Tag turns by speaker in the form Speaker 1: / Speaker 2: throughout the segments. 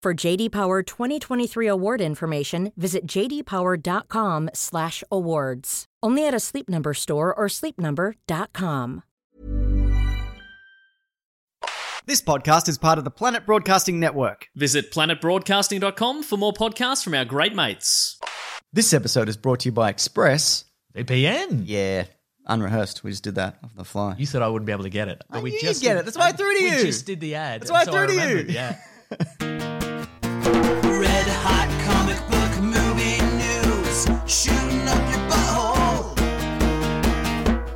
Speaker 1: For JD Power 2023 award information, visit jdpower.com/awards. Only at a Sleep Number store or sleepnumber.com.
Speaker 2: This podcast is part of the Planet Broadcasting Network.
Speaker 3: Visit planetbroadcasting.com for more podcasts from our great mates.
Speaker 2: This episode is brought to you by Express.
Speaker 4: VPN.
Speaker 2: Yeah, unrehearsed. We just did that off the fly.
Speaker 4: You said I wouldn't be able to get it,
Speaker 2: I knew you'd get it. That's why I threw it to
Speaker 4: we
Speaker 2: you.
Speaker 4: just did the ad.
Speaker 2: That's why I
Speaker 4: so
Speaker 2: threw it to you.
Speaker 4: remembered, Yeah.
Speaker 5: Red hot comic book movie news, shooting up your butthole.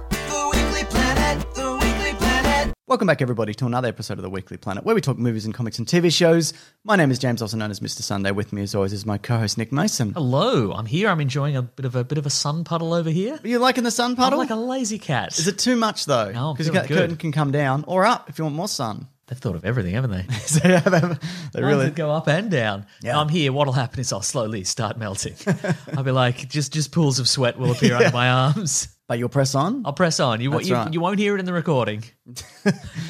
Speaker 5: The Weekly Planet, The Weekly Planet.
Speaker 2: Welcome back, everybody, to another episode of the Weekly Planet, where we talk movies and comics and TV shows. My name is James, also known as Mr. Sunday. With me, as always, is my co-host Nick Mason. Are
Speaker 4: Hello, I'm here. I'm enjoying a bit of a bit of a sun puddle over here.
Speaker 2: you liking the sun
Speaker 4: I'm
Speaker 2: puddle?
Speaker 4: like a lazy cat.
Speaker 2: is it too much though?
Speaker 4: No, I'm
Speaker 2: because
Speaker 4: feeling
Speaker 2: the curtain
Speaker 4: good.
Speaker 2: can come down or up if you want more sun.
Speaker 4: They've thought of everything, haven't they?
Speaker 2: so yeah, they, they
Speaker 4: Mine
Speaker 2: really
Speaker 4: could go up and down.
Speaker 2: Yeah.
Speaker 4: I'm here. What'll happen is I'll slowly start melting. I'll be like, just just pools of sweat will appear under my arms.
Speaker 2: But you'll press on.
Speaker 4: I'll press on. You
Speaker 2: That's
Speaker 4: you,
Speaker 2: right.
Speaker 4: you won't hear it in the recording.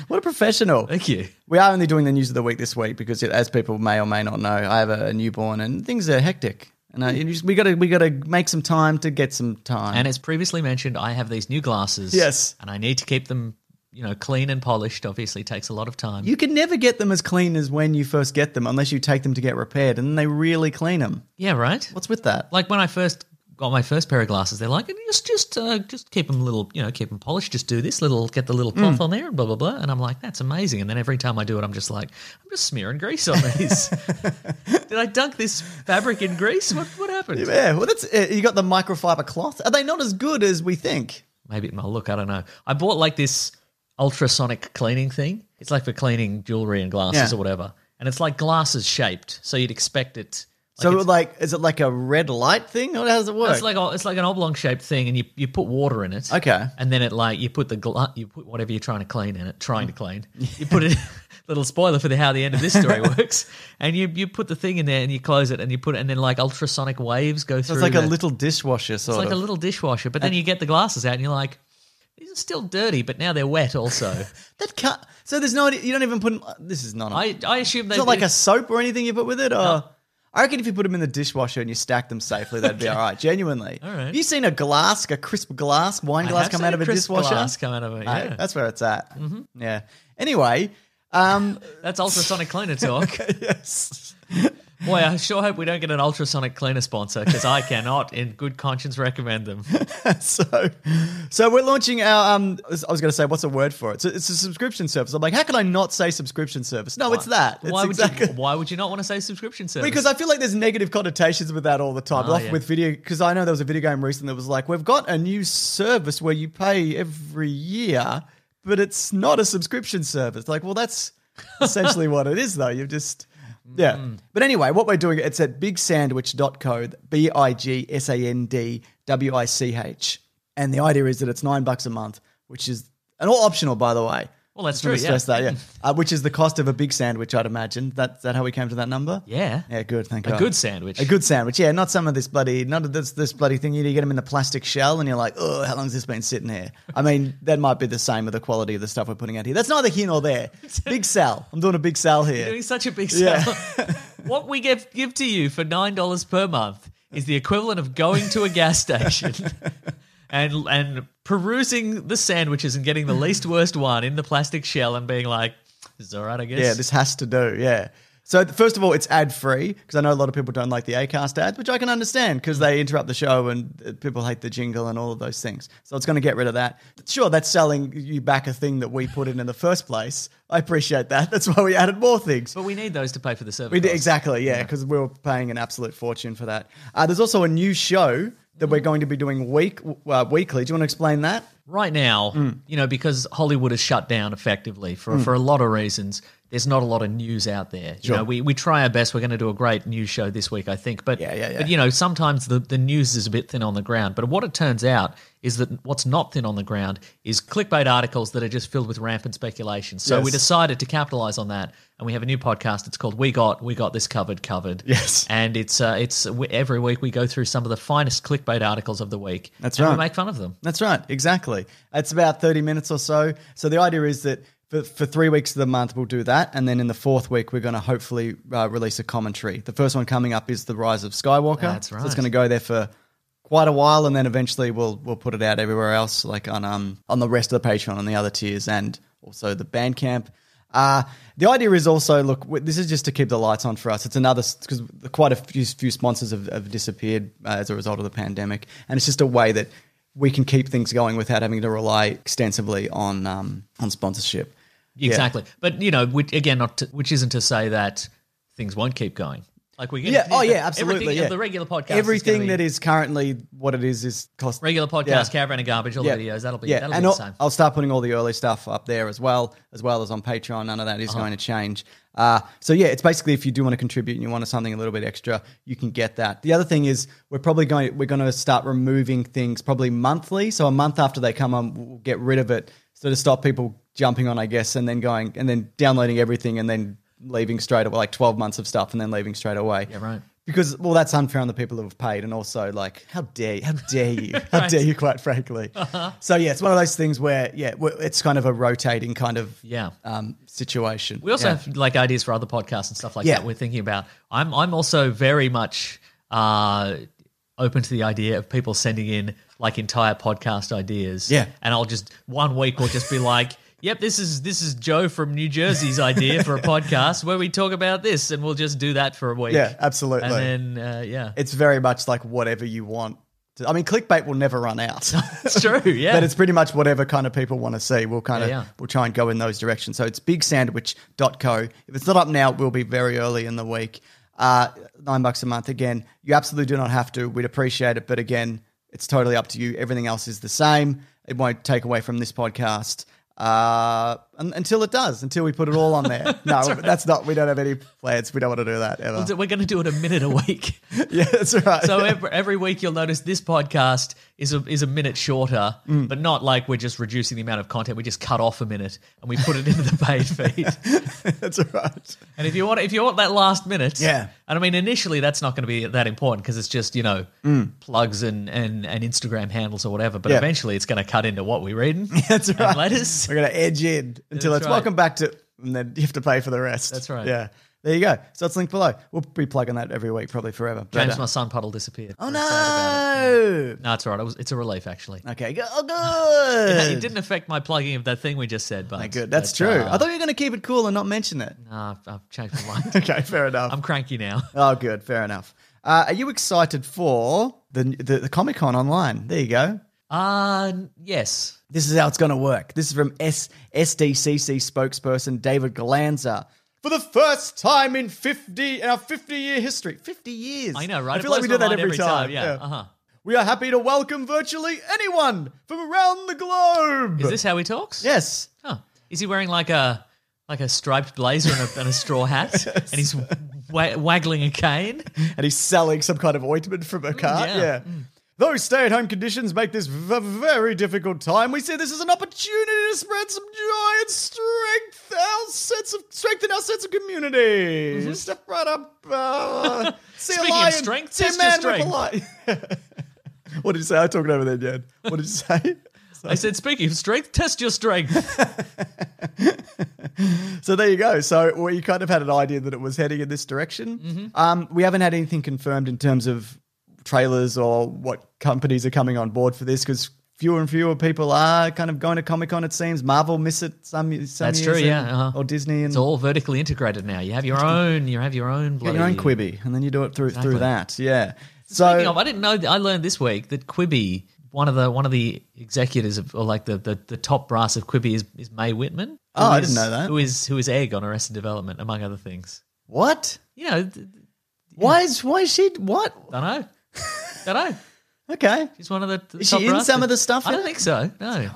Speaker 2: What a professional!
Speaker 4: Thank you.
Speaker 2: We are only doing the news of the week this week because, as people may or may not know, I have a newborn and things are hectic. And I, you just, we gotta we gotta make some time to get some time.
Speaker 4: And as previously mentioned, I have these new glasses.
Speaker 2: Yes.
Speaker 4: And I need to keep them, you know, clean and polished. Obviously, takes a lot of time.
Speaker 2: you can never get them as clean as when you first get them, unless you take them to get repaired, and then they really clean them.
Speaker 4: yeah, right.
Speaker 2: What's with that?
Speaker 4: Like when I first got my first pair of glasses, they're like, just, just, uh, just keep them little, you know, keep them polished. Just do this little, get the little
Speaker 2: Mm.
Speaker 4: cloth on there, and blah blah blah. And I'm like, that's amazing. And then every time I do it, I'm just like, I'm just smearing grease on these. Did I dunk this fabric in grease? What what happened?
Speaker 2: yeah, well, that's uh, you got the microfiber cloth. Are they not as good as we think?
Speaker 4: maybe it might look. I don't know. I bought like this ultrasonic cleaning thing. It's like for cleaning jewelry and glasses
Speaker 2: Yeah.
Speaker 4: or whatever, and it's like glasses shaped, so you'd expect it. Like
Speaker 2: so,
Speaker 4: it's,
Speaker 2: like, is it like a red light thing, or how does it work?
Speaker 4: it's like a- it's like an oblong shaped thing, and you you put water in it.
Speaker 2: Okay.
Speaker 4: and then it like you put the gla- you put whatever you're trying to clean in it, trying to clean. You put it. Little spoiler for the how the end of this story works, and you you put the thing in there and you close it and you put it and then like ultrasonic waves go
Speaker 2: So
Speaker 4: through.
Speaker 2: it's like a
Speaker 4: the-
Speaker 2: little dishwasher sort
Speaker 4: it's like
Speaker 2: of.
Speaker 4: a little dishwasher, but then you get the glasses out and you're like, these are still dirty, but now they're wet also.
Speaker 2: that cut. So there's no. You don't even put. 'em- This is not. a-
Speaker 4: I, I assume they
Speaker 2: It's not like
Speaker 4: do-
Speaker 2: a soap or anything you put with it, or I reckon if you put them in the dishwasher and you stack them safely, that'd be all right. Genuinely,
Speaker 4: All right.
Speaker 2: Have you seen a glass, a crisp glass, wine
Speaker 4: I
Speaker 2: glass,
Speaker 4: have
Speaker 2: come
Speaker 4: seen
Speaker 2: out of a
Speaker 4: crisp
Speaker 2: dishwasher?
Speaker 4: glass come out of it.
Speaker 2: No,
Speaker 4: Yeah. Mm-hmm. that's,
Speaker 2: that's where it's at. Yeah. Anyway, um,
Speaker 4: ultrasonic cleaner talk.
Speaker 2: yes,
Speaker 4: Boy, I sure hope we don't get an ultrasonic cleaner sponsor because I cannot, in good conscience, recommend them.
Speaker 2: so so we're launching our. Um, I was going to say, what's a word for it? So it's a subscription service. I'm like, how can I not say subscription service? No, it's that. It's
Speaker 4: why would
Speaker 2: exactly-
Speaker 4: you? Why would you not want to say subscription service?
Speaker 2: Because I feel like there's negative connotations with that all the time.
Speaker 4: Oh,
Speaker 2: like
Speaker 4: yeah.
Speaker 2: with video, because I know there was a video game recently that was like, we've got a new service where you pay every year, but it's not a subscription service. Like, well, that's essentially what it is, though. You've just. Yeah.
Speaker 4: Hmm.
Speaker 2: But anyway, what we're doing, it's at bigsandwich.co, B I G S A N D W I C H. And the idea is that it's nine bucks a month, which is, and all optional, by the way.
Speaker 4: Well, that's
Speaker 2: Just wanna
Speaker 4: true, yeah.
Speaker 2: Stress that, yeah. Uh, which is the cost of a big sandwich, I'd imagine. That, that how we came to that number?
Speaker 4: yeah,
Speaker 2: Yeah, good. Thank
Speaker 4: a
Speaker 2: God.
Speaker 4: good sandwich.
Speaker 2: A good sandwich. Yeah, not some of this bloody, not of this this bloody thing. You get them in the plastic shell, and you're like, oh, how long's this been sitting here? I mean, that might be the same with the quality of the stuff we're putting out here. That's neither here nor there. Big sell. I'm doing a big sell here.
Speaker 4: Doing such a big
Speaker 2: Yeah.
Speaker 4: sale. what we give give to you for nine dollars per month is the equivalent of going to a gas station and and perusing the sandwiches and getting the least worst one in the plastic shell and being like, "This is all right, I guess."
Speaker 2: Yeah, this has to do. Yeah. So th- first of all, it's ad free because I know a lot of people don't like the Acast ads, which I can understand because they interrupt the show and uh, people hate the jingle and all of those things. So it's going to get rid of that. Sure, that's selling you back a thing that we put in in the first place. I appreciate that. That's why we added more things.
Speaker 4: But we need those to pay for the service.
Speaker 2: We did,
Speaker 4: costs.
Speaker 2: exactly, yeah, because we were paying an absolute fortune for that. Uh, there's also a new show that we're going to be doing week uh, weekly. Do you want to explain that?
Speaker 4: Right now,
Speaker 2: Mm.
Speaker 4: you know, because Hollywood has shut down effectively for, for a lot of reasons, there's not a lot of news out there. You know, we, we try our best. We're going to do a great news show this week, I think. But,
Speaker 2: Yeah, yeah, yeah.
Speaker 4: but you know, sometimes the, the news is a bit thin on the ground. But what it turns out is that what's not thin on the ground is clickbait articles that are just filled with rampant speculation. So we
Speaker 2: Yes.
Speaker 4: decided to capitalize on that. And we have a new podcast. It's called We Got We Got This Covered Covered.
Speaker 2: Yes.
Speaker 4: and it's uh, it's we, every week we go through some of the finest clickbait articles of the week.
Speaker 2: That's
Speaker 4: and We
Speaker 2: right.
Speaker 4: make fun of them.
Speaker 2: That's right, exactly. It's about 30 minutes or so. So the idea is that for, for three weeks of the month, we'll do that. And then in the fourth week, we're going to hopefully uh, release a commentary. The first one coming up is The Rise of Skywalker.
Speaker 4: That's
Speaker 2: So it's
Speaker 4: right.
Speaker 2: going to go there for quite a while. And then eventually we'll, we'll put it out everywhere else, like on, um, on the rest of the Patreon and the other tiers and also the Bandcamp. Uh, the idea is also look. w- This is just to keep the lights on for us. It's another because quite a few, few sponsors have, have disappeared uh, as a result of the pandemic, and it's just a way that we can keep things going without having to rely extensively on um, on sponsorship.
Speaker 4: Exactly. But you know, which, again, not to, which isn't to say that things won't keep going. Like we're going
Speaker 2: Yeah. Oh, yeah. Absolutely.
Speaker 4: Everything,
Speaker 2: yeah.
Speaker 4: The regular podcast.
Speaker 2: Everything
Speaker 4: is gonna
Speaker 2: that
Speaker 4: be-
Speaker 2: is currently what it is is cost.
Speaker 4: regular
Speaker 2: Yeah.
Speaker 4: podcast, caravan and garbage, all the videos. That'll be that'll
Speaker 2: and oh,
Speaker 4: be the
Speaker 2: I'll,
Speaker 4: same.
Speaker 2: I'll start putting all the early stuff up there as well, as well as on Patreon. None of that
Speaker 4: Uh-huh.
Speaker 2: is going to change. Uh, so yeah, it's basically if you do want to contribute and you want something a little bit extra, you can get that. The other thing is we're probably going we're going to start removing things probably monthly. So a month after they come on, we'll get rid of it, so to stop people jumping on, I guess, and then going and then downloading everything and then leaving straight away, like twelve months of stuff, and then leaving straight away.
Speaker 4: Yeah, right.
Speaker 2: Because well, that's unfair on the people who have paid, and also like, how dare, how dare you, how dare you, quite frankly.
Speaker 4: Uh-huh.
Speaker 2: So yeah, it's one of those things where yeah, w- it's kind of a rotating kind of
Speaker 4: Yeah.
Speaker 2: um, situation.
Speaker 4: We also
Speaker 2: Yeah.
Speaker 4: have like ideas for other podcasts and stuff like
Speaker 2: Yeah.
Speaker 4: that. We're thinking about. I'm I'm also very much uh, open to the idea of people sending in like entire podcast ideas.
Speaker 2: Yeah.
Speaker 4: and I'll just one week we'll just be like. Yep, this is this is Joe from New Jersey's idea for a podcast where we talk about this, and we'll just do that for a week.
Speaker 2: Yeah, absolutely.
Speaker 4: And then, uh, yeah,
Speaker 2: it's very much like whatever you want. To, I mean, clickbait will never run out.
Speaker 4: it's true. Yeah,
Speaker 2: But it's pretty much whatever kind of people want to see. We'll kind of
Speaker 4: Yeah, yeah.
Speaker 2: we'll try and go in those directions. So it's bigsandwich.co. If it's not up now, it will be very early in the week. Uh, nine bucks a month. Again, you absolutely do not have to. We'd appreciate it, but again, it's totally up to you. Everything else is the same. It won't take away from this podcast. Uh, un- until it does, until we put it all on there. no, that's not. We don't have any plans. We don't want to do that ever.
Speaker 4: we're going to do it a minute a week.
Speaker 2: yeah, that's right.
Speaker 4: So every, every week you'll notice this podcast is a, is a minute shorter,
Speaker 2: Mm.
Speaker 4: but not like we're just reducing the amount of content. We just cut off a minute and we put it into the paid feed.
Speaker 2: that's right.
Speaker 4: And if you want if you want that last minute,
Speaker 2: Yeah.
Speaker 4: And I mean, initially that's not going to be that important because it's just you know plugs and, and and Instagram handles or whatever. But
Speaker 2: Mm. Yeah.
Speaker 4: eventually it's going to cut into what we're reading.
Speaker 2: That's
Speaker 4: and
Speaker 2: right.
Speaker 4: letters.
Speaker 2: We're going to edge in until
Speaker 4: That's
Speaker 2: it's
Speaker 4: right.
Speaker 2: welcome back to, and then you have to pay for the rest.
Speaker 4: That's right.
Speaker 2: Yeah. There you go. So it's linked below. We'll be plugging that every week, probably forever. But,
Speaker 4: James,
Speaker 2: uh,
Speaker 4: my son puddle disappeared.
Speaker 2: oh
Speaker 4: We're excited about
Speaker 2: no.
Speaker 4: it. No, it's all right. It was, it's a relief actually.
Speaker 2: Okay. Go, oh,
Speaker 4: It,
Speaker 2: good.
Speaker 4: it didn't affect my plugging of that thing we just said, but
Speaker 2: Okay, good. That's
Speaker 4: but,
Speaker 2: true.
Speaker 4: uh,
Speaker 2: I thought you were going to keep it cool and not mention it.
Speaker 4: no, I've, I've changed my mind.
Speaker 2: Okay. Fair enough.
Speaker 4: I'm cranky now.
Speaker 2: oh, good. Fair enough. Uh, are you excited for the the, the Comic Con online? There you go.
Speaker 4: Uh yes.
Speaker 2: This is how it's going to work. This is from S- SDCC spokesperson David Galanza. For the first time in 50 in our 50 year history. 50 years.
Speaker 4: I know, right?
Speaker 2: I feel like we do that every, time.
Speaker 4: Yeah. Uh-huh.
Speaker 2: We are happy to welcome virtually anyone from around the globe.
Speaker 4: Is this how he talks?
Speaker 2: Yes.
Speaker 4: Huh. Is he wearing like a like a striped blazer and a, and a straw hat, and he's wa- waggling a cane?
Speaker 2: And he's selling some kind of ointment from a cart.
Speaker 4: Mm, yeah.
Speaker 2: yeah. Though stay at home conditions make this a very difficult time, we see this as an opportunity to spread some joy and strength our sense of strengthen our sense of community. Step right up. Uh, see
Speaker 4: Mm-hmm. Speaking
Speaker 2: a
Speaker 4: of
Speaker 2: lion,
Speaker 4: strength,
Speaker 2: see a
Speaker 4: that's
Speaker 2: man
Speaker 4: just
Speaker 2: with a
Speaker 4: strength.
Speaker 2: lion. what did you say? I talked over there, Jen. What did you say?
Speaker 4: I said, speaking of strength, test your strength.
Speaker 2: So there you go. So we kind of had an idea that it was heading in this direction.
Speaker 4: Mm-hmm.
Speaker 2: Um, we haven't had anything confirmed in terms of trailers or what companies are coming on board for this because fewer and fewer people are kind of going to Comic Con. It seems Marvel miss it some. some
Speaker 4: That's
Speaker 2: years
Speaker 4: true,
Speaker 2: and-
Speaker 4: yeah, uh-huh.
Speaker 2: Or Disney and
Speaker 4: It's all vertically integrated now. You have your own. You have your own.
Speaker 2: get your own
Speaker 4: bloody- uh,
Speaker 2: Quibi, and then you do it through
Speaker 4: Exactly.
Speaker 2: through that. Yeah.
Speaker 4: Speaking
Speaker 2: So
Speaker 4: of, I didn't know. I learned this week that Quibi, one of the one of the executives of, or like the, the, the top brass of Quibi is, is Mae Whitman. who
Speaker 2: Oh, I didn't
Speaker 4: is-
Speaker 2: know that.
Speaker 4: Who is who is Egg on Arrested Development, among other things.
Speaker 2: what?
Speaker 4: You know, th-
Speaker 2: Why is why is she what?
Speaker 4: don't know, don't know.
Speaker 2: Okay.
Speaker 4: She's one of the. the
Speaker 2: Is
Speaker 4: top
Speaker 2: she in
Speaker 4: brass
Speaker 2: some
Speaker 4: that-
Speaker 2: of the stuff
Speaker 4: I
Speaker 2: in
Speaker 4: don't
Speaker 2: it?
Speaker 4: think so. No,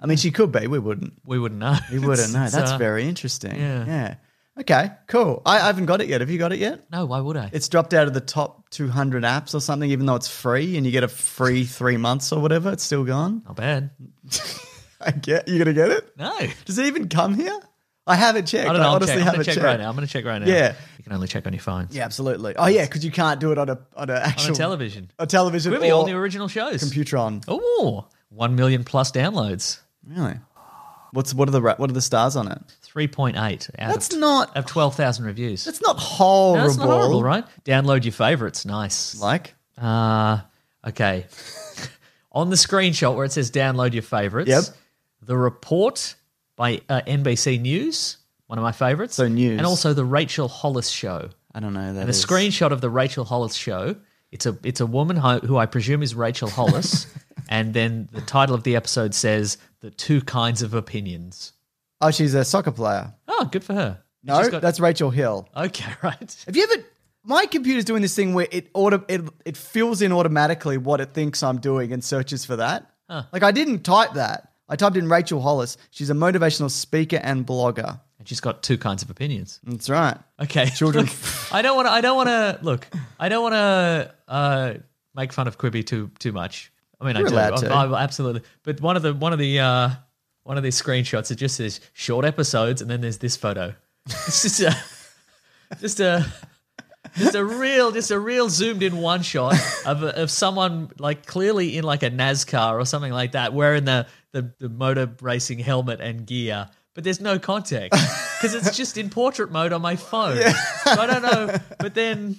Speaker 2: I mean, she could be. We wouldn't.
Speaker 4: we wouldn't know.
Speaker 2: We wouldn't. No,
Speaker 4: It's,
Speaker 2: that's
Speaker 4: uh,
Speaker 2: very interesting.
Speaker 4: yeah.
Speaker 2: Yeah. Okay. Cool. I, I haven't got it yet. Have you got it yet?
Speaker 4: No, why would I?
Speaker 2: It's dropped out of the top 200 apps or something, even though it's free and you get a free three months or whatever. It's still gone.
Speaker 4: Not bad.
Speaker 2: I get. You gonna get it?
Speaker 4: No, I
Speaker 2: Does it even come here? I haven't checked. I,
Speaker 4: don't know. I'll
Speaker 2: honestly
Speaker 4: check. I'm
Speaker 2: haven't
Speaker 4: gonna check
Speaker 2: checked.
Speaker 4: right now. I'm gonna check right now.
Speaker 2: Yeah.
Speaker 4: you can only check on your phone.
Speaker 2: Yeah, absolutely. Oh yeah, because you can't do it on a on a
Speaker 4: on
Speaker 2: actual
Speaker 4: a television.
Speaker 2: A television
Speaker 4: Quibi,
Speaker 2: or
Speaker 4: all the original shows.
Speaker 2: computer on.
Speaker 4: Oh, one million plus downloads.
Speaker 2: Really? What's what are the ra- what are the stars on it?
Speaker 4: 3.8 out
Speaker 2: That's
Speaker 4: of,
Speaker 2: not-
Speaker 4: of 12,000 reviews.
Speaker 2: That's not horrible.
Speaker 4: No, that's not horrible, right? Download your favorites. Nice.
Speaker 2: Like,
Speaker 4: Uh, okay. On the screenshot where it says download your favorites,
Speaker 2: Yep.
Speaker 4: The Report by uh, NBC News, one of my favorites.
Speaker 2: So news.
Speaker 4: And also The Rachel Hollis Show.
Speaker 2: I don't know who that.
Speaker 4: The
Speaker 2: is.
Speaker 4: screenshot of The Rachel Hollis Show. It's a, it's a woman ho- who I presume is Rachel Hollis. and then the title of the episode says The Two Kinds of Opinions.
Speaker 2: Oh, she's a soccer player.
Speaker 4: Oh, good for her.
Speaker 2: No,
Speaker 4: She's got-
Speaker 2: that's Rachel Hill.
Speaker 4: okay, right.
Speaker 2: Have you ever? My computer's doing this thing where it auto it it fills in automatically what it thinks I'm doing and searches for that. Like I didn't type that. I typed in Rachel Hollis. She's a motivational speaker and blogger.
Speaker 4: And she's got two kinds of opinions.
Speaker 2: That's right.
Speaker 4: Okay,
Speaker 2: Mm. Children.
Speaker 4: look, I don't want to. I don't want to look. I don't want to uh, make fun of Quibi too too much. I mean,
Speaker 2: You're
Speaker 4: I do.
Speaker 2: allowed to.
Speaker 4: I, I- absolutely. But one of the one of the uh, one of these screenshots it just says short episodes, and then there's this photo. It's just a just a just a real just a real zoomed in one shot of of someone like clearly in like a NASCAR or something like that wearing the the, the motor racing helmet and gear but there's no context because it's just in portrait mode on my phone so I don't know but then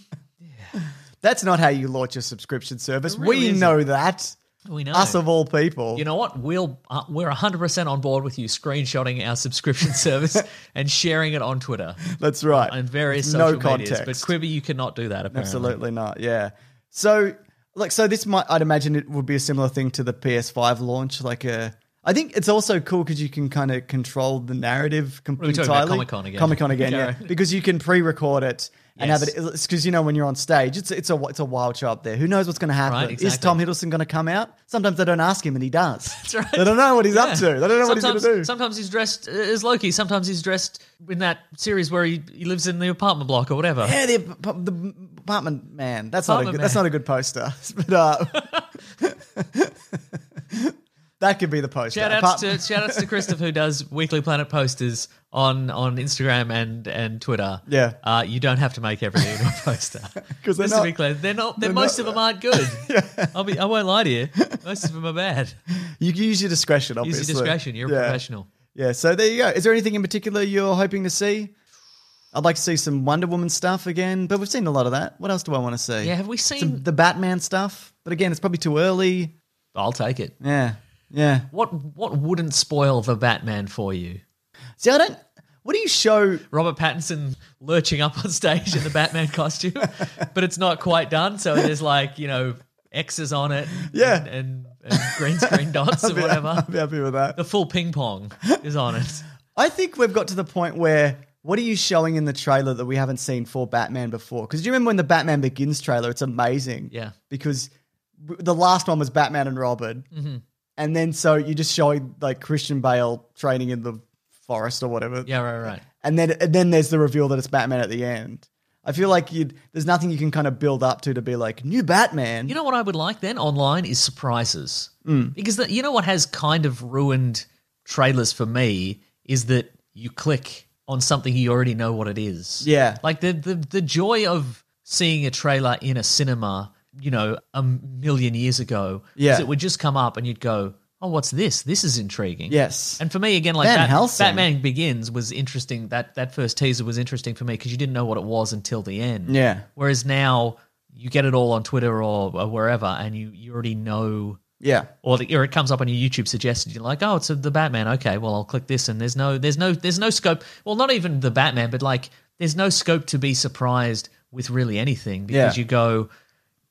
Speaker 2: That's not how you launch a subscription service.
Speaker 4: really
Speaker 2: we
Speaker 4: isn't.
Speaker 2: know that.
Speaker 4: we know
Speaker 2: Us of all people.
Speaker 4: you know what we'll uh, we're 100% on board with you screenshotting our subscription service and sharing it on Twitter
Speaker 2: That's right.
Speaker 4: and various
Speaker 2: There's no
Speaker 4: social medias
Speaker 2: context.
Speaker 4: but Quibi you cannot do that apparently
Speaker 2: Absolutely not. Yeah. So, like, so this might, I'd imagine it would be a similar thing to the PS5 launch. Like, a, I think it's also cool because you can kind of control the narrative com-
Speaker 4: are we talking about?
Speaker 2: entirely.
Speaker 4: Comic-Con again?
Speaker 2: Comic Con again, yeah.
Speaker 4: Okay.
Speaker 2: Because you can pre-record it and
Speaker 4: Yes.
Speaker 2: have it because you know when you're on stage, it's it's a it's a wild show up there. Who knows what's going to happen?
Speaker 4: Right,
Speaker 2: Is
Speaker 4: exactly.
Speaker 2: Tom Hiddleston going to come out? Sometimes they don't ask him, and he does. That's
Speaker 4: right.
Speaker 2: They don't know what he's up to.
Speaker 4: Yeah.
Speaker 2: They don't know what he's
Speaker 4: Sometimes-
Speaker 2: going to do.
Speaker 4: Sometimes he's dressed uh, as Loki. Sometimes he's dressed in that series where he, he lives in the apartment block or whatever.
Speaker 2: yeah, the, ap- the apartment man. That's not a
Speaker 4: Apartment
Speaker 2: good, that's
Speaker 4: man.
Speaker 2: not a good poster. but uh, that could be the poster.
Speaker 4: Shout
Speaker 2: Apart-
Speaker 4: outs to shout outs to Christoph who does Weekly Planet posters on, on Instagram and, and Twitter.
Speaker 2: Yeah.
Speaker 4: uh, you don't have to make everything into a poster.
Speaker 2: 'Cause they're
Speaker 4: Just
Speaker 2: not-
Speaker 4: to be clear, they're not. They're,
Speaker 2: they're
Speaker 4: most
Speaker 2: not-
Speaker 4: of them aren't good. I'll be. I won't lie to you. Most of them are bad.
Speaker 2: you can use your discretion.
Speaker 4: Use
Speaker 2: Obviously,
Speaker 4: your discretion. You're a
Speaker 2: Yeah.
Speaker 4: professional.
Speaker 2: Yeah. So there you go. Is there anything in particular you're hoping to see? I'd like to see some Wonder Woman stuff again, but we've seen a lot of that. What else do I want to see?
Speaker 4: Yeah. Have we seen?
Speaker 2: some, the Batman stuff? But again, it's probably too early.
Speaker 4: I'll take it.
Speaker 2: Yeah. Yeah.
Speaker 4: What What wouldn't spoil the Batman for you?
Speaker 2: See, I don't. What do you show?
Speaker 4: Robert Pattinson lurching up on stage in the Batman costume, but it's not quite done. So there's like you know X's on it,
Speaker 2: Yeah.
Speaker 4: and, and, and green screen dots or whatever.
Speaker 2: I'd be happy with that.
Speaker 4: The full ping pong is on it.
Speaker 2: I think we've got to the point where what are you showing in the trailer that we haven't seen for Batman before? Because do you remember when the Batman Begins trailer? It's amazing.
Speaker 4: Yeah.
Speaker 2: Because w- the last one was Batman and Robin,
Speaker 4: Mm-hmm.
Speaker 2: and then so you're just showing like Christian Bale training in the forest or whatever.
Speaker 4: Yeah, right, right.
Speaker 2: And then and then there's the reveal that it's Batman at the end. I feel like you'd, there's nothing you can kind of build up to to be like new Batman.
Speaker 4: You know what I would like then online is surprises
Speaker 2: Hmm.
Speaker 4: because the, you know what has kind of ruined trailers for me is that you click on something you already know what it is.
Speaker 2: Yeah.
Speaker 4: like the the the joy of seeing a trailer in a cinema, you know, a million years ago. is
Speaker 2: Yeah.
Speaker 4: it would just come up and you'd go, "Oh, what's this? This is intriguing."
Speaker 2: yes.
Speaker 4: And for me, again, like
Speaker 2: Van
Speaker 4: that,
Speaker 2: Helsing.
Speaker 4: Batman Begins was interesting. That that first teaser was interesting for me because you didn't know what it was until the end.
Speaker 2: Yeah.
Speaker 4: Whereas now you get it all on Twitter or, or wherever, and you you already know
Speaker 2: Yeah.
Speaker 4: or, the, or it comes up on your YouTube suggested. You're like, oh, it's the Batman. Okay, well, I'll click this, and there's no, there's no, there's no scope. Well, not even the Batman, but like, there's no scope to be surprised with really anything because
Speaker 2: Yeah.
Speaker 4: you go,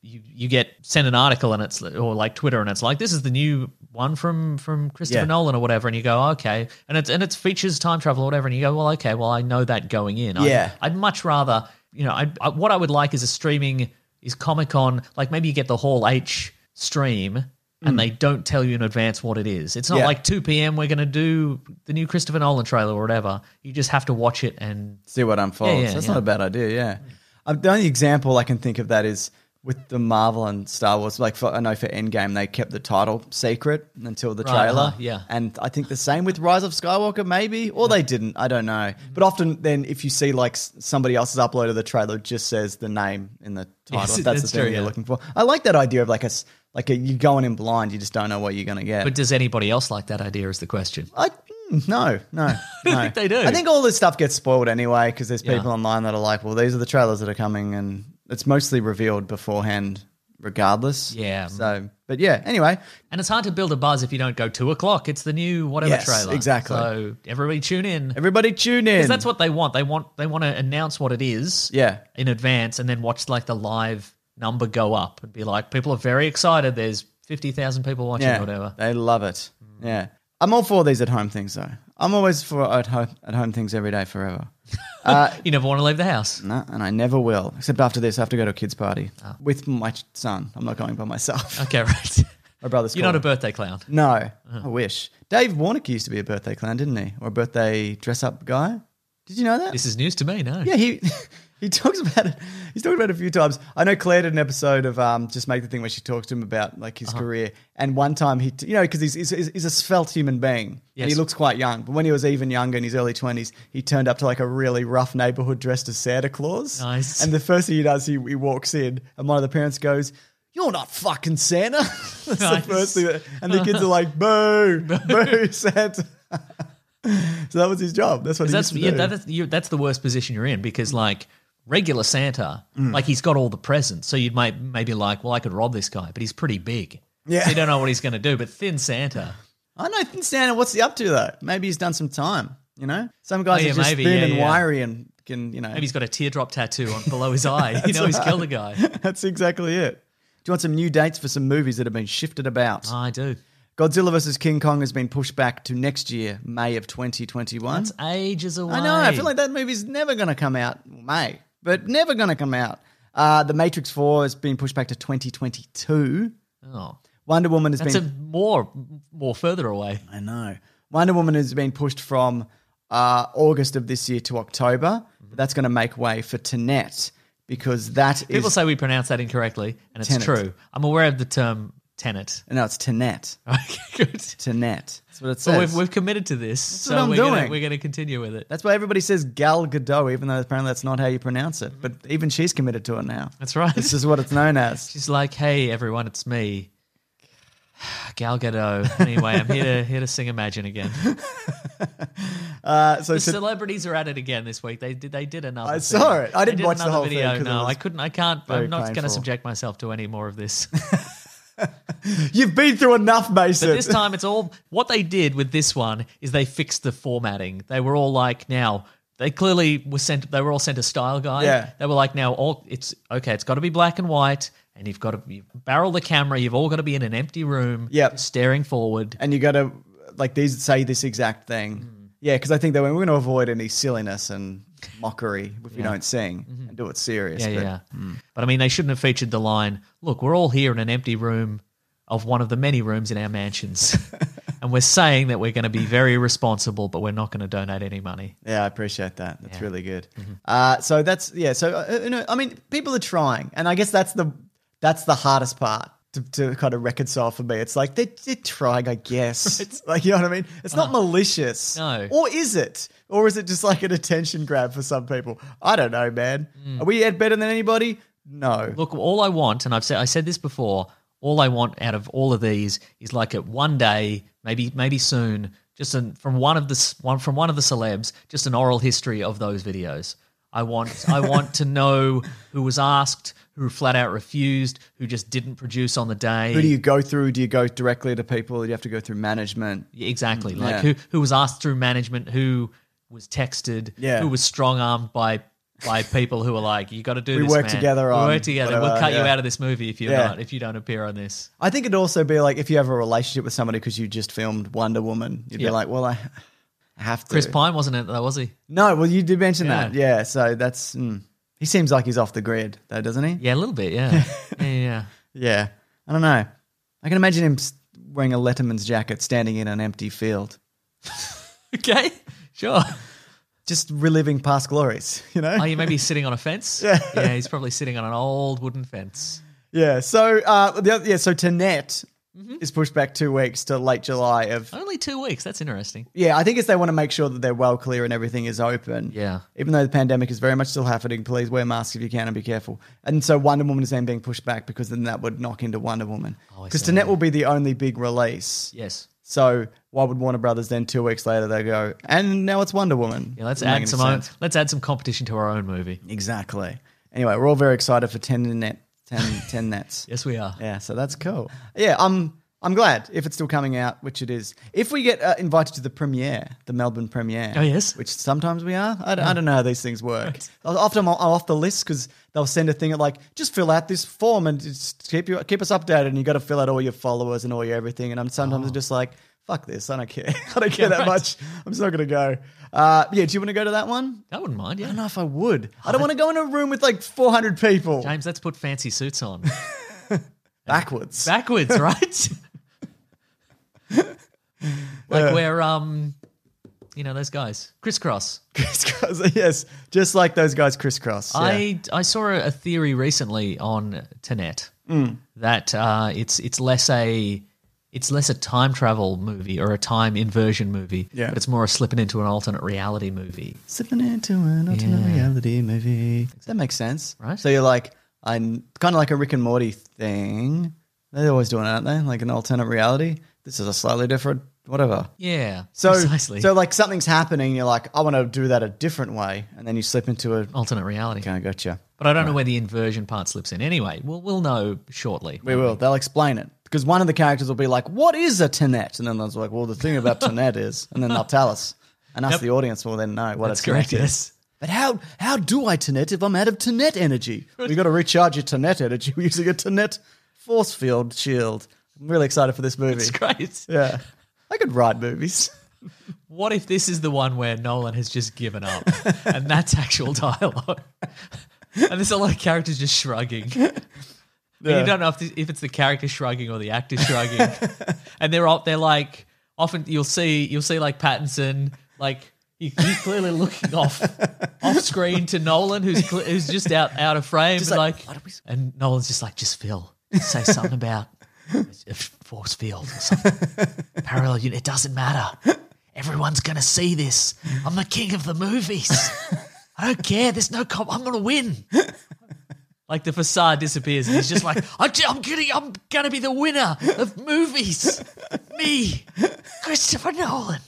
Speaker 4: you you get sent an article and it's or like Twitter and it's like this is the new one from from Christopher
Speaker 2: Yeah.
Speaker 4: Nolan or whatever, and you go, okay, and it's and it's features time travel or whatever, and you go, well, okay, well, I know that going in. I'd-
Speaker 2: Yeah.
Speaker 4: I'd, much rather, you know, I'd, I, what I would like is a streaming is Comic Con, like maybe you get the Hall H stream and they don't tell you in advance what it is. It's not
Speaker 2: Hmm. Yeah.
Speaker 4: like 2 p.m. we're going to do the new Christopher Nolan trailer or whatever. You just have to watch it and
Speaker 2: See what unfolds.
Speaker 4: Yeah, yeah,
Speaker 2: That's
Speaker 4: yeah.
Speaker 2: not a bad idea. Yeah. Um, the only example I can think of that is with the Marvel and Star Wars. Like for, I know for Endgame, they kept the title secret until the
Speaker 4: Right,
Speaker 2: trailer.
Speaker 4: uh-huh, yeah.
Speaker 2: And I think the same with Rise of Skywalker, maybe, or they didn't. I don't know.
Speaker 4: Mm-hmm.
Speaker 2: But often, then if you see like s- somebody else's upload of the trailer, it just says the name in the title.
Speaker 4: Yes,
Speaker 2: if that's the
Speaker 4: that's
Speaker 2: thing
Speaker 4: true,
Speaker 2: you're
Speaker 4: yeah.
Speaker 2: looking for. I like that idea of like a s- like a, you going in blind. You just don't know what you're gonna get.
Speaker 4: but does anybody else like that idea is the question.
Speaker 2: I mm, no, no. I don't
Speaker 4: think they do.
Speaker 2: I think all this stuff gets spoiled anyway because there's
Speaker 4: Yeah.
Speaker 2: people online that are like, "Well, these are the trailers that are coming," and it's mostly revealed beforehand, regardless.
Speaker 4: Yeah.
Speaker 2: So, but yeah. Anyway,
Speaker 4: And it's hard to build a buzz if you don't go 2 o'clock. It's the new whatever
Speaker 2: Yes,
Speaker 4: trailer.
Speaker 2: exactly.
Speaker 4: So everybody tune in.
Speaker 2: everybody tune in.
Speaker 4: Because that's what they want. They want they want to announce what it is
Speaker 2: Yeah.
Speaker 4: in advance and then watch like the live number go up and be like, people are very excited. There's 50,000 people watching
Speaker 2: Yeah.
Speaker 4: or whatever.
Speaker 2: They love it. Yeah. I'm all for these at home things though. I'm always for at home at home things every day forever.
Speaker 4: You never want to leave the house.
Speaker 2: No, and I never will. Except after this, I have to go to a kids' party with my ch- son. I'm not going by myself.
Speaker 4: Ah. Okay, right.
Speaker 2: my brother's.
Speaker 4: You're not a
Speaker 2: calling.
Speaker 4: birthday clown.
Speaker 2: No, I wish. Dave Warnick used to be a birthday clown, didn't he? Or a birthday dress up guy. Did you know that?
Speaker 4: This is news to me, no.
Speaker 2: yeah, he he talks about it. He's talked about it a few times. I know Claire did an episode of um, just make the thing where she talks to him about like his
Speaker 4: Uh-huh.
Speaker 2: career, and one time he, t- you know, because he's, he's he's a svelte human being.
Speaker 4: Yes.
Speaker 2: And he looks quite young, but when he was even younger in his early twenties, he turned up to like a really rough neighborhood dressed as Santa Claus.
Speaker 4: Nice.
Speaker 2: And the first thing he does, he, he walks in, and one of the parents goes. You're not fucking Santa. That's
Speaker 4: Nice.
Speaker 2: the first thing. that- and the kids are like, boo, boo, Santa. so that was his job. That's what he
Speaker 4: That's
Speaker 2: used to
Speaker 4: yeah,
Speaker 2: do.
Speaker 4: that is, you, that's the worst position you're in because like regular Santa,
Speaker 2: Mm.
Speaker 4: like he's got all the presents, so you might maybe like, well, I could rob this guy, but he's pretty big,
Speaker 2: Yeah.
Speaker 4: so you don't know what he's going to do. But thin Santa,
Speaker 2: I don't think Santa, what's he up to though? Maybe he's done some time, you know? Some guys
Speaker 4: Oh, yeah,
Speaker 2: are just
Speaker 4: maybe,
Speaker 2: thin
Speaker 4: yeah,
Speaker 2: and
Speaker 4: yeah.
Speaker 2: wiry and can, you know.
Speaker 4: maybe he's got a teardrop tattoo on below his eye. you know, he's killed a guy.
Speaker 2: that's exactly it. Do you want some new dates for some movies that have been shifted about?
Speaker 4: I do.
Speaker 2: Godzilla vs. King Kong has been pushed back to next year, May of 2021.
Speaker 4: It's ages away.
Speaker 2: I know. I feel like that movie's never going to come out May, but never going to come out. Uh, the Matrix 4 has been pushed back to 2022.
Speaker 4: Oh,
Speaker 2: Wonder Woman has
Speaker 4: that's
Speaker 2: been.
Speaker 4: a more more further away.
Speaker 2: I know. Wonder Woman has been pushed from uh, August of this year to October. But that's going to make way for Tenet because that is
Speaker 4: People say we pronounce that incorrectly, and it's
Speaker 2: Tenet.
Speaker 4: true. I'm aware of the term tenant.
Speaker 2: no, it's Tenet.
Speaker 4: Okay, good.
Speaker 2: Tenet. That's what it
Speaker 4: So
Speaker 2: says.
Speaker 4: we've, we've committed to this. so
Speaker 2: what I'm
Speaker 4: we're gonna,
Speaker 2: doing.
Speaker 4: we're going to continue with it.
Speaker 2: that's why everybody says Gal Gadot, even though apparently that's not how you pronounce it. But even she's committed to it now.
Speaker 4: That's right.
Speaker 2: This is what it's known as.
Speaker 4: She's like, "Hey everyone, it's me, Gal Gadot. Anyway, I'm here to here to sing Imagine again.
Speaker 2: Uh, so
Speaker 4: The
Speaker 2: Ten-
Speaker 4: celebrities are at it again this week. They did they did another.
Speaker 2: I
Speaker 4: thing.
Speaker 2: saw it. I
Speaker 4: They
Speaker 2: didn't
Speaker 4: did
Speaker 2: watch the
Speaker 4: another
Speaker 2: whole thing
Speaker 4: video.
Speaker 2: 'cause it
Speaker 4: No,
Speaker 2: was
Speaker 4: I couldn't. I can't.
Speaker 2: very
Speaker 4: I'm not going to
Speaker 2: painful.
Speaker 4: subject myself to any more of this.
Speaker 2: you've been through enough, Mason.
Speaker 4: But this time, it's all what they did with this one is they fixed the formatting. They were all like, now they clearly were sent. They were all sent a style guide.
Speaker 2: Yeah.
Speaker 4: They were like, now all it's okay. It's got to be black and white, and you've got to you barrel the camera. You've all got to be in an empty room.
Speaker 2: Yep.
Speaker 4: Staring forward.
Speaker 2: and you got to like these say this exact thing.
Speaker 4: Hmm.
Speaker 2: Yeah, because I think that we're going to avoid any silliness and mockery if we don't sing and do it serious.
Speaker 4: Mm-hmm. Yeah,
Speaker 2: but-
Speaker 4: yeah. But I mean, they shouldn't have featured the line. Look, we're all here in an empty room of one of the many rooms in our mansions. And we're saying that we're going to be very responsible, but we're not going to donate any money.
Speaker 2: Yeah, I appreciate that. That's really good.
Speaker 4: Mm-hmm.
Speaker 2: Uh, so that's yeah. So uh, you know, I mean, people are trying, and I guess that's the that's the hardest part to, to kind of reconcile for me. It's like they they're trying, I guess. It's like you know what I mean. It's not malicious,
Speaker 4: Oh. No.
Speaker 2: Or is it? Or is it just like an attention grab for some people? I don't know, man. Are we at better than anybody? No.
Speaker 4: Mm. Look, all I want, and I've said I said this before, all I want out of all of these is like a one day, maybe maybe soon, just an, from one of the s- one from one of the celebs, just an oral history of those videos. I want I want to know who was asked, who flat out refused, who just didn't produce on the day.
Speaker 2: Who do you go through? Do you go directly to people? Do you have to go through management?
Speaker 4: Yeah, Exactly. Like
Speaker 2: Mm, yeah.
Speaker 4: who who was asked through management, who was texted,
Speaker 2: Yeah.
Speaker 4: who was strong armed by by people who were like, You gotta do
Speaker 2: We
Speaker 4: this.
Speaker 2: work
Speaker 4: man.
Speaker 2: together
Speaker 4: We
Speaker 2: on
Speaker 4: work together. we'll
Speaker 2: whatever,
Speaker 4: cut you
Speaker 2: yeah.
Speaker 4: out of this movie if you're
Speaker 2: Yeah.
Speaker 4: not if you don't appear on this.
Speaker 2: I think it'd also be like if you have a relationship with somebody because you just filmed Wonder Woman, you'd
Speaker 4: Yeah.
Speaker 2: be like, well, I, I have to.
Speaker 4: Chris Pine wasn't it though, was he?
Speaker 2: No, well, you did mention
Speaker 4: Yeah.
Speaker 2: that. Yeah, so that's. Mm. He seems like he's off the grid, though, doesn't he?
Speaker 4: Yeah, a little bit, yeah. yeah, yeah, yeah.
Speaker 2: Yeah. I don't know. I can imagine him s- wearing a Letterman's jacket standing in an empty field,
Speaker 4: Okay. Sure.
Speaker 2: just reliving past glories, you know?
Speaker 4: Oh, yeah, maybe he's sitting on a fence. Yeah. he's probably sitting on an old wooden fence.
Speaker 2: yeah. So, uh, the, other- yeah, so Tenet
Speaker 4: Mm-hmm.
Speaker 2: is pushed back two weeks to late July of.
Speaker 4: Only two weeks. That's interesting.
Speaker 2: Yeah, I think it's they want to make sure that they're well clear and everything is open.
Speaker 4: Yeah.
Speaker 2: Even though the pandemic is very much still happening, please wear masks if you can and be careful. And so Wonder Woman is then being pushed back because then that would knock into Wonder Woman.
Speaker 4: Oh, I
Speaker 2: Because
Speaker 4: see.
Speaker 2: Tenet will be the only big release.
Speaker 4: Yes.
Speaker 2: So why would Warner Brothers then two weeks later they go, and now it's Wonder Woman?
Speaker 4: Yeah, let's
Speaker 2: Doesn't make
Speaker 4: add
Speaker 2: any
Speaker 4: some own,
Speaker 2: sense.
Speaker 4: let's add some competition to our own movie.
Speaker 2: Exactly. Anyway, we're all very excited for 10 net, 10, 10 nets.
Speaker 4: Yes, we are.
Speaker 2: Yeah, so that's cool. Yeah, I'm I'm glad if it's still coming out, which it is. If we get uh, invited to the premiere, the Melbourne premiere.
Speaker 4: Oh, yes.
Speaker 2: which sometimes we are. I, don't- I don't know how these things work. Often I'm, I'm off the list because they'll send a thing at like just fill out this form and just keep you keep us updated, and you got to fill out all your followers and all your everything. And I'm sometimes just like. Fuck this! I don't care. I don't care that
Speaker 4: right.
Speaker 2: much. I'm just not gonna go. Uh, yeah, do you want to go to that one?
Speaker 4: I wouldn't mind.
Speaker 2: I don't
Speaker 4: Yeah,
Speaker 2: know if I would. I don't want to go in a room with like 400 people
Speaker 4: James, let's put fancy suits on
Speaker 2: backwards.
Speaker 4: backwards, right? like we're um, you know those guys crisscross.
Speaker 2: crisscross. Yes, just like those guys crisscross. yeah.
Speaker 4: I I saw a a theory recently on Tenet
Speaker 2: Mm.
Speaker 4: that uh, it's it's less a it's less a time travel movie or a time inversion movie,
Speaker 2: Yeah.
Speaker 4: but it's more a slipping into an alternate reality movie.
Speaker 2: slipping into an alternate reality movie. That makes sense,
Speaker 4: Right.
Speaker 2: So you're like, I'm kind of like a Rick and Morty thing. They're always doing it, aren't they? Like an alternate reality. This is a slightly different, whatever.
Speaker 4: Yeah,
Speaker 2: So,
Speaker 4: precisely.
Speaker 2: so like something's happening. You're like, I want to do that a different way, and then you slip into a.
Speaker 4: alternate reality.
Speaker 2: Okay, I gotcha.
Speaker 4: But I don't know where the inversion part slips in. Anyway, we'll we'll know shortly.
Speaker 2: We will. They'll explain it because one of the characters will be like, "What is a tenet?" And then they'll be like, "Well, the thing about tenet is," and then they'll tell us, and us, the audience, will then know what
Speaker 4: That's
Speaker 2: a tenet
Speaker 4: correct,
Speaker 2: is.
Speaker 4: yes.
Speaker 2: But how how do I tenet if I'm out of tenet energy? We got to recharge your tenet energy using a tenet force field shield. I'm really excited for this movie.
Speaker 4: It's great.
Speaker 2: Yeah, I could write movies.
Speaker 4: What if this is the one where Nolan has just given up and that's actual dialogue? and there's a lot of characters just shrugging. And
Speaker 2: Yeah.
Speaker 4: you don't know if, this, if it's the character shrugging or the actor shrugging. and they're all, they're like often you'll see you'll see like Pattinson like he, he's clearly looking off off screen to Nolan who's cle- who's just out out of frame and
Speaker 2: like,
Speaker 4: like, and Nolan's just like just Phil say something about a force field or something parallel unit it doesn't matter everyone's gonna see this I'm the king of the movies I don't care there's no cop I'm gonna win like the facade disappears, and he's just like, I'm, I'm gonna, I'm gonna be the winner of movies. Me, Christopher Nolan.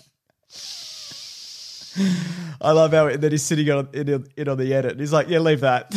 Speaker 2: I love how that he's sitting on in, on- in on the edit. He's like, "Yeah, leave that.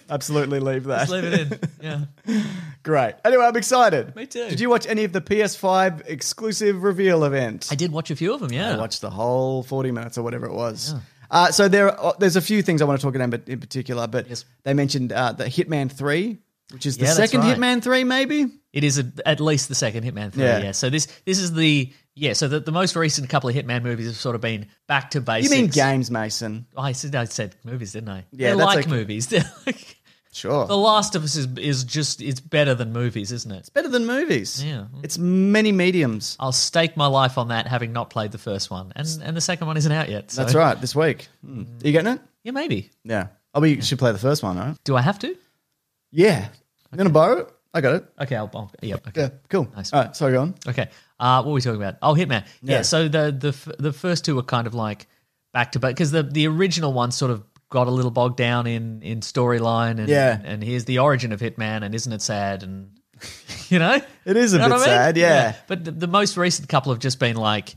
Speaker 2: Absolutely leave that.
Speaker 4: Leave it in. Yeah.
Speaker 2: Great. Anyway, I'm excited.
Speaker 4: Me too.
Speaker 2: Did you watch any of the PS5 exclusive reveal event?
Speaker 4: I did watch a few of them. Yeah.
Speaker 2: I watched the whole 40 minutes or whatever it was. Uh, so there, are, there's a few things I want to talk about in particular, but
Speaker 4: Yes.
Speaker 2: they mentioned uh, the Hitman 3, which is the
Speaker 4: Yeah, that's
Speaker 2: second
Speaker 4: right.
Speaker 2: Hitman 3, maybe?
Speaker 4: It is a, at least the second Hitman three.
Speaker 2: Yeah.
Speaker 4: Yeah. So this, this is the yeah. So the, the most recent couple of Hitman movies have sort of been back to
Speaker 2: You
Speaker 4: basics.
Speaker 2: mean games, Mason?
Speaker 4: I said I said movies, didn't I?
Speaker 2: Yeah,
Speaker 4: They're
Speaker 2: that's
Speaker 4: like
Speaker 2: okay.
Speaker 4: movies. They're like,
Speaker 2: Sure.
Speaker 4: the Last of Us is is just it's better than movies, isn't it?
Speaker 2: Better than movies.
Speaker 4: Yeah.
Speaker 2: It's many mediums.
Speaker 4: I'll stake my life on that, having not played the first one, and and the second one isn't out yet. So.
Speaker 2: That's right, this week. Hmm. Are you getting it?
Speaker 4: Yeah, maybe.
Speaker 2: Yeah. Oh, we should play the first one, right?
Speaker 4: Do I have to?
Speaker 2: Yeah. You going to borrow it? I got it.
Speaker 4: Okay, I'll. I'll yeah, okay.
Speaker 2: Yeah, cool.
Speaker 4: Nice.
Speaker 2: All right, sorry, go on.
Speaker 4: Okay. Uh, what were we talking about? Oh, Hitman. Yeah.
Speaker 2: Yeah.
Speaker 4: so the the f- the first two were kind of like back to back because the the original one sort of got a little bogged down in in storyline and
Speaker 2: Yeah.
Speaker 4: and here's the origin of Hitman and isn't it sad and you know
Speaker 2: It is a
Speaker 4: You know
Speaker 2: bit
Speaker 4: what I mean?
Speaker 2: sad, yeah.
Speaker 4: But the, the most recent couple have just been like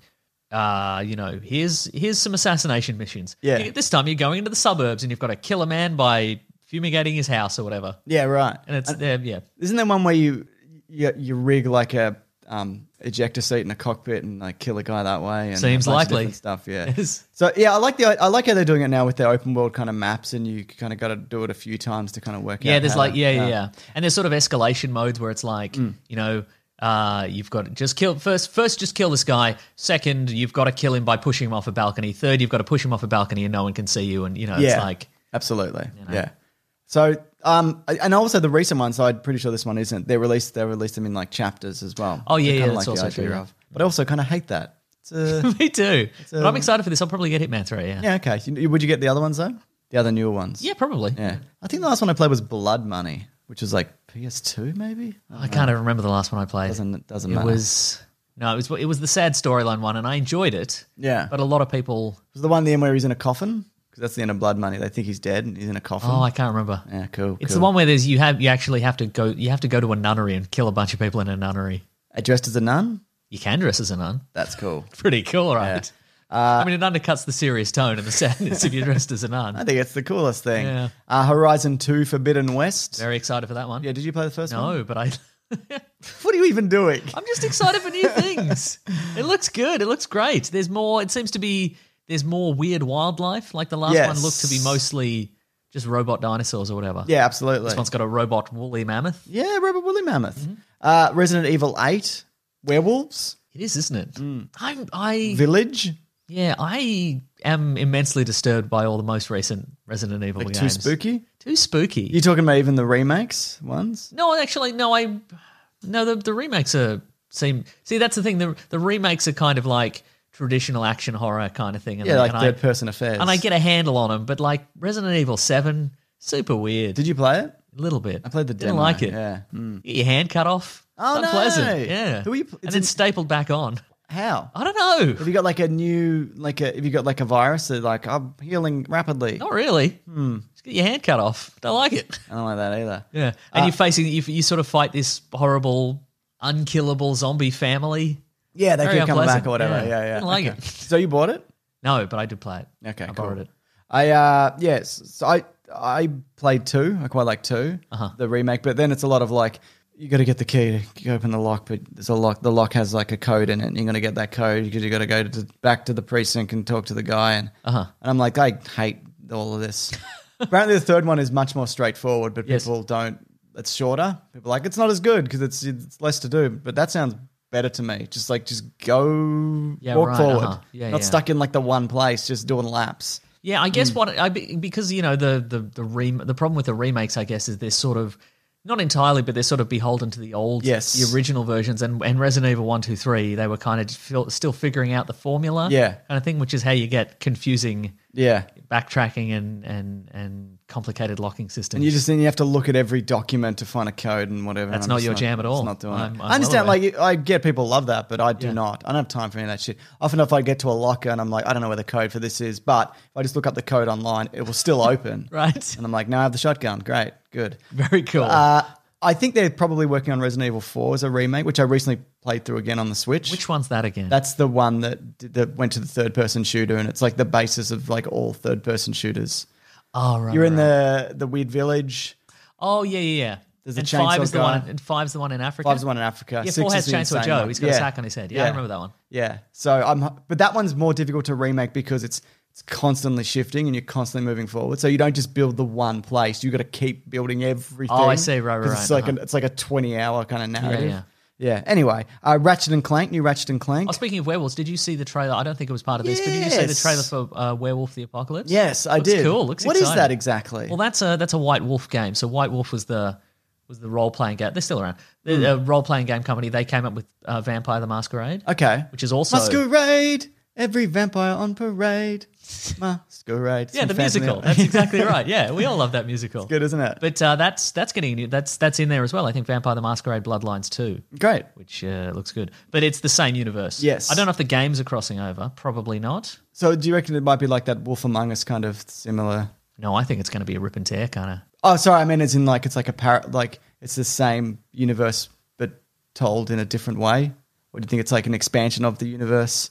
Speaker 4: uh, you know, here's here's some assassination missions.
Speaker 2: Yeah.
Speaker 4: You- this time you're going into the suburbs and you've got to kill a man by fumigating his house or whatever.
Speaker 2: Yeah, right.
Speaker 4: And it's there, yeah.
Speaker 2: Isn't there one where you you, you rig like a um, ejector seat in a cockpit and like kill a guy that way? And
Speaker 4: Seems
Speaker 2: a bunch of
Speaker 4: likely.
Speaker 2: different stuff. Yeah.
Speaker 4: Yes.
Speaker 2: So yeah, I like the I like how they're doing it now with their open world kind of maps, and you kind of got to do it a few times to kind of work out.
Speaker 4: Yeah, there's
Speaker 2: how
Speaker 4: like
Speaker 2: to-
Speaker 4: yeah, yeah, yeah, and there's sort of escalation modes where it's like
Speaker 2: Mm.
Speaker 4: you know uh, you've got to just kill first. First, just kill this guy. Second, you've got to kill him by pushing him off a balcony. Third, you've got to push him off a balcony and no one can see you. And you know
Speaker 2: yeah,
Speaker 4: it's like
Speaker 2: absolutely, yeah. So um, and also the recent ones, I'm pretty sure this one isn't. They released they released them in like chapters as well.
Speaker 4: Oh, yeah,
Speaker 2: I
Speaker 4: yeah,
Speaker 2: kinda
Speaker 4: that's also true.
Speaker 2: but I also kind of hate that. It's a,
Speaker 4: me too. but I'm excited for this. I'll probably get Hitman three. Yeah, yeah,
Speaker 2: yeah, okay. You- Would you get the other ones though? The other newer ones?
Speaker 4: probably.
Speaker 2: Yeah. I think the last one I played was Blood Money, which was like PS2 maybe. Oh,
Speaker 4: I can't even remember the last one I played.
Speaker 2: Doesn't doesn't
Speaker 4: it
Speaker 2: matter.
Speaker 4: was no, it was it was the sad storyline one, and I enjoyed it.
Speaker 2: Yeah.
Speaker 4: but a lot of people.
Speaker 2: It was the one the end where he's in a coffin because that's the end of Blood Money. They think he's dead and he's in a coffin.
Speaker 4: Oh, I can't remember.
Speaker 2: yeah, cool.
Speaker 4: It's
Speaker 2: cool.
Speaker 4: the one where there's you have you actually have to go you have to go to a nunnery and kill a bunch of people in a nunnery.
Speaker 2: Uh, dressed as a nun.
Speaker 4: You can dress as a nun.
Speaker 2: That's cool.
Speaker 4: Pretty cool, right? I mean, it undercuts the serious tone and the sadness if you're dressed as a
Speaker 2: I
Speaker 4: nun.
Speaker 2: think it's the coolest thing.
Speaker 4: Yeah.
Speaker 2: Uh, Horizon Two Forbidden West.
Speaker 4: Very excited for that one.
Speaker 2: yeah, did you play the first one?
Speaker 4: no, but I,
Speaker 2: What are you even doing?
Speaker 4: I'm just excited for new things. It looks good. It looks great. There's more. It seems to be there's more weird wildlife. Like the last one looked to be
Speaker 2: Yes.
Speaker 4: mostly just robot dinosaurs or whatever.
Speaker 2: yeah, absolutely.
Speaker 4: This one's Mm-hmm. got a robot woolly mammoth.
Speaker 2: yeah, Robert Woolly Mammoth. Uh, Resident Evil Eight. Werewolves.
Speaker 4: It is, isn't it?
Speaker 2: Mm.
Speaker 4: I'm, I
Speaker 2: Village.
Speaker 4: Yeah, I am immensely disturbed by all the most recent Resident Evil
Speaker 2: Like too
Speaker 4: games.
Speaker 2: spooky.
Speaker 4: Too spooky.
Speaker 2: You talking about even the remakes ones?
Speaker 4: no, actually, no. I no. The, the remakes are seem. See, that's the thing. The the remakes are kind of like traditional action horror kind of thing. And,
Speaker 2: Yeah, like
Speaker 4: and
Speaker 2: third
Speaker 4: I,
Speaker 2: person affairs.
Speaker 4: And I get a handle on them, but like Resident Evil Seven, super weird.
Speaker 2: Did you play it? Mm.
Speaker 4: a little bit?
Speaker 2: I played the
Speaker 4: Didn't
Speaker 2: demo,
Speaker 4: like it.
Speaker 2: yeah.
Speaker 4: You Get your hand cut off.
Speaker 2: Oh,
Speaker 4: it's
Speaker 2: no.
Speaker 4: unpleasant. Yeah.
Speaker 2: Who are you pl-
Speaker 4: and
Speaker 2: it's
Speaker 4: then
Speaker 2: an-
Speaker 4: stapled back on.
Speaker 2: How?
Speaker 4: I don't
Speaker 2: Have
Speaker 4: know.
Speaker 2: you got like a new like a have you got like a virus that like I'm healing rapidly?
Speaker 4: Not really.
Speaker 2: Hmm.
Speaker 4: Just get your hand cut off. Don't like it.
Speaker 2: I don't like that either.
Speaker 4: Yeah, and
Speaker 2: Uh,
Speaker 4: you're facing you, you sort of fight this horrible, unkillable zombie family.
Speaker 2: Yeah, they
Speaker 4: Very
Speaker 2: keep coming
Speaker 4: unpleasant.
Speaker 2: back or whatever.
Speaker 4: Yeah.
Speaker 2: Yeah, yeah.
Speaker 4: Didn't like
Speaker 2: Okay.
Speaker 4: it.
Speaker 2: So you bought it?
Speaker 4: No, but I did play it.
Speaker 2: Okay,
Speaker 4: I
Speaker 2: cool.
Speaker 4: borrowed it.
Speaker 2: I uh yes. So I I played two. I quite like 2
Speaker 4: Uh-huh.
Speaker 2: the remake. But then it's a lot of like you got to get the key to open the lock, but there's a lock. The lock has like a code in it. and You're gonna get that code because you got to go to back to the precinct and talk to the guy. And
Speaker 4: Uh-huh.
Speaker 2: and I'm like, I hate all of this. Apparently, the third one is much more straightforward, but
Speaker 4: Yes.
Speaker 2: people don't. It's shorter. People are like it's not as good because it's it's less to do. But that sounds better to me. Just like just go
Speaker 4: Yeah,
Speaker 2: walk
Speaker 4: right,
Speaker 2: forward,
Speaker 4: uh-huh. Yeah,
Speaker 2: not
Speaker 4: yeah.
Speaker 2: stuck in like the one place, just doing laps.
Speaker 4: Yeah, I
Speaker 2: Hmm.
Speaker 4: guess what I be- because you know the the the rem- the problem with the remakes, I guess, is they're sort of not entirely, but they're sort of beholden to the old,
Speaker 2: Yes.
Speaker 4: the original versions. And and Resident Evil one, two, three, they were kind of fil- still figuring out the formula,
Speaker 2: Yeah.
Speaker 4: kind of thing, which is how you get confusing
Speaker 2: Yeah.
Speaker 4: backtracking and and and complicated locking systems.
Speaker 2: And you just then you have to look at every document to find a code and whatever.
Speaker 4: That's
Speaker 2: and
Speaker 4: not
Speaker 2: just
Speaker 4: your jam at
Speaker 2: just
Speaker 4: all.
Speaker 2: Not doing
Speaker 4: I'm-
Speaker 2: it.
Speaker 4: I'm
Speaker 2: i understand.
Speaker 4: well aware.
Speaker 2: like I get people love that, but I do
Speaker 4: Yeah.
Speaker 2: not. I don't have time for any of that shit. Often, if I get to a locker and I'm like, I don't know where the code for this is, but if I just look up the code online, it will still open.
Speaker 4: right,
Speaker 2: And I'm like, no, I have the shotgun. Great, good.
Speaker 4: very cool.
Speaker 2: Uh, I think they're probably working on Resident Evil 4 as a remake, which I recently played through again on the Switch.
Speaker 4: Which one's that again?
Speaker 2: That's the one that did, that went to the third person shooter, and it's like the basis of like all third person shooters.
Speaker 4: oh, right,
Speaker 2: You're in
Speaker 4: right.
Speaker 2: the the weird village.
Speaker 4: Oh yeah, yeah, yeah.
Speaker 2: There's a
Speaker 4: and
Speaker 2: chainsaw
Speaker 4: five is the
Speaker 2: guy.
Speaker 4: one, and five's the one in Africa.
Speaker 2: Five's the one in Africa.
Speaker 4: Yeah,
Speaker 2: Six
Speaker 4: four
Speaker 2: is
Speaker 4: has
Speaker 2: the
Speaker 4: Chainsaw
Speaker 2: insane
Speaker 4: Joe.
Speaker 2: one.
Speaker 4: He's got
Speaker 2: Yeah.
Speaker 4: a sack on his head. Yeah, I remember that one.
Speaker 2: Yeah. So I'm, but that one's more difficult to remake because it's it's constantly shifting and you're constantly moving forward. So you don't just build the one place. You got to keep building everything.
Speaker 4: Oh, I see. Right, right,
Speaker 2: 'Cause It's
Speaker 4: right.
Speaker 2: like an, it's like a twenty hour kind of narrative.
Speaker 4: yeah.
Speaker 2: Yeah. Anyway, uh, Ratchet and Clank, new Ratchet and Clank.
Speaker 4: Oh, speaking of werewolves, did you see the trailer? I don't think it was part of this, but did you see the
Speaker 2: Yes.
Speaker 4: trailer for uh, Werewolf: The Apocalypse?
Speaker 2: yes, I
Speaker 4: Looks
Speaker 2: did.
Speaker 4: Cool. Looks
Speaker 2: What is
Speaker 4: exciting.
Speaker 2: that exactly?
Speaker 4: Well, that's a that's a White Wolf game. So White Wolf was the was the role playing game. They're still around. The uh, role playing game company. They came up with uh, Vampire: The Masquerade,
Speaker 2: Hmm. okay.
Speaker 4: which is also
Speaker 2: Masquerade. Every vampire on parade. Masquerade.
Speaker 4: yeah
Speaker 2: Some
Speaker 4: the
Speaker 2: fancy-
Speaker 4: musical. That's exactly right. Yeah, we all love that musical.
Speaker 2: Good, isn't it?
Speaker 4: But uh, that's that's getting new. That's that's in there as well. I think Vampire: The Masquerade Bloodlines too.
Speaker 2: Great.
Speaker 4: which uh, looks good. But it's the same universe.
Speaker 2: Yes.
Speaker 4: I don't know if the games are crossing over. Probably not.
Speaker 2: So do you reckon it might be like that Wolf Among Us kind of similar?
Speaker 4: No, I think it's going to be a rip and tear kind of.
Speaker 2: Oh, sorry. I mean, it's in like it's like a par- like it's the same universe but told in a different way. Or do you think it's like an expansion of the universe?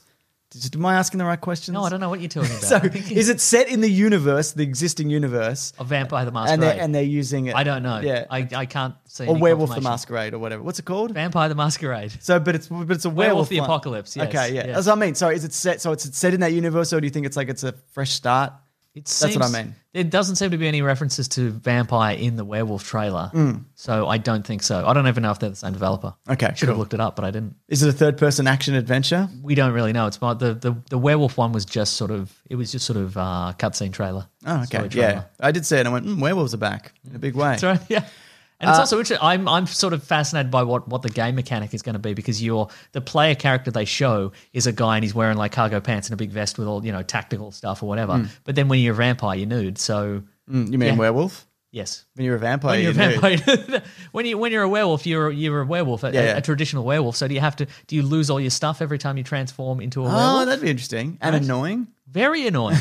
Speaker 2: Just, am I asking the right questions?
Speaker 4: No, I don't know what you're talking about.
Speaker 2: So,
Speaker 4: I think
Speaker 2: is it set in the universe, the existing universe,
Speaker 4: a vampire the
Speaker 2: and
Speaker 4: masquerade?
Speaker 2: they're, and they're using it?
Speaker 4: I don't know.
Speaker 2: Yeah,
Speaker 4: I, I can't see.
Speaker 2: or
Speaker 4: any
Speaker 2: werewolf the
Speaker 4: confirmation.
Speaker 2: masquerade, or whatever. What's it called?
Speaker 4: Vampire the masquerade.
Speaker 2: so, but it's but it's a werewolf.
Speaker 4: Werewolf the
Speaker 2: one.
Speaker 4: Apocalypse, yes,
Speaker 2: Okay, yeah.
Speaker 4: yeah.
Speaker 2: That's what I mean. So, is it set? So, it's set in that universe, or do you think it's like it's a fresh start?
Speaker 4: It
Speaker 2: what I
Speaker 4: seems-
Speaker 2: mean.
Speaker 4: There doesn't seem to be any references to vampire in the werewolf trailer, so I don't think so. I don't even know if they're the same developer.
Speaker 2: Mm. Okay,
Speaker 4: should have
Speaker 2: cool.
Speaker 4: looked it up, but I didn't.
Speaker 2: Is it a third-person action adventure?
Speaker 4: We don't really know. It's my, the, the the werewolf one was just sort of it was just sort of uh, cutscene trailer.
Speaker 2: Oh, okay.
Speaker 4: Story trailer.
Speaker 2: Yeah, I did say it. and I went, mm, werewolves are back in a big way.
Speaker 4: That's right. Yeah. And
Speaker 2: Uh,
Speaker 4: it's also interesting. I'm I'm sort of fascinated by what, what the game mechanic is going to be because your the player character they show is a guy and he's wearing like cargo pants and a big vest with all you know tactical stuff or whatever.
Speaker 2: Hmm.
Speaker 4: But then when you're a vampire, you're nude. So
Speaker 2: Mm, you mean
Speaker 4: Yeah.
Speaker 2: werewolf?
Speaker 4: yes,
Speaker 2: When you're a vampire,
Speaker 4: when you're a
Speaker 2: you do.
Speaker 4: vampire, when you when you're a werewolf, you're you're a werewolf, a,
Speaker 2: Yeah, yeah.
Speaker 4: a traditional werewolf. So do you have to do you lose all your stuff every time you transform into a
Speaker 2: Oh,
Speaker 4: werewolf?
Speaker 2: that'd be interesting and annoying.
Speaker 4: Very annoying,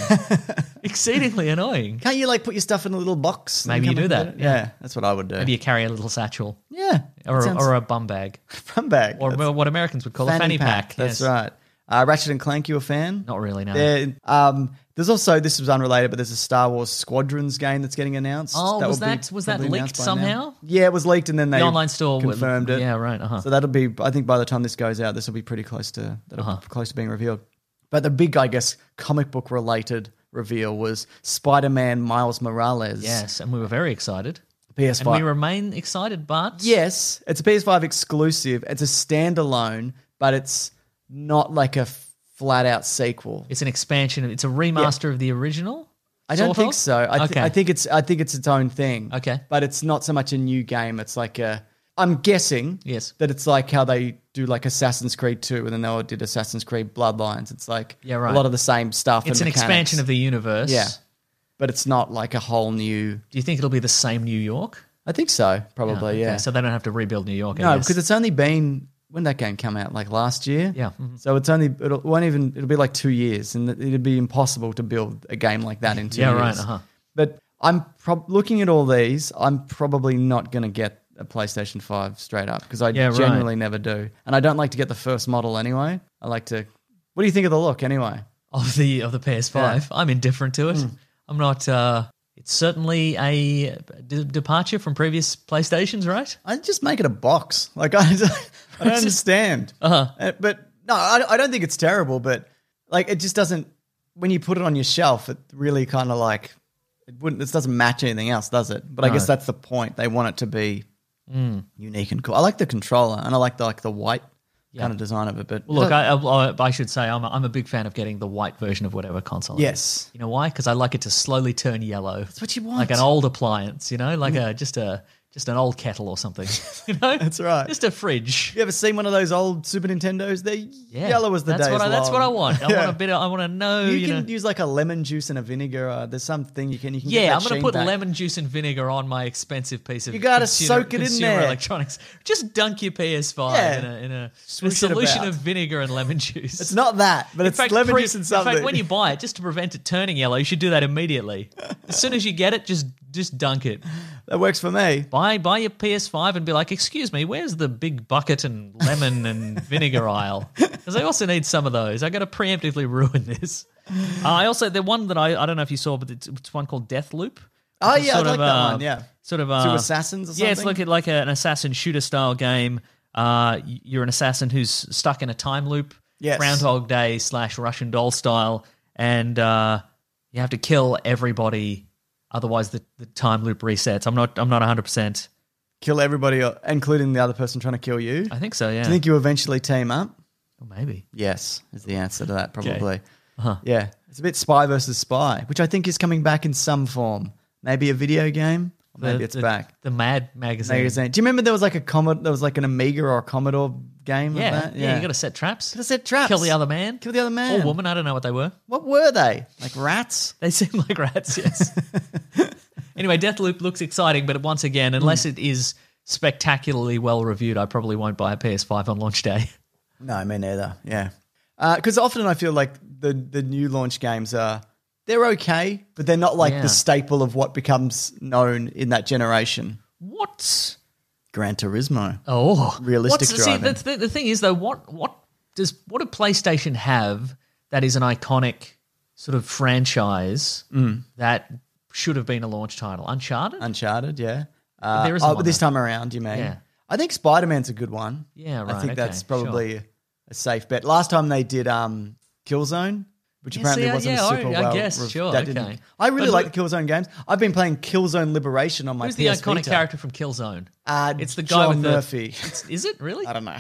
Speaker 4: exceedingly annoying.
Speaker 2: Can't you like put your stuff in a little box? and
Speaker 4: Maybe you
Speaker 2: come
Speaker 4: do
Speaker 2: and
Speaker 4: that,
Speaker 2: get it? Yeah. that's what I would do.
Speaker 4: Maybe you carry a little satchel
Speaker 2: yeah,
Speaker 4: or
Speaker 2: that sounds-
Speaker 4: or a bum bag
Speaker 2: fun bag
Speaker 4: or
Speaker 2: That's-
Speaker 4: what Americans would call a fanny pack.
Speaker 2: That's
Speaker 4: yes.
Speaker 2: right. Uh, Ratchet and Clank, you a fan?
Speaker 4: Not really, no.
Speaker 2: They're- Um, there's also this was unrelated, but there's a Star Wars Squadrons game that's getting announced.
Speaker 4: Oh, was
Speaker 2: will be
Speaker 4: that- was that
Speaker 2: probably announced
Speaker 4: leaked
Speaker 2: by now.
Speaker 4: somehow?
Speaker 2: Yeah, it was leaked, and then they
Speaker 4: The online store would-
Speaker 2: confirmed it.
Speaker 4: yeah, right, uh-huh.
Speaker 2: So that'll be. I think by the time this goes out, this will be pretty close to that'll
Speaker 4: Uh-huh.
Speaker 2: be close to being revealed. But the big, I guess, comic book related reveal was Spider-Man Miles Morales.
Speaker 4: Yes, and we were very excited.
Speaker 2: PS5.
Speaker 4: And we remain excited, but
Speaker 2: Yes, it's a PS5 exclusive. It's a standalone, but it's not like a flat out sequel.
Speaker 4: it's an expansion. It's a remaster of the original.
Speaker 2: I don't
Speaker 4: sort
Speaker 2: think
Speaker 4: of?
Speaker 2: so. I, th-
Speaker 4: okay.
Speaker 2: I think it's I think it's its own thing.
Speaker 4: Okay.
Speaker 2: but it's not so much a new game. It's like a I'm guessing
Speaker 4: Yes.
Speaker 2: that it's like how they do like Assassin's Creed 2 and then they all did Assassin's Creed Bloodlines. It's like
Speaker 4: Yeah, right.
Speaker 2: a lot of the same stuff.
Speaker 4: it's an
Speaker 2: and mechanics,
Speaker 4: expansion of the universe.
Speaker 2: Yeah. but it's not like a whole new.
Speaker 4: Do you think it'll be the same New York?
Speaker 2: I think so, probably.
Speaker 4: Oh, Okay,
Speaker 2: Yeah.
Speaker 4: So they don't have to rebuild New York. I
Speaker 2: No,
Speaker 4: guess.
Speaker 2: because it's only been when that game came out, like last year.
Speaker 4: Yeah, mhm.
Speaker 2: So it's only it'll, it won't even it'll be like two years, and it'd be impossible to build a game like that in two
Speaker 4: Yeah,
Speaker 2: years.
Speaker 4: right, uh-huh.
Speaker 2: But I'm prob- looking at all these. I'm probably not going to get a PlayStation Five straight up because I
Speaker 4: Yeah, right.
Speaker 2: generally never do, and I don't like to get the first model anyway. I like to. What do you think of the look anyway?
Speaker 4: of the of the PS5. I'm indifferent to it.
Speaker 2: Hmm.
Speaker 4: I'm not. Uh, it's certainly a de- departure from previous PlayStations, right?
Speaker 2: I just make it a box. Like I, I don't understand.
Speaker 4: Uh-huh.
Speaker 2: Uh, But no, I, I don't think it's terrible. But like it just doesn't. When you put it on your shelf, it really kind of like it wouldn't. This doesn't match anything else, does it? But I guess that's the point. They want it to be
Speaker 4: Mm.
Speaker 2: unique and cool. I like the controller and I like the like the white kind of design of it. But
Speaker 4: Look, I, I, I should say I'm a, I'm a big fan of getting the white version of whatever console. it is.
Speaker 2: Yes.
Speaker 4: You know why? Because I like it to slowly turn yellow. That's
Speaker 2: what you want. Mm.
Speaker 4: Like an old appliance, you know, like a just a just an old kettle or something. You know,
Speaker 2: That's right.
Speaker 4: Just a fridge.
Speaker 2: you ever seen one of those old Super Nintendos? They're yellow as the
Speaker 4: that's
Speaker 2: day.
Speaker 4: What
Speaker 2: is
Speaker 4: I, that's
Speaker 2: long.
Speaker 4: what I want. I
Speaker 2: Yeah.
Speaker 4: want a bit. Of, I want to know.
Speaker 2: You,
Speaker 4: You,
Speaker 2: can
Speaker 4: know.
Speaker 2: use like a lemon juice and a vinegar. Uh, there's something you can. You can. get
Speaker 4: yeah,
Speaker 2: that
Speaker 4: I'm going
Speaker 2: sheen
Speaker 4: to put
Speaker 2: back.
Speaker 4: lemon juice and vinegar on my expensive piece of
Speaker 2: You gotta
Speaker 4: consumer-
Speaker 2: soak it in
Speaker 4: consumer
Speaker 2: there.
Speaker 4: electronics. Just dunk your PS5
Speaker 2: Yeah.
Speaker 4: in a, in a, a
Speaker 2: Swoosh it
Speaker 4: solution
Speaker 2: about.
Speaker 4: of vinegar and lemon juice.
Speaker 2: It's not that, but it's lemon
Speaker 4: pre-
Speaker 2: juice and something.
Speaker 4: In fact, when you buy it, just to prevent it turning yellow, you should do that immediately. As soon as you get it, just just dunk it.
Speaker 2: that works for me.
Speaker 4: Buy buy your PS5 and be like, "Excuse me, where's the big bucket and lemon and vinegar aisle?" Because I also need some of those. I got to preemptively ruin this. Uh, I also the one that I I don't know if you saw, but it's, it's one called Death Loop.
Speaker 2: Oh
Speaker 4: which is
Speaker 2: yeah, I
Speaker 4: sort
Speaker 2: like
Speaker 4: of,
Speaker 2: that
Speaker 4: uh,
Speaker 2: one. Yeah,
Speaker 4: sort of uh,
Speaker 2: Two assassins or
Speaker 4: Yeah, it's like
Speaker 2: something?
Speaker 4: like an assassin shooter style game. Uh, y- you're an assassin who's stuck in a time loop,
Speaker 2: Yes.
Speaker 4: Groundhog Day slash Russian Doll style, and uh, you have to kill everybody, otherwise the, the time loop resets. I'm not I'm not 100. percent
Speaker 2: kill everybody, uh, including the other person trying to kill you.
Speaker 4: I think so. Yeah,
Speaker 2: Do you think you eventually team up?
Speaker 4: Or maybe.
Speaker 2: Yes, is the answer to that probably.
Speaker 4: Uh-huh.
Speaker 2: Yeah, it's a bit spy versus spy, which I think is coming back in some form. Maybe a video game. Or
Speaker 4: The-
Speaker 2: Maybe it's
Speaker 4: the-
Speaker 2: back.
Speaker 4: The Mad magazine.
Speaker 2: Magazine. Do you remember there was like a Commod- there was like an Amiga or a Commodore game?
Speaker 4: Yeah,
Speaker 2: of that?
Speaker 4: yeah, You got to set traps.
Speaker 2: Gotta set traps.
Speaker 4: Kill the other man.
Speaker 2: Kill the other man.
Speaker 4: Or woman. I don't know what they were.
Speaker 2: What were they? Like rats?
Speaker 4: They seem like rats, yes. anyway, Deathloop looks exciting, but once again, unless it is spectacularly well reviewed, I probably won't buy a PS5 on launch day.
Speaker 2: No, me neither. Yeah, because often I feel like the the new launch games are they're okay, but they're not like
Speaker 4: Yeah.
Speaker 2: the staple of what becomes known in that generation.
Speaker 4: What?
Speaker 2: Gran Turismo.
Speaker 4: Oh,
Speaker 2: Realistic
Speaker 4: what's- See,
Speaker 2: driving.
Speaker 4: the, the, the thing is, though, what what does what do PlayStation have that is an iconic sort of franchise that should have been a launch title. Uncharted?
Speaker 2: Hmm. Uncharted, yeah. Uh,
Speaker 4: There isn't
Speaker 2: oh,
Speaker 4: one,
Speaker 2: this
Speaker 4: though.
Speaker 2: time around, you mean?
Speaker 4: Yeah.
Speaker 2: I think Spider Man's a good one.
Speaker 4: Yeah,
Speaker 2: I
Speaker 4: right,
Speaker 2: think that's
Speaker 4: okay, sure.
Speaker 2: probably a safe bet. Last time they did um, Killzone, which
Speaker 4: Yeah,
Speaker 2: apparently
Speaker 4: see, I-
Speaker 2: wasn't
Speaker 4: yeah,
Speaker 2: a
Speaker 4: I-
Speaker 2: super
Speaker 4: I
Speaker 2: well.
Speaker 4: guess,
Speaker 2: rev-
Speaker 4: sure,
Speaker 2: that didn't-
Speaker 4: okay.
Speaker 2: I really
Speaker 4: But
Speaker 2: like the Killzone games. I've been playing Killzone Liberation on my
Speaker 4: Who's
Speaker 2: PS
Speaker 4: the iconic
Speaker 2: Vita.
Speaker 4: character from Killzone?
Speaker 2: Uh,
Speaker 4: It's the guy
Speaker 2: John
Speaker 4: with the-
Speaker 2: Murphy.
Speaker 4: It's, is it really?
Speaker 2: I don't know.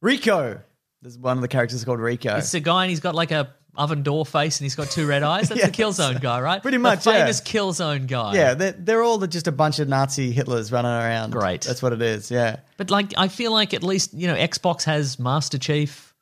Speaker 2: Rico. There's one of the characters called Rico.
Speaker 4: It's a guy and he's got like a oven door face and he's got two red eyes. That's
Speaker 2: Yeah,
Speaker 4: the Killzone guy, right?
Speaker 2: pretty much,
Speaker 4: The
Speaker 2: yeah.
Speaker 4: famous Killzone guy.
Speaker 2: yeah, they're, they're all just a bunch of Nazi Hitlers running around.
Speaker 4: Great.
Speaker 2: That's what it is. Yeah.
Speaker 4: But like, I feel like at least you know Xbox has Master Chief.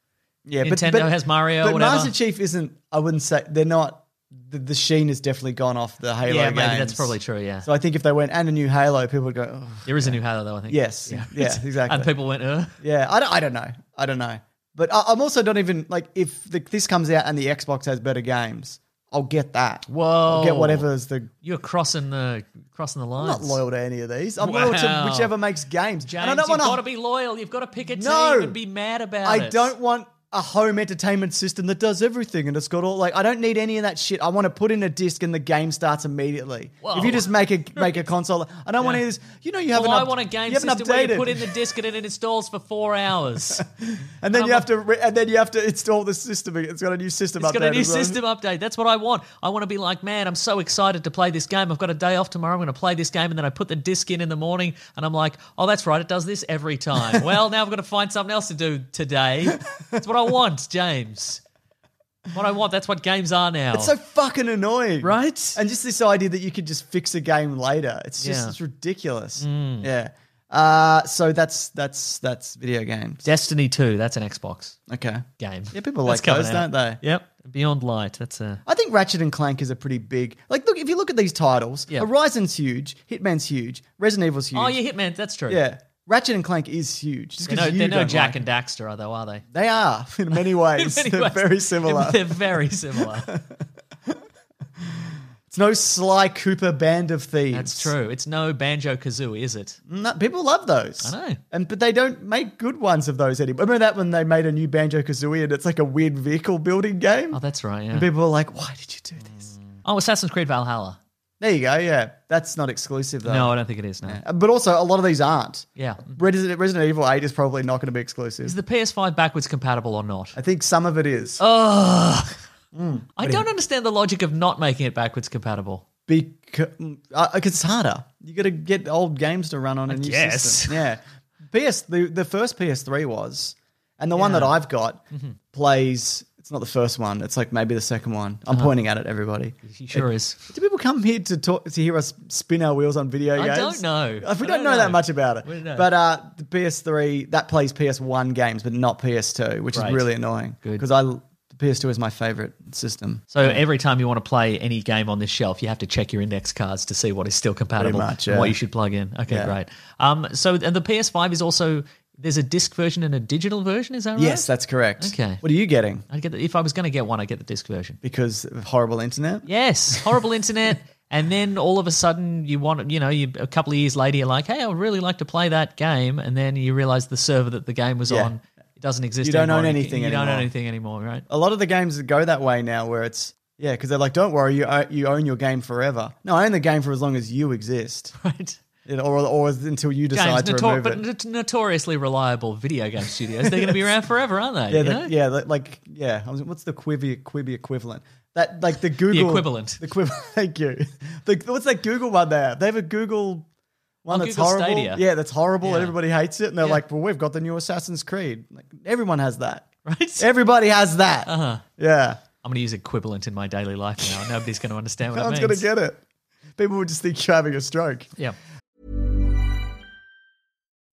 Speaker 2: Yeah,
Speaker 4: Nintendo has Mario,
Speaker 2: But
Speaker 4: whatever.
Speaker 2: Master Chief isn't. I wouldn't say they're not. The, the sheen has definitely gone off the Halo.
Speaker 4: yeah, maybe
Speaker 2: games.
Speaker 4: that's probably true. Yeah,
Speaker 2: So I think if they went and a new Halo, people would go. "Ugh."
Speaker 4: there is a new Halo though. I think.
Speaker 2: Yes, yeah, exactly.
Speaker 4: And people went, uh,
Speaker 2: Yeah, I don't, I don't know. I don't know. But I, I'm also not even like if the, this comes out and the Xbox has better games, I'll get that.
Speaker 4: "Whoa,
Speaker 2: I'll get whatever's the.
Speaker 4: You're crossing the crossing the
Speaker 2: I'm
Speaker 4: lines.
Speaker 2: not loyal to any of these. I'm loyal to
Speaker 4: Wow.
Speaker 2: whichever makes games.
Speaker 4: James.
Speaker 2: and I don't
Speaker 4: you've
Speaker 2: want
Speaker 4: got to be loyal. You've got to pick a team
Speaker 2: No.
Speaker 4: and be mad about it.
Speaker 2: I don't want a home entertainment system that does everything and it's got all like I don't need any of that shit. I want to put in a disc and the game starts immediately.
Speaker 4: Whoa.
Speaker 2: If you just make a make a console, I don't want any of this. You know, you have
Speaker 4: Well,
Speaker 2: an
Speaker 4: I
Speaker 2: up-
Speaker 4: want a game
Speaker 2: you haven't
Speaker 4: system where you
Speaker 2: updated.
Speaker 4: put in the disc and it installs for four hours.
Speaker 2: and then
Speaker 4: I'm
Speaker 2: you
Speaker 4: a-
Speaker 2: have to re- and then you have to install the system. It's got a new system.
Speaker 4: It's got a
Speaker 2: update
Speaker 4: new
Speaker 2: as well.
Speaker 4: system update. That's what I want. I want to be like, man, I'm so excited to play this game. I've got a day off tomorrow. I'm going to play this game. And then I put the disc in in the morning and I'm like, oh, that's right. It does this every time. well, now I've got to find something else to do today. That's what I want, James. What I want. That's what games are now.
Speaker 2: It's so fucking annoying,
Speaker 4: Right?
Speaker 2: And just this idea that you could just fix a game later. It's just
Speaker 4: Yeah. Mm.
Speaker 2: it's ridiculous. Yeah. Uh, so that's that's that's video games.
Speaker 4: Destiny 2, that's an Xbox
Speaker 2: Okay.
Speaker 4: game.
Speaker 2: Yeah, people
Speaker 4: That's
Speaker 2: like those,
Speaker 4: coming out.
Speaker 2: don't they?
Speaker 4: Yep. Beyond Light. That's a.
Speaker 2: I think Ratchet and Clank is a pretty big. Like, look, if you look at these titles,
Speaker 4: Yeah.
Speaker 2: Horizon's huge, Hitman's huge, Resident Evil's huge.
Speaker 4: Oh, yeah, Hitman. That's true.
Speaker 2: yeah. Ratchet and Clank is huge. Just
Speaker 4: They're
Speaker 2: 'cause
Speaker 4: no,
Speaker 2: you
Speaker 4: they're no
Speaker 2: don't
Speaker 4: Jack
Speaker 2: like
Speaker 4: and
Speaker 2: it.
Speaker 4: Daxter, though, are they?
Speaker 2: They are in many ways.
Speaker 4: In many
Speaker 2: They're
Speaker 4: ways.
Speaker 2: very similar.
Speaker 4: They're very similar.
Speaker 2: it's no Sly Cooper Band of Thieves.
Speaker 4: That's true. It's no Banjo Kazooie, is it?
Speaker 2: No, people love those.
Speaker 4: I know.
Speaker 2: And but they don't make good ones of those anymore. Remember that when they made a new Banjo Kazooie and it's like a weird vehicle building game.
Speaker 4: Oh, that's right. Yeah.
Speaker 2: and people are like, "Why did you do this?"
Speaker 4: Oh, Assassin's Creed Valhalla.
Speaker 2: There you go. Yeah, that's not exclusive though.
Speaker 4: No, I don't think it is. No.
Speaker 2: Uh, But also, a lot of these aren't.
Speaker 4: Yeah.
Speaker 2: Mm-hmm. Resident, Resident Evil 8 is probably not going to be exclusive.
Speaker 4: Is the Oh. PS5 backwards compatible or not?
Speaker 2: I think some of it is.
Speaker 4: Ugh. I don't understand the logic of not making it backwards compatible.
Speaker 2: Because uh, it's harder. You got to get old games to run on a new
Speaker 4: guess.
Speaker 2: system. Yeah. PS the, the first PS3 was, and the one that I've got
Speaker 4: Mm-hmm.
Speaker 2: plays. It's not the first one. It's like maybe the second one.
Speaker 4: Uh-huh.
Speaker 2: I'm pointing at it, everybody.
Speaker 4: It sure is.
Speaker 2: Do people come here to talk to hear us spin our wheels on video
Speaker 4: I
Speaker 2: games?
Speaker 4: don't know.
Speaker 2: We
Speaker 4: I
Speaker 2: don't,
Speaker 4: don't
Speaker 2: know, that
Speaker 4: know.
Speaker 2: much about it.
Speaker 4: We don't know.
Speaker 2: But uh, the PS3 that plays PS1 games, but not PS2, which
Speaker 4: Right.
Speaker 2: is really annoying.
Speaker 4: Good.
Speaker 2: because I PS2 is my favorite system.
Speaker 4: So every time you want to play any game on this shelf, you have to check your index cards to see what is still compatible
Speaker 2: much,
Speaker 4: and what
Speaker 2: yeah.
Speaker 4: you should plug in. Okay,
Speaker 2: Yeah.
Speaker 4: great. Um, so and the PS5 is also there's a disc version and a digital version. Is that right?
Speaker 2: Yes, that's correct.
Speaker 4: Okay.
Speaker 2: What are you getting?
Speaker 4: I get the, if I was going to get one, I would get the disc version.
Speaker 2: Because of horrible internet?
Speaker 4: Yes, horrible internet. And then all of a sudden, you want you know, you a couple of years later, you're like, hey, I would really like to play that game, and then you realize the server that the game was
Speaker 2: Yeah.
Speaker 4: on it doesn't exist.
Speaker 2: You don't
Speaker 4: anymore.
Speaker 2: own anything
Speaker 4: You don't
Speaker 2: anymore.
Speaker 4: own anything anymore, right?
Speaker 2: A lot of the games that go that way now where it's, yeah, because they're like, don't worry, you, o- you own your game forever. No, I own the game for as long as you exist.
Speaker 4: Right.
Speaker 2: You know, Or, or until you
Speaker 4: Games,
Speaker 2: decide to
Speaker 4: notor-
Speaker 2: remove
Speaker 4: but
Speaker 2: it.
Speaker 4: not- notoriously reliable video game studios, they're going to be around forever, aren't they?
Speaker 2: yeah,
Speaker 4: You
Speaker 2: the,
Speaker 4: know?
Speaker 2: yeah, the- like, yeah. I was, what's the Quibi, Quibi equivalent? That, like, the Google.
Speaker 4: equivalent.
Speaker 2: The equivalent. Thank you. The, what's that Google one they have? They have a Google one
Speaker 4: Oh,
Speaker 2: that's
Speaker 4: Google
Speaker 2: horrible.
Speaker 4: Stadia.
Speaker 2: Yeah, that's horrible and
Speaker 4: Yeah.
Speaker 2: everybody hates it. And they're
Speaker 4: Yeah.
Speaker 2: like, well, we've got the new Assassin's Creed. Like, everyone has that.
Speaker 4: Right.
Speaker 2: Everybody has that. Uh-huh. Yeah.
Speaker 4: I'm going to use equivalent in my daily life now. Nobody's going to understand what
Speaker 2: No
Speaker 4: it
Speaker 2: one's
Speaker 4: means.
Speaker 2: going to get it. People would just think you're having a stroke.
Speaker 4: yeah.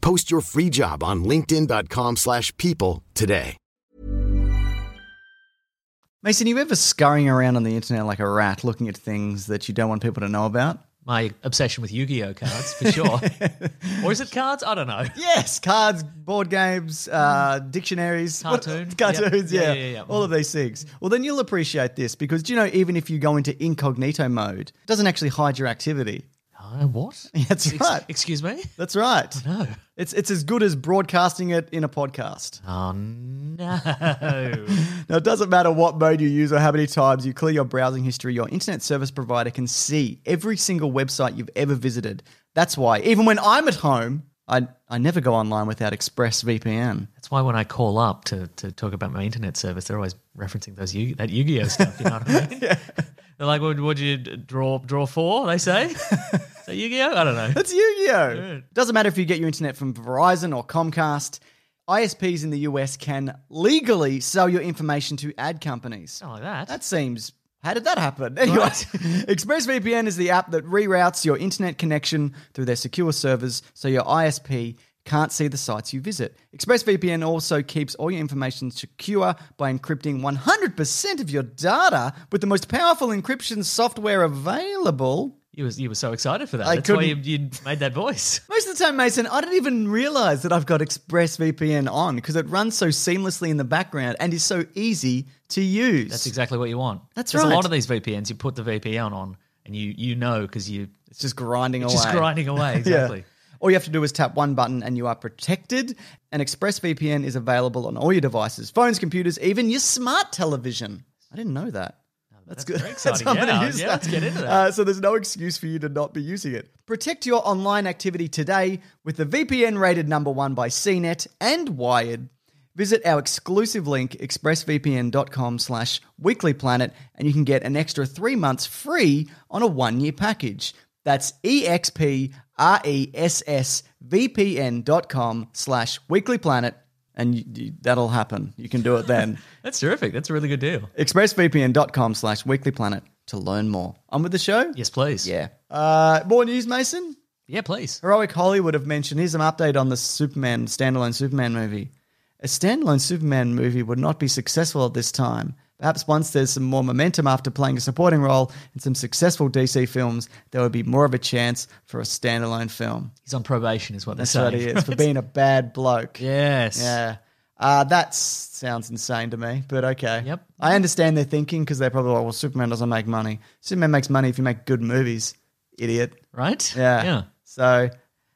Speaker 6: Post your free job on linkedin.com/people slash people today.
Speaker 2: Mason, you ever scurrying around on the internet like a rat looking at things that you don't want people to know about?
Speaker 4: My obsession with Yu-Gi-Oh cards for sure. or is it cards? I don't know.
Speaker 2: Yes, cards, board games, uh, dictionaries, what-
Speaker 4: Mm. Cartoon.
Speaker 2: cartoons,
Speaker 4: Yep.
Speaker 2: yeah.
Speaker 4: Yeah, yeah, yeah.
Speaker 2: all of these things. Well, then you'll appreciate this because do you know even if you go into incognito mode, it doesn't actually hide your activity.
Speaker 4: Uh, what?
Speaker 2: That's
Speaker 4: Ex-
Speaker 2: right.
Speaker 4: Excuse me.
Speaker 2: That's right.
Speaker 4: No.
Speaker 2: It's it's as good as broadcasting it in a podcast.
Speaker 4: Oh no.
Speaker 2: Now, it doesn't matter what mode you use or how many times you clear your browsing history, your internet service provider can see every single website you've ever visited. That's why, even when I'm at home, I, I never go online without ExpressVPN.
Speaker 4: That's why when I call up to, to talk about my internet service, they're always referencing those Yu- that Yu-Gi-Oh stuff. You know what I mean? They're like, "What would you d- draw draw for?" They say. Is that Yu-Gi-Oh? I don't know.
Speaker 2: That's Yu Gi Oh! Doesn't matter if you get your internet from Verizon or Comcast, ISPs in the US can legally sell your information to ad companies.
Speaker 4: Something like Oh, that.
Speaker 2: That seems. How did that happen? Anyway, ExpressVPN is the app that reroutes your internet connection through their secure servers so your ISP can't see the sites you visit. ExpressVPN also keeps all your information secure by encrypting 100% of your data with the most powerful encryption software available.
Speaker 4: you was you were so excited for that.
Speaker 2: I
Speaker 4: That's why you,
Speaker 2: couldn't-
Speaker 4: you made that voice.
Speaker 2: Most of the time, Mason, I don't even realize that I've got ExpressVPN on because it runs so seamlessly in the background and is so easy to use.
Speaker 4: That's exactly what you want.
Speaker 2: That's
Speaker 4: There's
Speaker 2: right.
Speaker 4: a lot of these VPNs. You put the VPN on, and you you know because you
Speaker 2: It's just grinding
Speaker 4: it's
Speaker 2: away.
Speaker 4: just grinding away.
Speaker 2: Yeah.
Speaker 4: Exactly.
Speaker 2: All you have to do is tap one button and you are protected. And ExpressVPN is available on all your devices, phones, computers, even your smart television. I didn't know that. That's, good.
Speaker 4: very exciting.
Speaker 2: I'm gonna
Speaker 4: Yeah,
Speaker 2: use
Speaker 4: yeah,
Speaker 2: that.
Speaker 4: let's get into that.
Speaker 2: Uh, so there's no excuse for you to not be using it. Protect your online activity today with the VPN rated number one by CNET and Wired. Visit our exclusive link, expressvpn.com slash weeklyplanet, and you can get an extra three months free on a one-year package. That's E expressvpn.com slash weeklyplanet, and you, you, that'll happen. You can do it then.
Speaker 4: That's terrific. That's a really good deal.
Speaker 2: expressvpn.com slash weeklyplanet to learn more. On with the show?
Speaker 4: Yes, please.
Speaker 2: Yeah. Uh, more news, Mason?
Speaker 4: Yeah, please.
Speaker 2: Heroic Hollywood have mentioned here's an update on the Superman, standalone Superman movie. A standalone Superman movie would not be successful at this time. Perhaps once there's some more momentum after playing a supporting role in some successful DC films, there would be more of a chance for a standalone film.
Speaker 4: He's on probation, is what
Speaker 2: That's
Speaker 4: they're
Speaker 2: what
Speaker 4: saying.
Speaker 2: he is, for being a bad bloke.
Speaker 4: Yes.
Speaker 2: Yeah. Uh, that sounds insane to me, but okay.
Speaker 4: Yep.
Speaker 2: I understand their thinking because they're probably like, well, Superman doesn't make money. Superman makes money if you make good movies, idiot.
Speaker 4: Right.
Speaker 2: Yeah.
Speaker 4: Yeah.
Speaker 2: So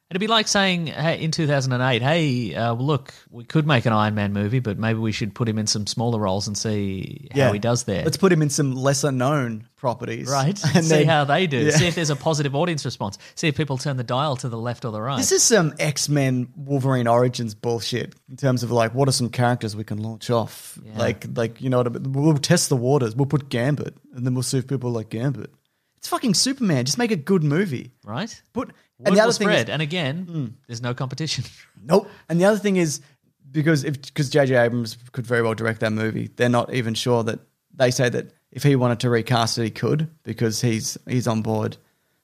Speaker 4: It'd be like saying hey, in 2008, hey, uh, look, we could make an Iron Man movie, but maybe we should put him in some smaller roles and see how he does there.
Speaker 2: Let's put him in some lesser known properties.
Speaker 4: right?
Speaker 2: And
Speaker 4: see
Speaker 2: then-
Speaker 4: how they do.
Speaker 2: Yeah.
Speaker 4: See if there's a positive audience response. See if people turn the dial to the left or the right.
Speaker 2: This is some X Men Wolverine Origins bullshit in terms of like what are some characters we can launch off? Like, like you know, what I mean? we'll test the waters. We'll put Gambit, and then we'll see if people like Gambit. It's fucking Superman. Just make a good movie.
Speaker 4: right?
Speaker 2: Put
Speaker 4: Word
Speaker 2: and the
Speaker 4: will
Speaker 2: other thing,
Speaker 4: spread,
Speaker 2: is, Hmm.
Speaker 4: and again, there's no competition.
Speaker 2: nope. And the other thing is because if because J.J. Abrams could very well direct that movie, they're not even sure that they say that if he wanted to recast it, he could because he's he's on board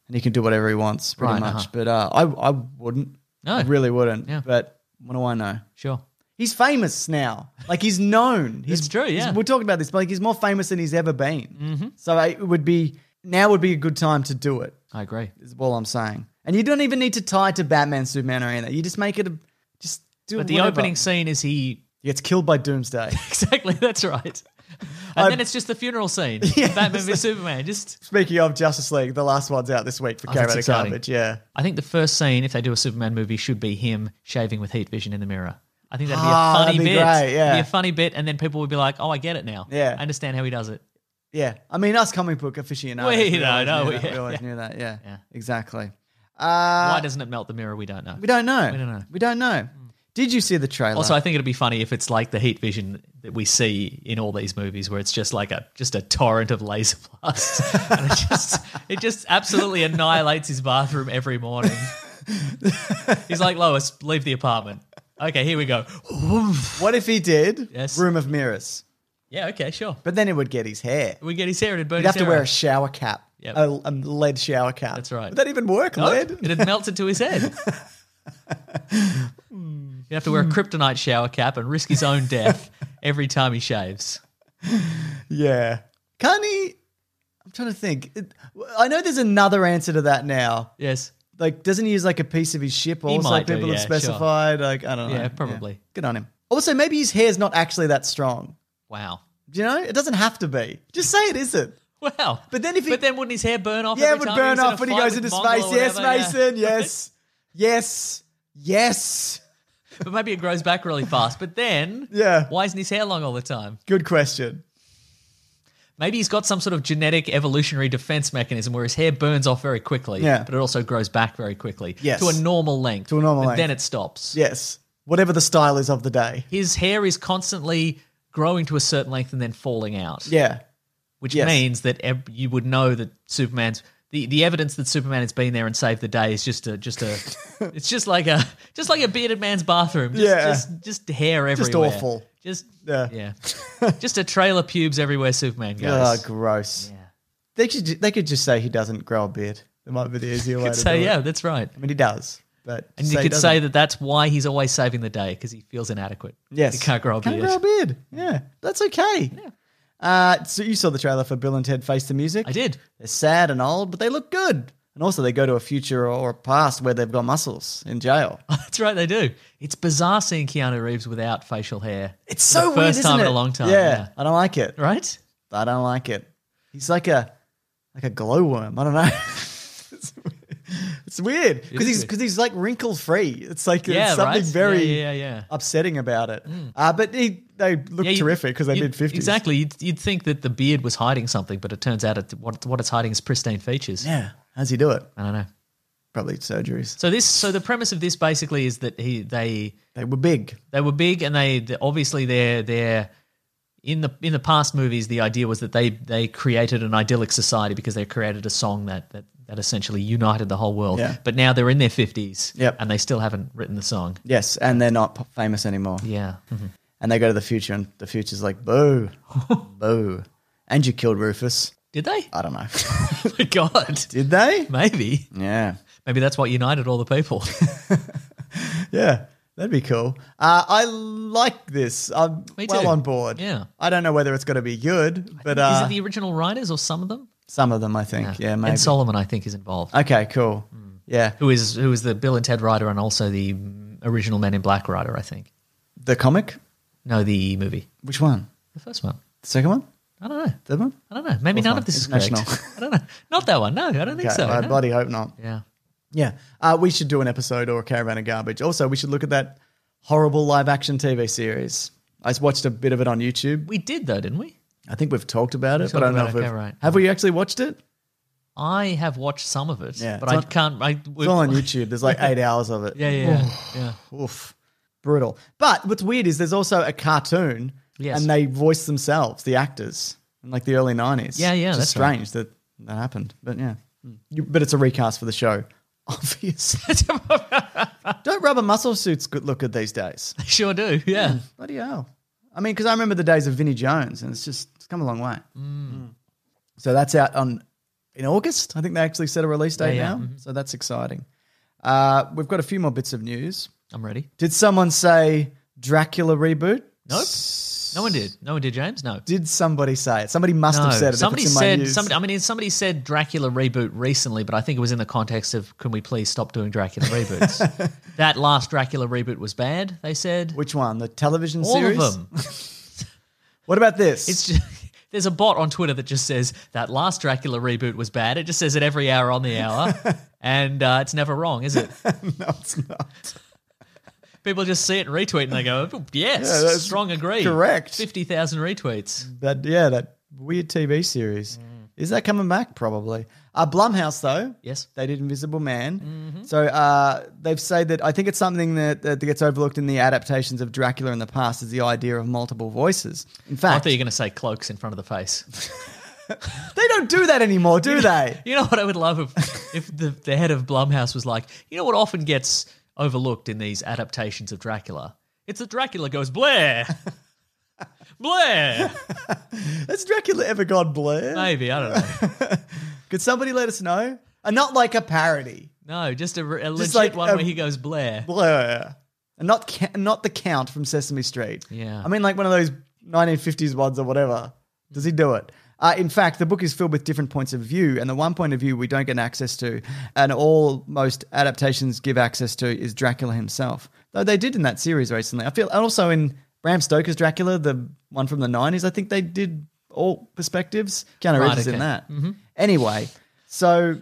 Speaker 2: and he can do whatever he wants pretty
Speaker 4: Right,
Speaker 2: much.
Speaker 4: uh-huh.
Speaker 2: But uh, I I wouldn't.
Speaker 4: No.
Speaker 2: I really wouldn't.
Speaker 4: Yeah.
Speaker 2: But what do I know?
Speaker 4: Sure.
Speaker 2: He's famous now. Like he's known. He's
Speaker 4: That's true, yeah.
Speaker 2: he's- we're talking about this, but like he's more famous than he's ever been. Mm-hmm. So I- it would be now would be a good time to do it.
Speaker 4: I agree.
Speaker 2: Is all I'm saying. And you don't even need to tie to Batman, Superman, or anything. You just make it a just do.
Speaker 4: But the
Speaker 2: whatever.
Speaker 4: opening scene is he
Speaker 2: he gets killed by Doomsday.
Speaker 4: exactly. That's right. And then it's just the funeral scene. Batman v Superman. Just
Speaker 2: Speaking of Justice League, the last one's out this week for
Speaker 4: Oh,
Speaker 2: oh,
Speaker 4: that's
Speaker 2: Carrot of
Speaker 4: exciting.
Speaker 2: Garbage. Yeah,
Speaker 4: I think the first scene, if they do a Superman movie, should be him shaving with heat vision in the mirror. I think that'd be
Speaker 2: Ah,
Speaker 4: a funny
Speaker 2: that'd be
Speaker 4: bit.
Speaker 2: great, yeah.
Speaker 4: It'd be a funny bit, and then people would be like, "Oh, I get it now.
Speaker 2: Yeah.
Speaker 4: I understand how he does it."
Speaker 2: yeah. I mean, us comic book aficionados,
Speaker 4: We know,
Speaker 2: always
Speaker 4: no,
Speaker 2: knew
Speaker 4: we-
Speaker 2: that. we always
Speaker 4: yeah.
Speaker 2: knew that. Yeah,
Speaker 4: Yeah.
Speaker 2: exactly. Uh,
Speaker 4: Why doesn't it melt the mirror? We don't know.
Speaker 2: we don't know.
Speaker 4: We don't know.
Speaker 2: We don't know. Did you see the trailer?
Speaker 4: Also, I think it'd be funny if it's like the heat vision that we see in all these movies, where it's just like a just a torrent of laser blasts, and it just it just absolutely annihilates his bathroom every morning. He's like Lois, leave the apartment. Okay, here we go.
Speaker 2: What if he did?
Speaker 4: Yes.
Speaker 2: Room of Mirrors.
Speaker 4: Yeah, okay, sure.
Speaker 2: But then it would get his hair.
Speaker 4: We get his hair and it'd burn
Speaker 2: He'd have
Speaker 4: his
Speaker 2: to
Speaker 4: hair
Speaker 2: wear a
Speaker 4: off.
Speaker 2: shower cap,
Speaker 4: Yep.
Speaker 2: a, a lead shower cap.
Speaker 4: That's right.
Speaker 2: Would that even work,
Speaker 4: No,
Speaker 2: lead?
Speaker 4: It had melted to his head. He'd have to wear a kryptonite shower cap and risk his own death every time he shaves.
Speaker 2: Yeah. Can he? I'm trying to think. It- I know there's another answer to that now.
Speaker 4: Yes.
Speaker 2: Like, doesn't he use like a piece of his ship? Also,
Speaker 4: might do,
Speaker 2: people have
Speaker 4: yeah, sure.
Speaker 2: specified. Like, I don't know.
Speaker 4: Yeah, probably.
Speaker 2: Good on him. Also, maybe his hair's not actually that strong.
Speaker 4: Wow.
Speaker 2: Do you know? It doesn't have to be. Just say it isn't.
Speaker 4: Wow.
Speaker 2: But then if he-
Speaker 4: But then wouldn't his hair burn off?
Speaker 2: yeah,
Speaker 4: every
Speaker 2: it would
Speaker 4: time
Speaker 2: burn
Speaker 4: was in a
Speaker 2: off when he
Speaker 4: fight
Speaker 2: goes
Speaker 4: with
Speaker 2: into
Speaker 4: Mongol or
Speaker 2: space. Yes,
Speaker 4: whatever? Yeah.
Speaker 2: Mason. Yes. yes. Yes.
Speaker 4: But maybe it grows back really fast. But then,
Speaker 2: Yeah.
Speaker 4: why isn't his hair long all the time?
Speaker 2: Good question.
Speaker 4: Maybe he's got some sort of genetic evolutionary defense mechanism where his hair burns off very quickly,
Speaker 2: Yeah.
Speaker 4: but it also grows back very quickly
Speaker 2: Yes.
Speaker 4: to a normal length.
Speaker 2: To a normal
Speaker 4: and
Speaker 2: length.
Speaker 4: then it stops.
Speaker 2: Yes. Whatever the style is of the day.
Speaker 4: his hair is constantly growing to a certain length and then falling out,
Speaker 2: Yeah.
Speaker 4: which
Speaker 2: yes.
Speaker 4: means that ev- you would know that Superman's the, the evidence that Superman has been there and saved the day is just a just a it's just like a just like a bearded man's bathroom, just,
Speaker 2: Yeah.
Speaker 4: just just hair everywhere,
Speaker 2: Just awful.
Speaker 4: just
Speaker 2: Yeah.
Speaker 4: yeah, just a trail of pubes everywhere Superman
Speaker 2: Oh,
Speaker 4: goes.
Speaker 2: gross. They could ju- they could just say he doesn't grow a beard. That might be the easier way
Speaker 4: could
Speaker 2: to
Speaker 4: say
Speaker 2: do
Speaker 4: uh, yeah,
Speaker 2: it.
Speaker 4: that's right.
Speaker 2: I mean, he does, but
Speaker 4: And you could say that that's why he's always saving the day because he feels inadequate.
Speaker 2: yes,
Speaker 4: he can't grow a beard.
Speaker 2: Can't grow a beard. Yeah, that's okay. Uh, so you saw the trailer for Bill and Ted Face the Music.
Speaker 4: I did.
Speaker 2: They're sad and old, but they look good. And also, they go to a future or a past where they've got muscles in jail.
Speaker 4: That's right, they do. It's bizarre seeing Keanu Reeves without facial hair.
Speaker 2: It's
Speaker 4: For the
Speaker 2: so
Speaker 4: first
Speaker 2: weird,
Speaker 4: time
Speaker 2: isn't
Speaker 4: in
Speaker 2: it?
Speaker 4: a long time,
Speaker 2: Yeah,
Speaker 4: yeah.
Speaker 2: I don't like it.
Speaker 4: Right?
Speaker 2: I don't like it. He's like a like a glowworm. I don't know. it's weird because he's
Speaker 4: weird.
Speaker 2: because he's like wrinkle free. It's like there's
Speaker 4: yeah,
Speaker 2: something
Speaker 4: right?
Speaker 2: very
Speaker 4: Yeah, yeah, yeah.
Speaker 2: upsetting about it. Uh, but he, they look
Speaker 4: Yeah, you'd-
Speaker 2: terrific because they
Speaker 4: you'd-
Speaker 2: did fifties.
Speaker 4: Exactly. You'd, you'd think that the beard was hiding something, but it turns out it, what, what it's hiding is pristine features.
Speaker 2: Yeah. How's he do it?
Speaker 4: I don't know.
Speaker 2: Probably surgeries.
Speaker 4: So this, so the premise of this basically is that he they
Speaker 2: They were big.
Speaker 4: they were big and they, they obviously they're they're in the in the past movies the idea was that they they created an idyllic society because they created a song that that, that essentially united the whole world.
Speaker 2: Yeah.
Speaker 4: But now they're in their fifties,
Speaker 2: Yep.
Speaker 4: and they still haven't written the song.
Speaker 2: Yes, and they're not p- famous anymore.
Speaker 4: Yeah,
Speaker 2: And they go to the future, and the future's like boo, boo. And you killed Rufus.
Speaker 4: did they?
Speaker 2: I don't know.
Speaker 4: Oh my god,
Speaker 2: Uh, did they?
Speaker 4: maybe
Speaker 2: Yeah.
Speaker 4: maybe that's what united all the people.
Speaker 2: Yeah, that'd be cool. Uh, I like this. I'm
Speaker 4: Me
Speaker 2: well
Speaker 4: too.
Speaker 2: on board.
Speaker 4: Yeah.
Speaker 2: I don't know whether it's going to be good, but uh,
Speaker 4: Is it the original writers or some of them?
Speaker 2: some of them, I think. Yeah, maybe.
Speaker 4: And Hmm. Solomon, I think, is involved.
Speaker 2: okay, cool. Yeah,
Speaker 4: Who is who is the Bill and Ted writer and also the mm, original Men in Black writer? I think.
Speaker 2: the comic.
Speaker 4: No, the movie,
Speaker 2: Which one?
Speaker 4: the first one.
Speaker 2: The second one?
Speaker 4: I don't know.
Speaker 2: Third one?
Speaker 4: I don't know. Maybe
Speaker 2: Fourth
Speaker 4: none
Speaker 2: one.
Speaker 4: of this is
Speaker 2: International.
Speaker 4: correct. I don't know. Not that one. No, I don't think
Speaker 2: Okay,
Speaker 4: so.
Speaker 2: I
Speaker 4: no.
Speaker 2: bloody hope not.
Speaker 4: Yeah.
Speaker 2: Yeah. Uh, we should do an episode or a caravan of garbage. Also, we should look at that horrible live action TV series. I just watched a bit of it on YouTube.
Speaker 4: We did though, didn't we?
Speaker 2: I think we've talked about it,
Speaker 4: We
Speaker 2: but I don't
Speaker 4: talked
Speaker 2: know if
Speaker 4: about it,
Speaker 2: we've,
Speaker 4: okay, right.
Speaker 2: have we actually watched it.
Speaker 4: I have watched some of it,
Speaker 2: Yeah,
Speaker 4: but
Speaker 2: it's
Speaker 4: I
Speaker 2: on-
Speaker 4: can't. I,
Speaker 2: It's all on YouTube. There's like eight hours of it.
Speaker 4: Yeah, yeah, yeah.
Speaker 2: Oof. Brutal. But what's weird is there's also a cartoon
Speaker 4: Yes.
Speaker 2: and they voice themselves, the actors, in like the early 90s.
Speaker 4: Yeah, yeah,
Speaker 2: It's
Speaker 4: that's
Speaker 2: just
Speaker 4: right.
Speaker 2: strange that that happened. But yeah. You, but it's a recast for the show. Obviously. Don't rubber muscle suits good look good these days.
Speaker 4: They sure do. Yeah.
Speaker 2: Bloody hell. I mean, because I remember the days of Vinnie Jones and it's just it's come a long way.
Speaker 4: Mm.
Speaker 2: So that's out on in August. I think they actually set a release date
Speaker 4: yeah, Mm-hmm.
Speaker 2: now. So that's exciting. Uh, we've got a few more bits of news.
Speaker 4: I'm ready.
Speaker 2: Did someone say Dracula reboot?
Speaker 4: Nope. No one did. No one did, James. No.
Speaker 2: Did somebody say it? Somebody must
Speaker 4: no.
Speaker 2: have said it. if
Speaker 4: somebody
Speaker 2: it's in my
Speaker 4: said
Speaker 2: news.
Speaker 4: somebody. I mean, somebody said Dracula reboot recently, but I think it was in the context of can we please stop doing Dracula reboots? that last Dracula reboot was bad. They said
Speaker 2: Which one? The television
Speaker 4: all
Speaker 2: series?
Speaker 4: of them.
Speaker 2: What about this?
Speaker 4: It's just, there's a bot on Twitter that just says that last Dracula reboot was bad. It just says it every hour on the hour, and uh, it's never wrong, is it?
Speaker 2: no, it's not.
Speaker 4: People just see it and retweet, and they go, "Oh, "Yes,
Speaker 2: Yeah, that's
Speaker 4: strong agree."
Speaker 2: correct.
Speaker 4: Fifty thousand retweets.
Speaker 2: That yeah, that weird TV series. Is that coming back? Probably. Uh, Blumhouse though.
Speaker 4: Mm. Yes. Mm-hmm.
Speaker 2: They did Invisible Man. So uh, they've said that I think it's something that, that gets overlooked in the adaptations of Dracula in the past is the idea of multiple voices. In
Speaker 4: I
Speaker 2: fact,
Speaker 4: thought you were going to say cloaks in front of the face.
Speaker 2: they don't do that anymore, do they?
Speaker 4: You know what I would love if, if the, the head of Blumhouse was like, you know what often gets overlooked in these adaptations of Dracula? It's that Dracula goes, Blair! Blair!
Speaker 2: Has Dracula ever gone blurred?
Speaker 4: Maybe, I don't know.
Speaker 2: Could somebody let us know? And not like a parody.
Speaker 4: No, just a, re- a legit
Speaker 2: like um,
Speaker 4: one
Speaker 2: a-
Speaker 4: where he goes, Blair.
Speaker 2: Blur. And not ca- not the count from Sesame Street.
Speaker 4: Yeah.
Speaker 2: I mean, like one of those 1950s ones or whatever. Does he do it? Uh, in fact, the book is filled with different points of view, and the one point of view we don't get access to, and all most adaptations give access to, is Dracula himself. Though they did in that series recently. I feel, and also in Bram Stoker's Dracula, the one from the 90s, I think they did all perspectives. Keanu Reeves
Speaker 4: Right,
Speaker 2: is in
Speaker 4: okay. Mm-hmm.
Speaker 2: that. Anyway, so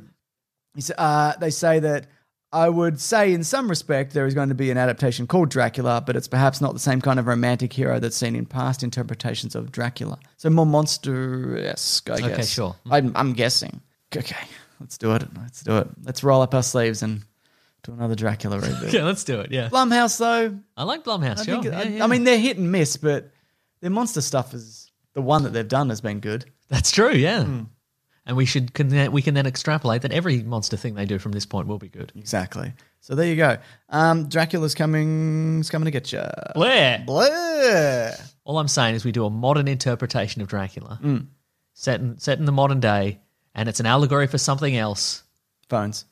Speaker 2: he sa- uh, they say that I would say, in some respect, there is going to be an adaptation called Dracula, but it's perhaps not the same kind of romantic hero that's seen in past interpretations of Dracula. So more monster esque, I guess.
Speaker 4: Okay, sure. Mm.
Speaker 2: I'm, I'm guessing. Okay, let's do it. Let's do it. Let's roll up our sleeves and do another Dracula reboot.
Speaker 4: Yeah, let's do it, yeah.
Speaker 2: Blumhouse, though,
Speaker 4: I like Blumhouse,
Speaker 2: I,
Speaker 4: sure.
Speaker 2: think, I,
Speaker 4: yeah,
Speaker 2: I
Speaker 4: yeah.
Speaker 2: mean, they're hit and miss, but their monster stuff is the one that they've done has been good.
Speaker 4: That's true, yeah.
Speaker 2: Hmm.
Speaker 4: And we should can then- we can then extrapolate that every monster thing they do from this point will be good.
Speaker 2: Exactly. So there you go. Um, Dracula's coming. Is coming to get you.
Speaker 4: Blair.
Speaker 2: Blair.
Speaker 4: All I'm saying is we do a modern interpretation of Dracula,
Speaker 2: Mm.
Speaker 4: set in set in the modern day, and it's an allegory for something else.
Speaker 2: Phones.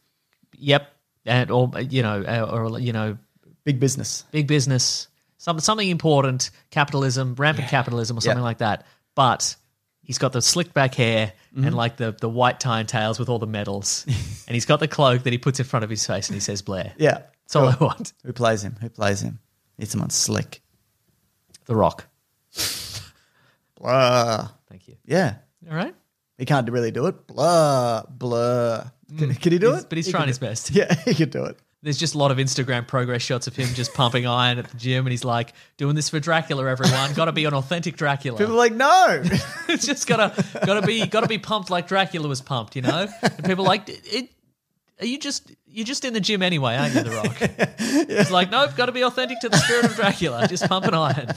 Speaker 4: Yep, and or you know, uh, or, or, you know,
Speaker 2: Big business.
Speaker 4: big business, some, something important, capitalism, rampant capitalism, or something
Speaker 2: Yeah.
Speaker 4: like that. But he's got the slicked back hair
Speaker 2: Mm-hmm.
Speaker 4: and like the the white tie and tails with all the medals, and he's got the cloak that he puts in front of his face, and he says Blair.
Speaker 2: Yeah.
Speaker 4: That's all I want.
Speaker 2: Who plays him? Who plays him? It's someone slick.
Speaker 4: The Rock.
Speaker 2: Blah.
Speaker 4: Thank you.
Speaker 2: Yeah.
Speaker 4: All right.
Speaker 2: He can't really do it. Blah. Blah. Can, can he do
Speaker 4: Mm. He's-
Speaker 2: it?
Speaker 4: But he's
Speaker 2: He
Speaker 4: trying
Speaker 2: can
Speaker 4: his
Speaker 2: do-
Speaker 4: best.
Speaker 2: Yeah, he can do it.
Speaker 4: There's just a lot of Instagram progress shots of him just pumping iron at the gym, and he's like, doing this for Dracula, everyone. Got to be an authentic
Speaker 2: People are
Speaker 4: Dracula.
Speaker 2: like, no.
Speaker 4: it's just gotta gotta be gotta be pumped like Dracula was pumped, you know. And people are like, "It- it, are you just you're just in the gym anyway, aren't you, The Rock? It's like, nope, got to be authentic to the spirit of Dracula. Just pumping iron.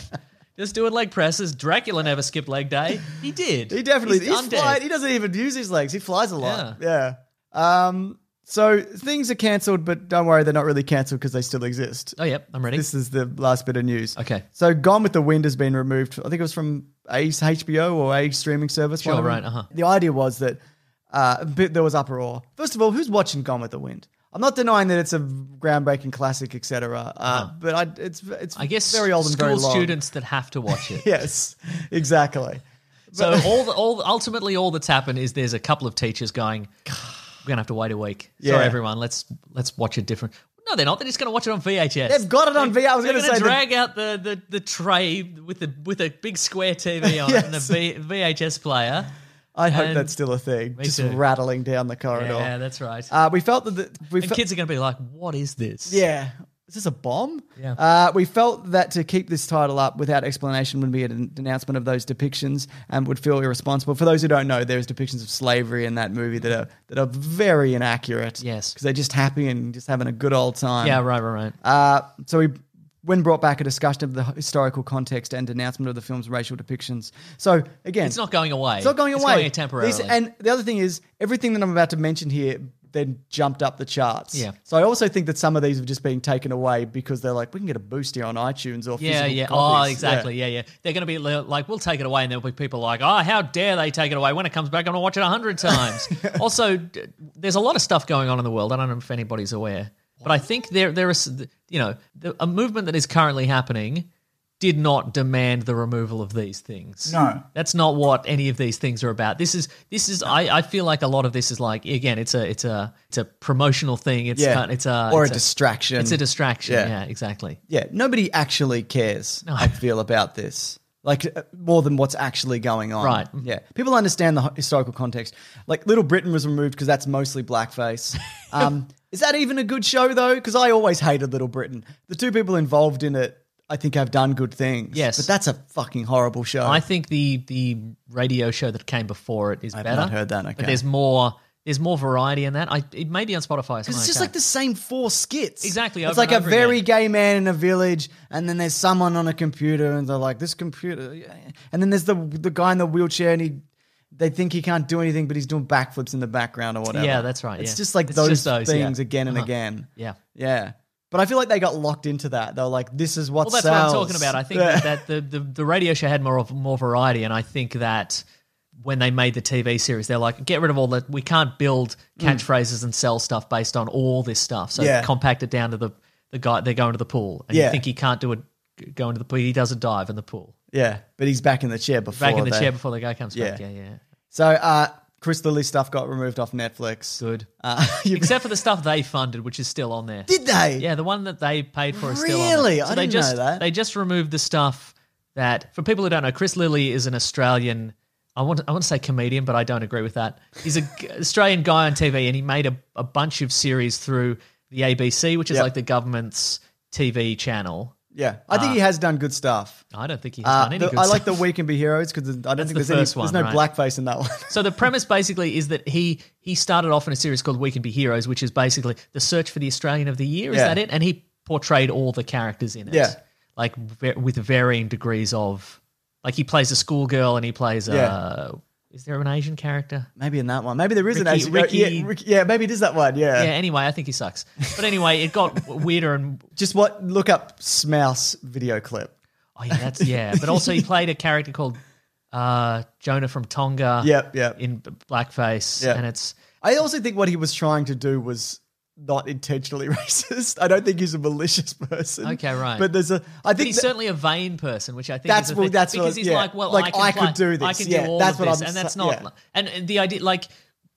Speaker 4: Just doing leg presses. Dracula never skipped leg day. He did.
Speaker 2: he definitely
Speaker 4: He's
Speaker 2: he's
Speaker 4: undead.
Speaker 2: fly- He doesn't even use his legs. He flies a lot. Yeah. Um. So things are cancelled, but don't worry, they're not really cancelled because they still exist.
Speaker 4: Oh yep, I'm ready.
Speaker 2: This is the last bit of news.
Speaker 4: Okay.
Speaker 2: So Gone with the Wind has been removed. I think it was from A's HBO or A's streaming service.
Speaker 4: Sure,
Speaker 2: one of them.
Speaker 4: right, uh-huh.
Speaker 2: The idea was that uh, but there was uproar. First of all, who's watching Gone with the Wind? I'm not denying that it's a groundbreaking classic, etc. Uh, But I, it's it's
Speaker 4: Uh-huh. I guess
Speaker 2: very old and
Speaker 4: school
Speaker 2: very long.
Speaker 4: students that have to watch it.
Speaker 2: Yes, exactly.
Speaker 4: So all the, all ultimately all that's happened is there's a couple of teachers going, we're gonna have to wait a week.
Speaker 2: Yeah.
Speaker 4: Sorry everyone, let's let's watch it different. No, they're not. They're just gonna watch it on VHS.
Speaker 2: They've got it on VHS. I was
Speaker 4: They're
Speaker 2: gonna
Speaker 4: gonna
Speaker 2: say that-
Speaker 4: drag out the, the, the tray with the with a big square TV on it and
Speaker 2: Yes.
Speaker 4: a v, VHS player,
Speaker 2: I hope
Speaker 4: And-
Speaker 2: that's still a thing.
Speaker 4: Me
Speaker 2: Just
Speaker 4: too.
Speaker 2: rattling down the corridor.
Speaker 4: Yeah, that's right.
Speaker 2: Uh, we felt that the, we
Speaker 4: and
Speaker 2: fe-
Speaker 4: kids are going to be like, "What is this?"
Speaker 2: Yeah. Is this a bomb?
Speaker 4: Yeah.
Speaker 2: Uh, we felt that to keep this title up without explanation would be an announcement of those depictions and would feel irresponsible. For those who don't know, there's depictions of slavery in that movie that are that are very inaccurate.
Speaker 4: Yes.
Speaker 2: Because they're just happy and just having a good old time.
Speaker 4: yeah, right, right, right.
Speaker 2: Uh, so we, when brought back a discussion of the historical context and denouncement of the film's racial depictions. So again,
Speaker 4: It's not going away.
Speaker 2: It's not going
Speaker 4: It's
Speaker 2: away.
Speaker 4: going temporarily.
Speaker 2: These- and the other thing is, everything that I'm about to mention here then jumped up the charts.
Speaker 4: Yeah.
Speaker 2: So I also think that some of these have just been taken away because they're like, we can get a boost here on iTunes or
Speaker 4: yeah,
Speaker 2: physical
Speaker 4: yeah.
Speaker 2: copies.
Speaker 4: Oh, exactly. Yeah, yeah. They're going to be li- like, "We'll take it away," and there'll be people like, "Oh, how dare they take it away? When it comes back, I'm going to watch it a hundred times." also, d- there's a lot of stuff going on in the world. I don't know if anybody's aware, but I think there there is, you know, the, a movement that is currently happening did not demand the removal of these things.
Speaker 7: No.
Speaker 4: That's not what any of these things are about. This is this is I, I feel like a lot of this is like again it's a it's a it's a promotional thing. It's
Speaker 2: Yeah.
Speaker 4: kind- it's a
Speaker 2: or a
Speaker 4: it's
Speaker 2: distraction.
Speaker 4: It's a distraction.
Speaker 2: Yeah.
Speaker 4: Yeah, exactly.
Speaker 2: Yeah. Nobody actually cares, I feel, about this. Like uh, more than what's actually going on,
Speaker 4: Right.
Speaker 2: Yeah, people understand the hi- historical context. Like Little Britain was removed because that's mostly blackface. Um, is that even a good show though? Because I always hated Little Britain. The two people involved in it, I think, have done good things.
Speaker 4: Yes.
Speaker 2: but that's a fucking horrible show.
Speaker 4: I think the the radio show that came before it is
Speaker 2: I've
Speaker 4: better.
Speaker 2: not heard that, okay.
Speaker 4: But there's more there's more variety in that. I it may be on Spotify. so
Speaker 2: Because
Speaker 4: I
Speaker 2: it's just
Speaker 4: can't-
Speaker 2: like the same four skits.
Speaker 4: Exactly,
Speaker 2: It's
Speaker 4: over and
Speaker 2: like a
Speaker 4: over again.
Speaker 2: very gay man in a village, and then there's someone on a computer, and they're like, "This computer," yeah, yeah." and then there's the the guy in the wheelchair, and he they think he can't do anything, but he's doing backflips in the background or whatever.
Speaker 4: Yeah, that's right,
Speaker 2: It's
Speaker 4: yeah.
Speaker 2: just like
Speaker 4: It's
Speaker 2: those,
Speaker 4: just those, yeah.
Speaker 2: things again and
Speaker 4: Uh-huh.
Speaker 2: again.
Speaker 4: Yeah.
Speaker 2: yeah. But I feel like they got locked into that. They're like, "This is what."
Speaker 4: Well, that's
Speaker 2: sells.
Speaker 4: what I'm talking about. I think
Speaker 2: Yeah.
Speaker 4: that, that the, the the radio show had more of more variety, and I think that when they made the TV series, they're like, get rid of all that. We can't build catchphrases and sell stuff based on all this stuff. So
Speaker 2: Hmm. Yeah.
Speaker 4: compact it down to the the guy. They're going to the pool, and
Speaker 2: Yeah.
Speaker 4: you think he can't do it. Go into the pool. He does a dive in the pool.
Speaker 2: yeah, but he's back in the chair before.
Speaker 4: Back in the
Speaker 2: they-
Speaker 4: chair before the guy comes back.
Speaker 2: Yeah.
Speaker 4: Yeah, yeah.
Speaker 2: So, uh, Chris Lilly stuff got removed off Netflix.
Speaker 4: Good.
Speaker 2: Uh, you
Speaker 4: Except for the stuff they funded, which is still on there.
Speaker 2: did they?
Speaker 4: Yeah, the one that they paid for is still on
Speaker 2: Really?
Speaker 4: there.
Speaker 2: I
Speaker 4: they
Speaker 2: didn't
Speaker 4: just,
Speaker 2: know that.
Speaker 4: They just removed the stuff that, for people who don't know, Chris Lilly is an Australian. I want I want to say comedian, but I don't agree with that. He's an Australian guy on TV, and he made a, a bunch of series through the ABC, which is
Speaker 2: Yep.
Speaker 4: like the government's TV channel.
Speaker 2: Yeah, I think he has done good stuff.
Speaker 4: I don't think Uh, he's
Speaker 2: Uh,
Speaker 4: done any
Speaker 2: the-
Speaker 4: good
Speaker 2: I like
Speaker 4: stuff.
Speaker 2: the We Can Be Heroes because I don't think
Speaker 4: the
Speaker 2: there's, any,
Speaker 4: first
Speaker 2: there's
Speaker 4: one,
Speaker 2: no
Speaker 4: right.
Speaker 2: blackface in that one.
Speaker 4: So the premise basically is that he he started off in a series called We Can Be Heroes, which is basically the search for the Australian of the Year. Is
Speaker 2: Yeah.
Speaker 4: that it? And he portrayed all the characters in it,
Speaker 2: Yeah.
Speaker 4: like ve- with varying degrees of, like he plays a schoolgirl and he plays a.
Speaker 2: Yeah.
Speaker 4: Is there an Asian character?
Speaker 2: maybe in that one. Maybe there is an
Speaker 4: Ricky-
Speaker 2: Asian-
Speaker 4: Ricky-
Speaker 2: Yeah, Ricky- yeah, maybe it is that one. Yeah.
Speaker 4: Yeah. Anyway, I think he sucks. But anyway, it got weirder and
Speaker 2: Just what? Look up Smouse video clip.
Speaker 4: oh yeah, that's yeah. But also he played a character called uh, Jonah from Tonga.
Speaker 2: Yep, yep.
Speaker 4: In b- blackface,
Speaker 2: Yeah.
Speaker 4: and it's
Speaker 2: I also think what he was trying to do was not intentionally racist. I don't think he's a malicious person.
Speaker 4: Okay, right.
Speaker 2: But there's a. I
Speaker 4: But
Speaker 2: think
Speaker 4: he's
Speaker 2: that-
Speaker 4: certainly a vain person, which I think
Speaker 2: That's
Speaker 4: is the
Speaker 2: what-
Speaker 4: thing,
Speaker 2: that's what-
Speaker 4: because he's
Speaker 2: yeah.
Speaker 4: like, well,
Speaker 2: Like,
Speaker 4: I, can
Speaker 2: I could
Speaker 4: fly-
Speaker 2: do this.
Speaker 4: I can
Speaker 2: Yeah,
Speaker 4: do all
Speaker 2: that's
Speaker 4: of
Speaker 2: what
Speaker 4: this,
Speaker 2: I'm
Speaker 4: and that's
Speaker 2: sa-
Speaker 4: not.
Speaker 2: yeah.
Speaker 4: And and the idea, like,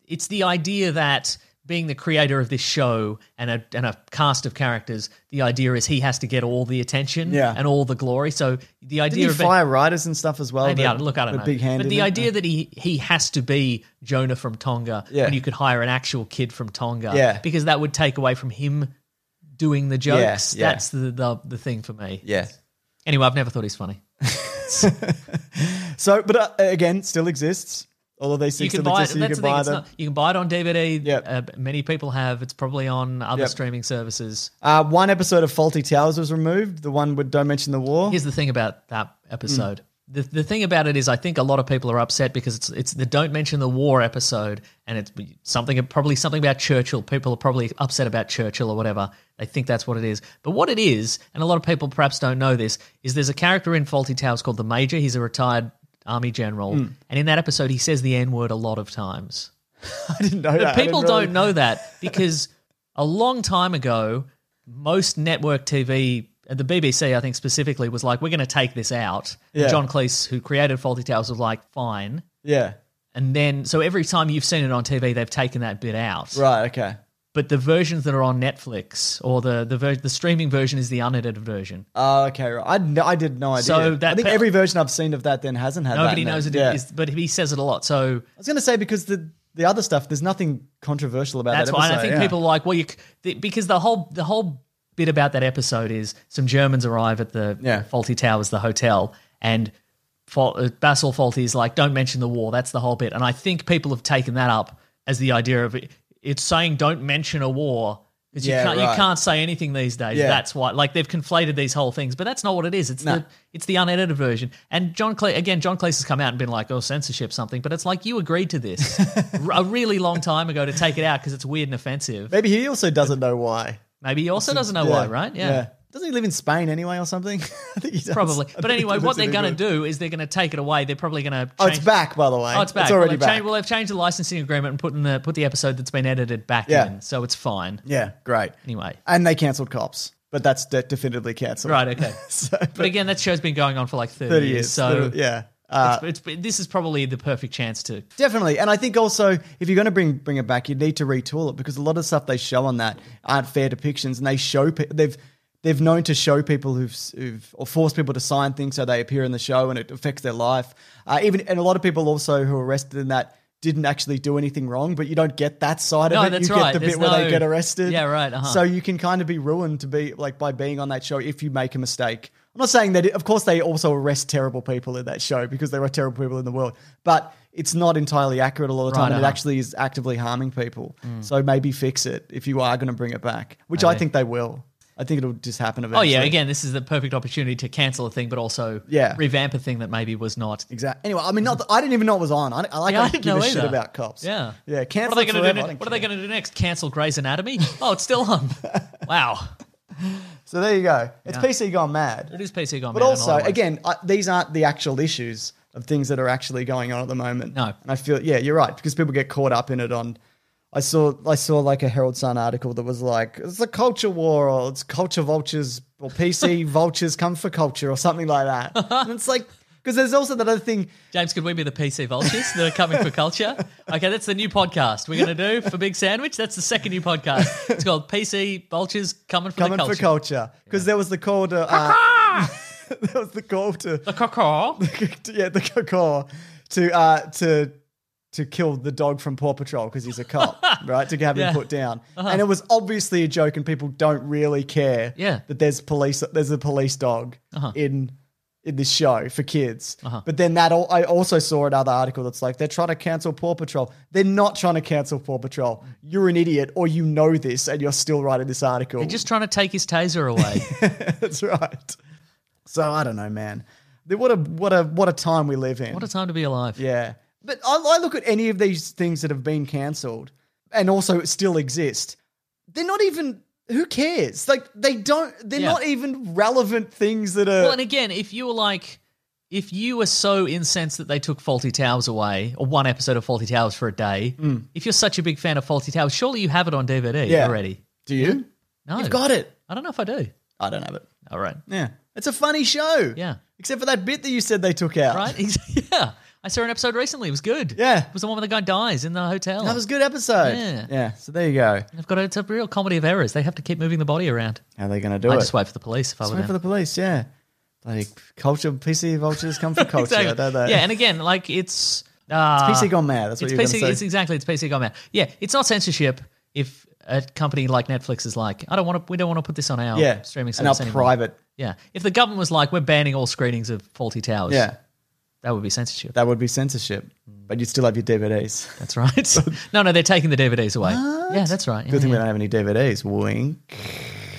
Speaker 4: it's the idea that being the creator of this show and a and a cast of characters, the idea is he has to get all the attention
Speaker 2: Yeah.
Speaker 4: and all the glory. So the
Speaker 2: Did he
Speaker 4: idea of it-
Speaker 2: fire writers and stuff as well?
Speaker 4: Maybe
Speaker 2: that-
Speaker 4: I don't, look, I don't
Speaker 2: that
Speaker 4: know.
Speaker 2: Big hand.
Speaker 4: but the idea that he he has to be Jonah from Tonga,
Speaker 2: Yeah.
Speaker 4: when you could hire an actual kid from Tonga,
Speaker 2: Yeah.
Speaker 4: because that would take away from him doing the jokes.
Speaker 2: Yeah, yeah.
Speaker 4: That's the, the the thing for me.
Speaker 2: Yeah.
Speaker 4: Anyway, I've never thought he's funny.
Speaker 2: So, but uh, again, still exists. All of these
Speaker 4: You
Speaker 2: things
Speaker 4: can
Speaker 2: still
Speaker 4: buy it.
Speaker 2: exist. so you
Speaker 4: That's
Speaker 2: can
Speaker 4: the thing.
Speaker 2: buy
Speaker 4: It's
Speaker 2: them.
Speaker 4: not, you can buy it on DVD.
Speaker 2: Yep.
Speaker 4: Uh, many people have. It's probably on other
Speaker 2: Yep.
Speaker 4: streaming services.
Speaker 2: Uh, one episode of Faulty Towers was removed. The one with Don't Mention the War.
Speaker 4: Here's the thing about that
Speaker 2: Mm.
Speaker 4: episode. The, the thing about it is, I think a lot of people are upset because it's it's the don't mention the war episode, and it's something probably something about Churchill. People are probably upset about Churchill or whatever. They think that's what it is. But what it is, and a lot of people perhaps don't know this, is there's a character in Faulty Towers called the Major. He's a retired army general,
Speaker 2: Mm.
Speaker 4: and in that episode, he says the N word a lot of times.
Speaker 2: I didn't know that.
Speaker 4: But
Speaker 2: I
Speaker 4: people
Speaker 2: didn't really-
Speaker 4: don't know that because a long time ago, most network TV, and the BBC, I think specifically, was like, "We're going to take this out." And
Speaker 2: Yeah.
Speaker 4: John Cleese, who created Faulty Towers, was like, "Fine."
Speaker 2: Yeah.
Speaker 4: And then, so every time you've seen it on TV, they've taken that bit out.
Speaker 2: Right. Okay.
Speaker 4: but the versions that are on Netflix or the the ver- the streaming version is the unedited version.
Speaker 2: Oh, okay, right. I, kn- I did no idea.
Speaker 4: So that
Speaker 2: I think
Speaker 4: pe-
Speaker 2: every version I've seen of that then hasn't had.
Speaker 4: Nobody
Speaker 2: that in
Speaker 4: knows it
Speaker 2: it.
Speaker 4: is, but he says it a lot. So
Speaker 2: I was going to say because the the other stuff, there's nothing controversial about
Speaker 4: That's
Speaker 2: that.
Speaker 4: why and I
Speaker 2: episode,
Speaker 4: think
Speaker 2: yeah.
Speaker 4: people are like well, you c- th- because the whole the whole bit about that episode is some Germans arrive at the
Speaker 2: Yeah.
Speaker 4: Faulty Towers, the hotel, and Fal- uh, Basil Faulty is like, "Don't mention the war." That's the whole bit, and I think people have taken that up as the idea of it, it's saying, "Don't mention a war." 'Cause
Speaker 2: Yeah,
Speaker 4: you can't,
Speaker 2: right.
Speaker 4: you can't say anything these days.
Speaker 2: Yeah.
Speaker 4: That's why, like, they've conflated these whole things, but that's not what it is. It's
Speaker 2: No.
Speaker 4: the it's the unedited version. And John Clay, again, John Cleese has come out and been like, "Oh, censorship something," but it's like you agreed to this r- a really long time ago to take it out because it's weird and offensive.
Speaker 2: Maybe he also doesn't know why.
Speaker 4: Maybe he also doesn't know
Speaker 2: Yeah.
Speaker 4: why, right? Yeah.
Speaker 2: Doesn't he live in Spain anyway or something? I think he does.
Speaker 4: Probably,
Speaker 2: I
Speaker 4: but
Speaker 2: think he
Speaker 4: anyway,
Speaker 2: lives
Speaker 4: what
Speaker 2: in
Speaker 4: they're going to
Speaker 2: England.
Speaker 4: do is they're going to take it away. They're probably going to
Speaker 2: Oh, it's back, by the way.
Speaker 4: Oh, it's back.
Speaker 2: It's already
Speaker 4: well, they've
Speaker 2: back.
Speaker 4: Changed, well, they've changed the licensing agreement and put in the put the episode that's been edited back
Speaker 2: Yeah.
Speaker 4: in, so it's fine.
Speaker 2: yeah, great.
Speaker 4: Anyway,
Speaker 2: And they cancelled Cops, but that's de- definitively cancelled.
Speaker 4: right, okay.
Speaker 2: so,
Speaker 4: but, again, that show's been going on for like thirty,
Speaker 2: thirty
Speaker 4: years,
Speaker 2: years.
Speaker 4: so
Speaker 2: yeah. Uh,
Speaker 4: it's, it's, this is probably the perfect chance to.
Speaker 2: Definitely, and I think also if you're going to bring bring it back, you need to retool it because a lot of the stuff they show on that aren't fair depictions, and they show pe- they've they've known to show people who've, s- who've or force people to sign things so they appear in the show and it affects their life. Uh, even and a lot of people also who are arrested in that didn't actually do anything wrong, but you don't get that side
Speaker 4: No,
Speaker 2: of it.
Speaker 4: that's
Speaker 2: you get
Speaker 4: right.
Speaker 2: the
Speaker 4: There's
Speaker 2: bit where
Speaker 4: no-
Speaker 2: they get arrested.
Speaker 4: Yeah, right, uh-huh.
Speaker 2: So you can kind of be ruined to be like by being on that show if you make a mistake. I'm not saying that, it, of course, they also arrest terrible people in that show because there are terrible people in the world, but it's not entirely accurate a lot of the time,
Speaker 4: Right,
Speaker 2: and it
Speaker 4: uh-huh. Hmm.
Speaker 2: actually is actively harming people. So maybe fix it if you are going to bring it back, which I think they will. I think it'll just happen
Speaker 4: Oh
Speaker 2: eventually.
Speaker 4: yeah, again, this is the perfect opportunity to cancel a thing, but also
Speaker 2: Yeah.
Speaker 4: revamp a thing that maybe was not.
Speaker 2: Exactly. Anyway, I mean, not that, I didn't even know it was on. I, I like
Speaker 4: Yeah,
Speaker 2: I
Speaker 4: I
Speaker 2: didn't
Speaker 4: didn't
Speaker 2: give a
Speaker 4: know
Speaker 2: shit
Speaker 4: either.
Speaker 2: about cops.
Speaker 4: Yeah,
Speaker 2: yeah. Cancel
Speaker 4: What are they
Speaker 2: forever.
Speaker 4: going to
Speaker 2: I
Speaker 4: do?
Speaker 2: don't
Speaker 4: ne- What are they
Speaker 2: care.
Speaker 4: going to do next? Cancel Grey's Anatomy? Oh, it's still on. wow,
Speaker 2: So there you go. It's PC gone mad.
Speaker 4: it is PC gone.
Speaker 2: But
Speaker 4: mad in a
Speaker 2: also,
Speaker 4: lot of ways.
Speaker 2: again, I, these aren't the actual issues of things that are actually going on at the moment.
Speaker 4: No.
Speaker 2: and I feel yeah, you're right because people get caught up in it. On I saw I saw like a Herald Sun article that was like it's a culture war or it's culture vultures or PC vultures come for culture or something like that. and it's like because there's also that other thing.
Speaker 4: James, could we be the PC vultures that are coming for culture? Okay, that's the new podcast we're going to do for Big Sandwich. That's the second new podcast. It's called PC Vultures Coming for
Speaker 2: Coming
Speaker 4: the Culture.
Speaker 2: for culture because there was the call to uh, there was the call to
Speaker 4: The cockroach.
Speaker 2: yeah, the cocoa to uh to to kill the dog from Paw Patrol because he's a cop, right? To have
Speaker 4: Yeah. Uh-huh.
Speaker 2: him put down, and it was obviously a joke, and people don't really care.
Speaker 4: Yeah. Uh-huh.
Speaker 2: that there's police, there's a police dog in in this show for kids. But then that all, I also saw another article that's like they're trying to cancel Paw Patrol. They're not trying to cancel Paw Patrol. You're an idiot, or you know this, and you're still writing this article.
Speaker 4: They're just trying to take his taser away.
Speaker 2: that's right. So I don't know, man. What a what a what a time we live in.
Speaker 4: what a time to be alive.
Speaker 2: Yeah. But I, I look at any of these things that have been cancelled and also still exist. They're not even, who cares? Like, they don't, they're
Speaker 4: Yeah.
Speaker 2: not even relevant things that are.
Speaker 4: Well, and again, if you were like, if you were so incensed that they took Faulty Towers away, or one episode of Faulty Towers for a day, if you're such a big fan of Faulty Towers, surely you have it on DVD
Speaker 2: Hmm. Yeah.
Speaker 4: already.
Speaker 2: do you?
Speaker 4: No.
Speaker 2: You've got it.
Speaker 4: I don't know if I do.
Speaker 2: I don't have it.
Speaker 4: All right.
Speaker 2: Yeah. It's a funny show.
Speaker 4: Yeah.
Speaker 2: Except for that bit that you said they took out.
Speaker 4: Right? Ex- yeah. I saw an episode recently. It was good.
Speaker 2: Yeah.
Speaker 4: It was the one where the guy dies in the hotel.
Speaker 2: That was a good episode.
Speaker 4: Yeah.
Speaker 2: So there you go.
Speaker 4: They've got a, it's a real comedy of errors. They have to keep moving the body around.
Speaker 2: How are they going to do
Speaker 4: I
Speaker 2: it?
Speaker 4: just wait for the police if I
Speaker 2: Just
Speaker 4: were
Speaker 2: wait for
Speaker 4: them.
Speaker 2: the police. Yeah. Like, culture, PC vultures come for culture, don't they?
Speaker 4: Yeah, and again, like it's uh,
Speaker 2: PC gone mad. That's what
Speaker 4: it's
Speaker 2: you're going
Speaker 4: PC
Speaker 2: to say.
Speaker 4: It's exactly it's PC gone mad. Yeah, it's not censorship if a company like Netflix is like, I don't want to. We don't want to put this on our
Speaker 2: yeah.
Speaker 4: streaming
Speaker 2: And our
Speaker 4: service anymore.
Speaker 2: private.
Speaker 4: Yeah, if the government was like, we're banning all screenings of Faulty Towers.
Speaker 2: Yeah.
Speaker 4: that would be censorship.
Speaker 2: That would be censorship, but you'd still have your DVDs.
Speaker 4: that's right. no, no, they're taking the DVDs away. Yeah, that's right. Yeah,
Speaker 2: Good thing we
Speaker 4: yeah.
Speaker 2: don't have any DVDs. Wink.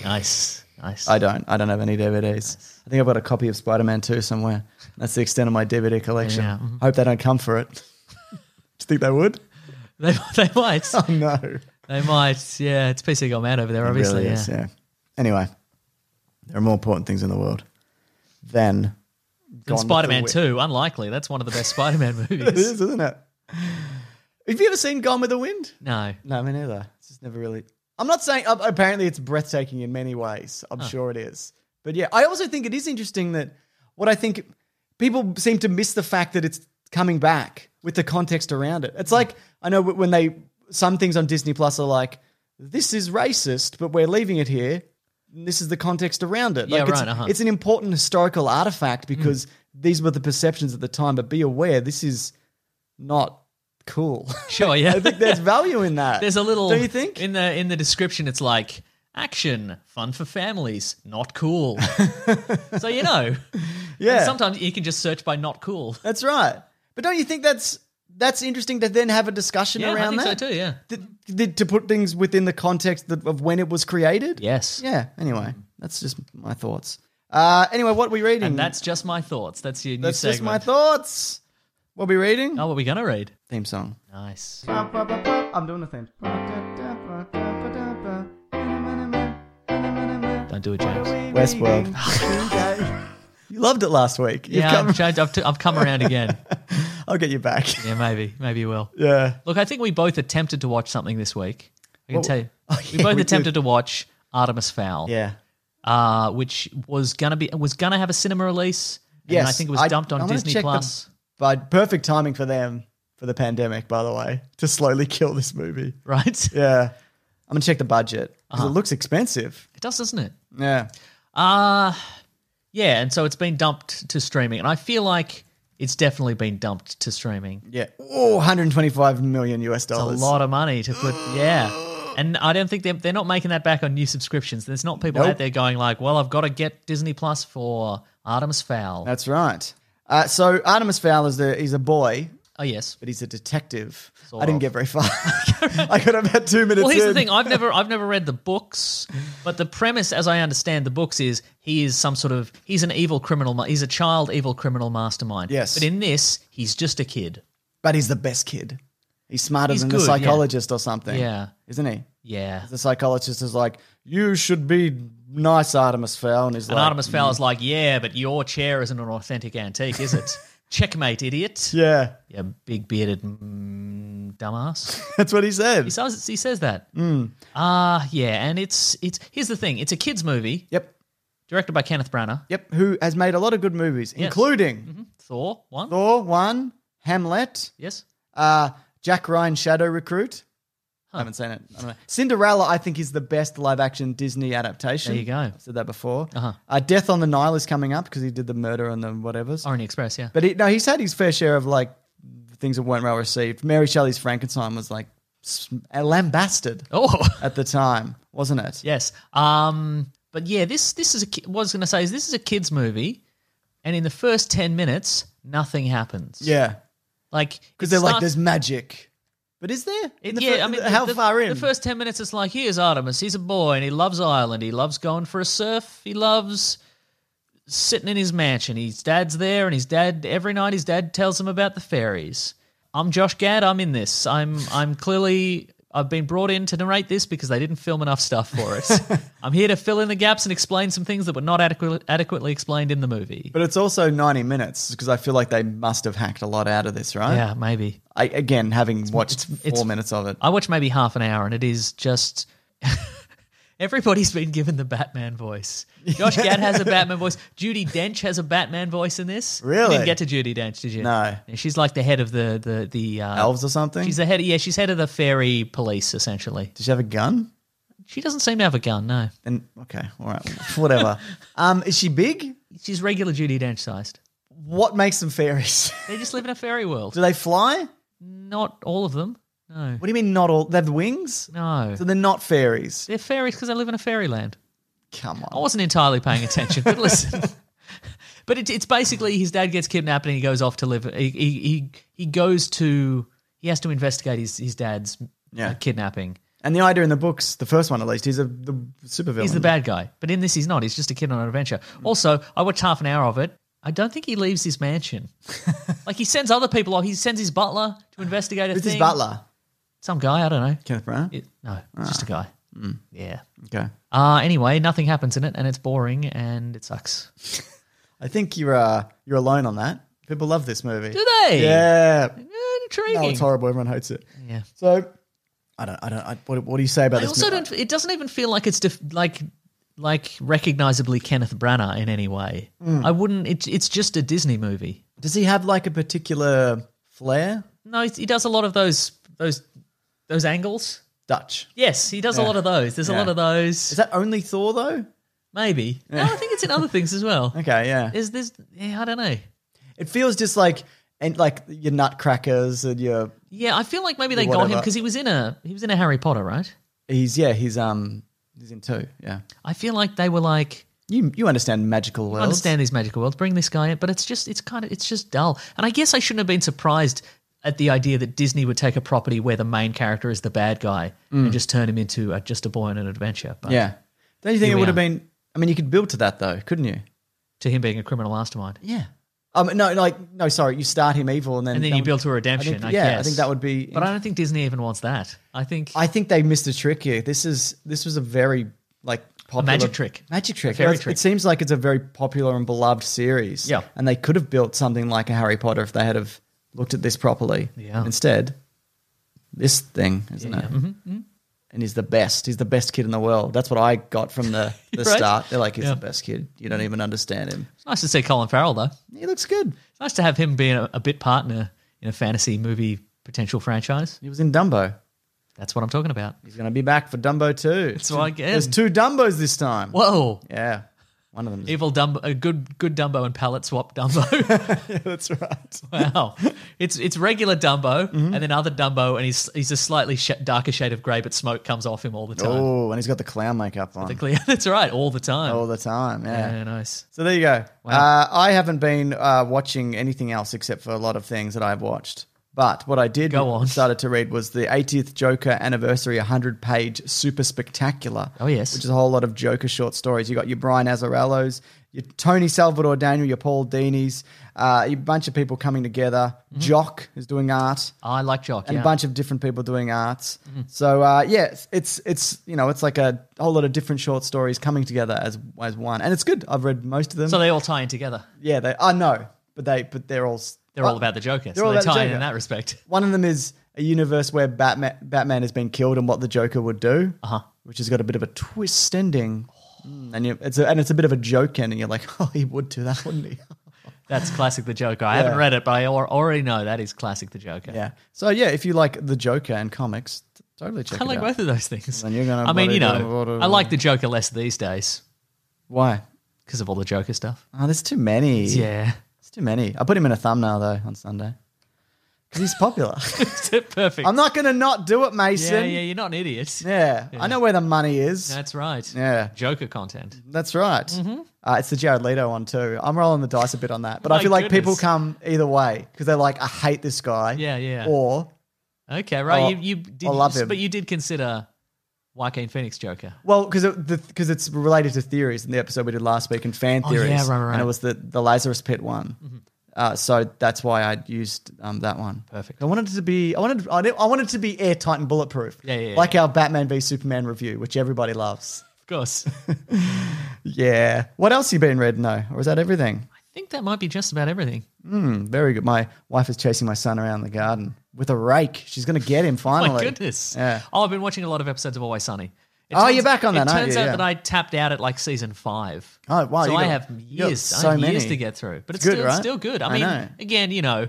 Speaker 4: Nice, nice.
Speaker 2: I don't. I don't have any DVDs. I think I've got a copy of Spider Man 2 somewhere. That's the extent of my DVD collection.
Speaker 4: Yeah, mhm.
Speaker 2: Hope they don't come for it. Do you think they would?
Speaker 4: They, they might.
Speaker 2: Oh, no.
Speaker 4: They might. Yeah, it's PC gone mad over there. Obviously,
Speaker 2: Really
Speaker 4: yeah.
Speaker 2: is, yeah. Anyway, there are more important things in the world than. Gone
Speaker 4: And
Speaker 2: with the
Speaker 4: Spider Man
Speaker 2: Wind.
Speaker 4: 2, unlikely. That's one of the best Spider Man
Speaker 2: It
Speaker 4: movies.
Speaker 2: is, isn't it? Have you ever seen Gone with the Wind?
Speaker 4: No.
Speaker 2: No, me neither. It's just never really. I'm not saying. uh, Apparently, it's breathtaking in many ways. I'm sure it is. But yeah, I also think it is interesting that what I think people seem to miss the fact that it's coming
Speaker 4: Hmm.
Speaker 2: back with the context around it. It's like I know when they some things on Disney Plus are like this is racist, but we're leaving it here. and This is the context around it.
Speaker 4: Yeah,
Speaker 2: it's,
Speaker 4: right, uh-huh. Hmm.
Speaker 2: it's an important historical artifact because these were the perceptions at the time. But be aware, this is not cool.
Speaker 4: Sure, yeah.
Speaker 2: I think there's value in that.
Speaker 4: There's a little.
Speaker 2: Don't you think?
Speaker 4: in the in the description? It's like action, fun for families, not cool. so you know,
Speaker 2: yeah,
Speaker 4: sometimes you can just search by not cool.
Speaker 2: that's right. But don't you think that's that's interesting to then have a discussion
Speaker 4: Yeah, I
Speaker 2: around
Speaker 4: think
Speaker 2: that?
Speaker 4: so too. Yeah.
Speaker 2: Th- th- to put things within the context of of when it was created.
Speaker 4: Yes.
Speaker 2: Yeah. Anyway, that's just my thoughts. Uh, anyway, what are we reading?
Speaker 4: And that's just my thoughts. That's your new
Speaker 2: That's
Speaker 4: segment.
Speaker 2: just my thoughts. What are we reading?
Speaker 4: Oh, what are we gonna read?
Speaker 2: Theme song.
Speaker 4: Nice.
Speaker 2: I'm doing the theme.
Speaker 4: Don't do it, James.
Speaker 2: Westworld. you loved it last week. You've
Speaker 4: Yeah,
Speaker 2: come-
Speaker 4: I've, changed, I've, t- I've come around again.
Speaker 2: I'll get you back.
Speaker 4: yeah, maybe, maybe you will.
Speaker 2: Yeah.
Speaker 4: Look, I think we both attempted to watch something this week. I can
Speaker 2: Well,
Speaker 4: tell you,
Speaker 2: oh,
Speaker 4: we
Speaker 2: yeah,
Speaker 4: both
Speaker 2: we
Speaker 4: attempted to watch Artemis Fowl,
Speaker 2: Yeah.
Speaker 4: uh, which was gonna be was gonna have a cinema release. And
Speaker 2: Yes,
Speaker 4: I think it was
Speaker 2: I-
Speaker 4: dumped on
Speaker 2: I'm gonna
Speaker 4: Disney
Speaker 2: check the-
Speaker 4: Plus.
Speaker 2: But perfect timing for them for the pandemic, by the way, to slowly kill this movie.
Speaker 4: right?
Speaker 2: Yeah. I'm going to check the budget because
Speaker 4: Uh-huh.
Speaker 2: it looks expensive.
Speaker 4: It does, doesn't it?
Speaker 2: Yeah.
Speaker 4: Uh yeah, and so it's been dumped to streaming, and I feel like it's definitely been dumped to streaming.
Speaker 2: Yeah. Oh, 125 million US
Speaker 4: It's a
Speaker 2: dollars.
Speaker 4: lot of money to put, yeah. And I don't think they're, they're not making that back on new subscriptions. There's not people
Speaker 2: Nope.
Speaker 4: out there going like, "Well, I've got to get Disney Plus for Artemis Fowl."
Speaker 2: That's right. Uh, so Artemis Fowl is the he's a boy,
Speaker 4: oh yes.
Speaker 2: but he's a detective.
Speaker 4: Sort
Speaker 2: I didn't
Speaker 4: of.
Speaker 2: get very far. I got about two minutes.
Speaker 4: Well, here's the
Speaker 2: in.
Speaker 4: thing. I've never I've never read the books, but the premise, as I understand the books, is he is some sort of he's an evil criminal. ma- He's a child evil criminal mastermind.
Speaker 2: Yes.
Speaker 4: But in this, he's just a kid.
Speaker 2: But he's the best kid. He's smarter
Speaker 4: He's
Speaker 2: than the
Speaker 4: good, yeah.
Speaker 2: psychologist or something.
Speaker 4: Yeah.
Speaker 2: Isn't he?
Speaker 4: Yeah.
Speaker 2: The psychologist is like, you should be nice, Artemis Fowl. And he's
Speaker 4: And
Speaker 2: like,
Speaker 4: Artemis Fowl is like, yeah, but your chair isn't an authentic antique, is it? Checkmate, idiot. Yeah,
Speaker 2: Yeah.
Speaker 4: big bearded mm, dumbass.
Speaker 2: That's what he said.
Speaker 4: he says he says that.
Speaker 2: Mm.
Speaker 4: Ah, yeah, and it's it's here's the thing. It's a kids movie
Speaker 2: yep.
Speaker 4: directed by Kenneth Branagh.
Speaker 2: Yep. Who has made a lot of good movies, including
Speaker 4: Thor one.
Speaker 2: Thor 1, Hamlet,
Speaker 4: Yes.
Speaker 2: uh, Jack Ryan Shadow Recruit. I haven't seen it. I don't know. Cinderella, I think, is the best live action Disney adaptation.
Speaker 4: There you go.
Speaker 2: I've said that before.
Speaker 4: Uh-huh.
Speaker 2: Uh, Death on the Nile is coming up because he did the murder and the whatevers.
Speaker 4: Orient Express, yeah.
Speaker 2: But he, no, he's had his fair share of like things that weren't well received. Mary Shelley's Frankenstein was like sm- lambasted
Speaker 4: Oh.
Speaker 2: at the time, wasn't it?
Speaker 4: yes. Um but yeah, this this is a ki- what I was going to say is this is a kids movie and in the first 10 minutes nothing happens.
Speaker 2: Yeah.
Speaker 4: Like
Speaker 2: Because
Speaker 4: it
Speaker 2: they're like,
Speaker 4: starts-
Speaker 2: there's magic. But is there? In the
Speaker 4: yeah,
Speaker 2: fir-
Speaker 4: I mean,
Speaker 2: how
Speaker 4: the, the-
Speaker 2: far in?
Speaker 4: The first 10 minutes, it's like, here's Artemis. He's a boy and he loves Ireland. He loves going for a surf. He loves sitting in his mansion. His dad's there and his dad, every night, his dad tells him about the fairies. I'm Josh Gad. I'm in this. I'm, I'm clearly, I've been brought in to narrate this because they didn't film enough stuff for us. I'm here to fill in the gaps and explain some things that were not adequate, adequately explained in the movie.
Speaker 2: But it's also 90 minutes because I feel like they must have hacked a lot out of this, right?
Speaker 4: yeah, maybe.
Speaker 2: I, again, having watched four
Speaker 4: it's- uh,
Speaker 2: minutes of it.
Speaker 4: I watch maybe half an hour, and it is just everybody's been given the Batman voice. Josh Gad has a Batman voice. Judy Dench has a Batman voice in this. You
Speaker 2: Really?
Speaker 4: didn't get to Judy Dench, did you?
Speaker 2: No.
Speaker 4: Yeah, She's like the head of the the the uh,
Speaker 2: Elves or something?
Speaker 4: She's the head. Yeah, she's head of the fairy police essentially.
Speaker 2: Does she have a gun?
Speaker 4: She doesn't seem to have a gun. No,
Speaker 2: And okay, all right, whatever. um, is she big?
Speaker 4: she's regular Judy Dench sized.
Speaker 2: What makes them fairies?
Speaker 4: They just live in a fairy world.
Speaker 2: Do they fly?
Speaker 4: Not all of them. No,
Speaker 2: What do you mean not all? They have wings?
Speaker 4: no.
Speaker 2: So they're not fairies.
Speaker 4: They're fairies because they live in a fairyland.
Speaker 2: Come
Speaker 4: I
Speaker 2: on.
Speaker 4: wasn't entirely paying attention, but listen. but it, it's basically his dad gets kidnapped and he goes off to live. He he he, he goes to he has to investigate his his dad's uh,
Speaker 2: Yeah.
Speaker 4: kidnapping.
Speaker 2: And the idea in the books, the first one at least, he's a the supervillain.
Speaker 4: He's the bad guy, but in this he's not. He's just a kid on an adventure.
Speaker 2: Hmm.
Speaker 4: Also, I watched half an hour of it. I don't think he leaves his mansion. like he sends other people off. He sends his butler to investigate a
Speaker 2: It's
Speaker 4: thing.
Speaker 2: his butler,
Speaker 4: Some guy. I don't know.
Speaker 2: Kenneth Branagh.
Speaker 4: It- no, it's
Speaker 2: Ah.
Speaker 4: just a guy.
Speaker 2: Hmm.
Speaker 4: Yeah.
Speaker 2: Okay.
Speaker 4: Uh, anyway, nothing happens in it, and it's boring, and it sucks.
Speaker 2: I think you're uh, you're alone on that. People love this movie.
Speaker 4: Do they?
Speaker 2: Yeah.
Speaker 4: Intriguing.
Speaker 2: No, it's horrible. Everyone hates it.
Speaker 4: Yeah.
Speaker 2: So I don't. I don't. I, what, what do you say about
Speaker 4: I
Speaker 2: this?
Speaker 4: also
Speaker 2: movie?
Speaker 4: don't. It doesn't even feel like it's def, like like recognizably Kenneth Branagh in any way.
Speaker 2: Hmm.
Speaker 4: I wouldn't. It's it's just a Disney movie.
Speaker 2: Does he have like a particular flair?
Speaker 4: No, he he does a lot of those those those angles.
Speaker 2: Dutch.
Speaker 4: Yes, he does a
Speaker 2: Yeah.
Speaker 4: lot of those. There's a
Speaker 2: Yeah.
Speaker 4: lot of those.
Speaker 2: Is that only Thor though?
Speaker 4: Maybe. No, I think it's in other things as well.
Speaker 2: Okay, yeah.
Speaker 4: Is this? Yeah, I don't know.
Speaker 2: It feels just like and like your nutcrackers and your
Speaker 4: Yeah, I feel like maybe they got him
Speaker 2: Whatever.
Speaker 4: because he was in a he was in a Harry Potter, right?
Speaker 2: he's yeah he's um he's in two yeah.
Speaker 4: I feel like they were like
Speaker 2: You you understand magical worlds?
Speaker 4: I understand these magical worlds, bring this guy in, but it's just it's kind of it's just dull. And I guess I shouldn't have been surprised at the idea that Disney would take a property where the main character is the bad guy and just turn him into a, just a boy on an adventure. But
Speaker 2: Mm. Yeah. Don't you think
Speaker 4: Here
Speaker 2: it
Speaker 4: we
Speaker 2: would have
Speaker 4: are.
Speaker 2: been? I mean, you could build to that though, couldn't you?
Speaker 4: to him being a criminal mastermind,
Speaker 2: Yeah. Um, no, like no, sorry. You start him evil, and then
Speaker 4: and then
Speaker 2: that
Speaker 4: you
Speaker 2: would-
Speaker 4: build to a redemption. I,
Speaker 2: I think, yeah,
Speaker 4: guess.
Speaker 2: I think that would be.
Speaker 4: But I don't think Disney even wants that. I think
Speaker 2: I think they missed a trick here. This is this was a very like popular
Speaker 4: magic trick.
Speaker 2: magic trick.
Speaker 4: fairy
Speaker 2: It-
Speaker 4: trick.
Speaker 2: It seems like it's a very popular and beloved series.
Speaker 4: Yeah.
Speaker 2: and they could have built something like a Harry Potter if they had have looked at this properly.
Speaker 4: Yeah. Mm-hmm,
Speaker 2: Instead, this thing isn't it? And he's the best. He's the best kid in the world. That's what I got from the the
Speaker 4: Right.
Speaker 2: start. They're like, he's
Speaker 4: Yeah.
Speaker 2: the best kid. You don't even understand him.
Speaker 4: it's nice to see Colin Farrell though.
Speaker 2: He looks good.
Speaker 4: It's nice to have him being a, a bit partner in a fantasy movie potential franchise.
Speaker 2: He was in Dumbo.
Speaker 4: That's what I'm talking about.
Speaker 2: He's going to be back for Dumbo too.
Speaker 4: That's what I get.
Speaker 2: There's two Dumbos this time.
Speaker 4: Whoa.
Speaker 2: Yeah, one of them.
Speaker 4: Evil Dumbo, a good good Dumbo and palette swap Dumbo.
Speaker 2: That's right. Mm-hmm.
Speaker 4: wow, it's it's regular Dumbo and then other Dumbo, and he's he's a slightly sh- darker shade of grey, but smoke comes off him all the time.
Speaker 2: Oh, and he's got the clown makeup on
Speaker 4: Clear- That's right, all the time.
Speaker 2: all the time. Yeah.
Speaker 4: yeah, nice.
Speaker 2: So there you go. Uh, I haven't been uh, watching anything else except for a lot of things that I've watched. But what I did
Speaker 4: Go on.
Speaker 2: started to read was the 80th Joker anniversary 100 page super spectacular.
Speaker 4: Oh, yes.
Speaker 2: which is a whole lot of Joker short stories. You got your Brian Azzarello's, your Tony Salvador Daniel, your Paul Dini's, uh, a bunch of people coming together.
Speaker 4: Mm-hmm.
Speaker 2: Jock is doing art
Speaker 4: I like Jock.
Speaker 2: and
Speaker 4: yeah. Mm-hmm.
Speaker 2: a bunch of different people doing arts. So uh, yeah, it's, it's it's you know it's like a whole lot of different short stories coming together as as one, and it's good. I've read most of them.
Speaker 4: so they all tie in together.
Speaker 2: yeah, they I know, but they but they're all s-
Speaker 4: They're all about the Joker.
Speaker 2: Oh. they're
Speaker 4: So
Speaker 2: all
Speaker 4: they
Speaker 2: about the
Speaker 4: tie in in
Speaker 2: Joker.
Speaker 4: that respect.
Speaker 2: One of them is a universe where Batman Batman has been killed and what the Joker would do, uh-huh. which has got a bit of a twist ending, Mm, and you, it's a, and it's a bit of a joke ending. You're like, oh, he would do that, wouldn't he?
Speaker 4: That's classic the Joker. I haven't read it, but I al- already know that is classic the Joker.
Speaker 2: yeah. So yeah, if you like the Joker and comics, t- totally check
Speaker 4: I
Speaker 2: it
Speaker 4: like
Speaker 2: out.
Speaker 4: both of those things.
Speaker 2: Then you're gonna
Speaker 4: I mean, you
Speaker 2: bloody
Speaker 4: know,
Speaker 2: do-
Speaker 4: I like the Joker less these days
Speaker 2: Why?
Speaker 4: because of all the Joker stuff.
Speaker 2: Oh, there's too many.
Speaker 4: Yeah.
Speaker 2: It's too many. I put him in a thumbnail though on Sunday because he's popular.
Speaker 4: Perfect.
Speaker 2: I'm not going to not do it,
Speaker 4: yeah,
Speaker 2: Mason.
Speaker 4: yeah, you're not an idiot.
Speaker 2: Yeah. I know where the money is.
Speaker 4: That's right.
Speaker 2: yeah,
Speaker 4: Joker content.
Speaker 2: that's right. Uh, it's the Jared Leto one too. I'm rolling the dice a bit on that, but I
Speaker 4: My
Speaker 2: feel like people
Speaker 4: goodness.
Speaker 2: come either way because they're like, I hate this guy.
Speaker 4: Yeah, yeah.
Speaker 2: Or
Speaker 4: Okay, right.
Speaker 2: Oh,
Speaker 4: you, you did,
Speaker 2: I love him.
Speaker 4: but you did consider Joaquin Phoenix Joker.
Speaker 2: well, because because it's related to theories in the episode we did last week and fan
Speaker 4: Oh, yeah,
Speaker 2: theories,
Speaker 4: right, right,
Speaker 2: and
Speaker 4: right. Mm-hmm.
Speaker 2: it was the the Lazarus Pit one. Uh, so that's why I used um, that one.
Speaker 4: Perfect.
Speaker 2: I wanted it to be I wanted I didn't- I wanted it to be airtight and bulletproof.
Speaker 4: Yeah, yeah, yeah.
Speaker 2: Like our Batman v Superman review, which everybody loves.
Speaker 4: Of course. I
Speaker 2: Yeah. What else you been reading though, or is that everything?
Speaker 4: think that might be just about everything.
Speaker 2: Very good. My wife is chasing my son around the garden with a rake. She's going to get him
Speaker 4: Oh My
Speaker 2: finally.
Speaker 4: goodness.
Speaker 2: Yeah.
Speaker 4: Oh, I've been watching a lot of episodes of Always Sunny. It
Speaker 2: Oh, you're back on that,
Speaker 4: It
Speaker 2: aren't
Speaker 4: turns
Speaker 2: you?
Speaker 4: out
Speaker 2: Yeah.
Speaker 4: that I tapped out at like season five.
Speaker 2: Oh, wow,
Speaker 4: So
Speaker 2: you
Speaker 4: I
Speaker 2: got-
Speaker 4: have
Speaker 2: you got
Speaker 4: years,
Speaker 2: so
Speaker 4: I have years
Speaker 2: many.
Speaker 4: to get through, but it's,
Speaker 2: good,
Speaker 4: still,
Speaker 2: right?
Speaker 4: still good. I,
Speaker 2: I
Speaker 4: mean,
Speaker 2: know.
Speaker 4: again, you know,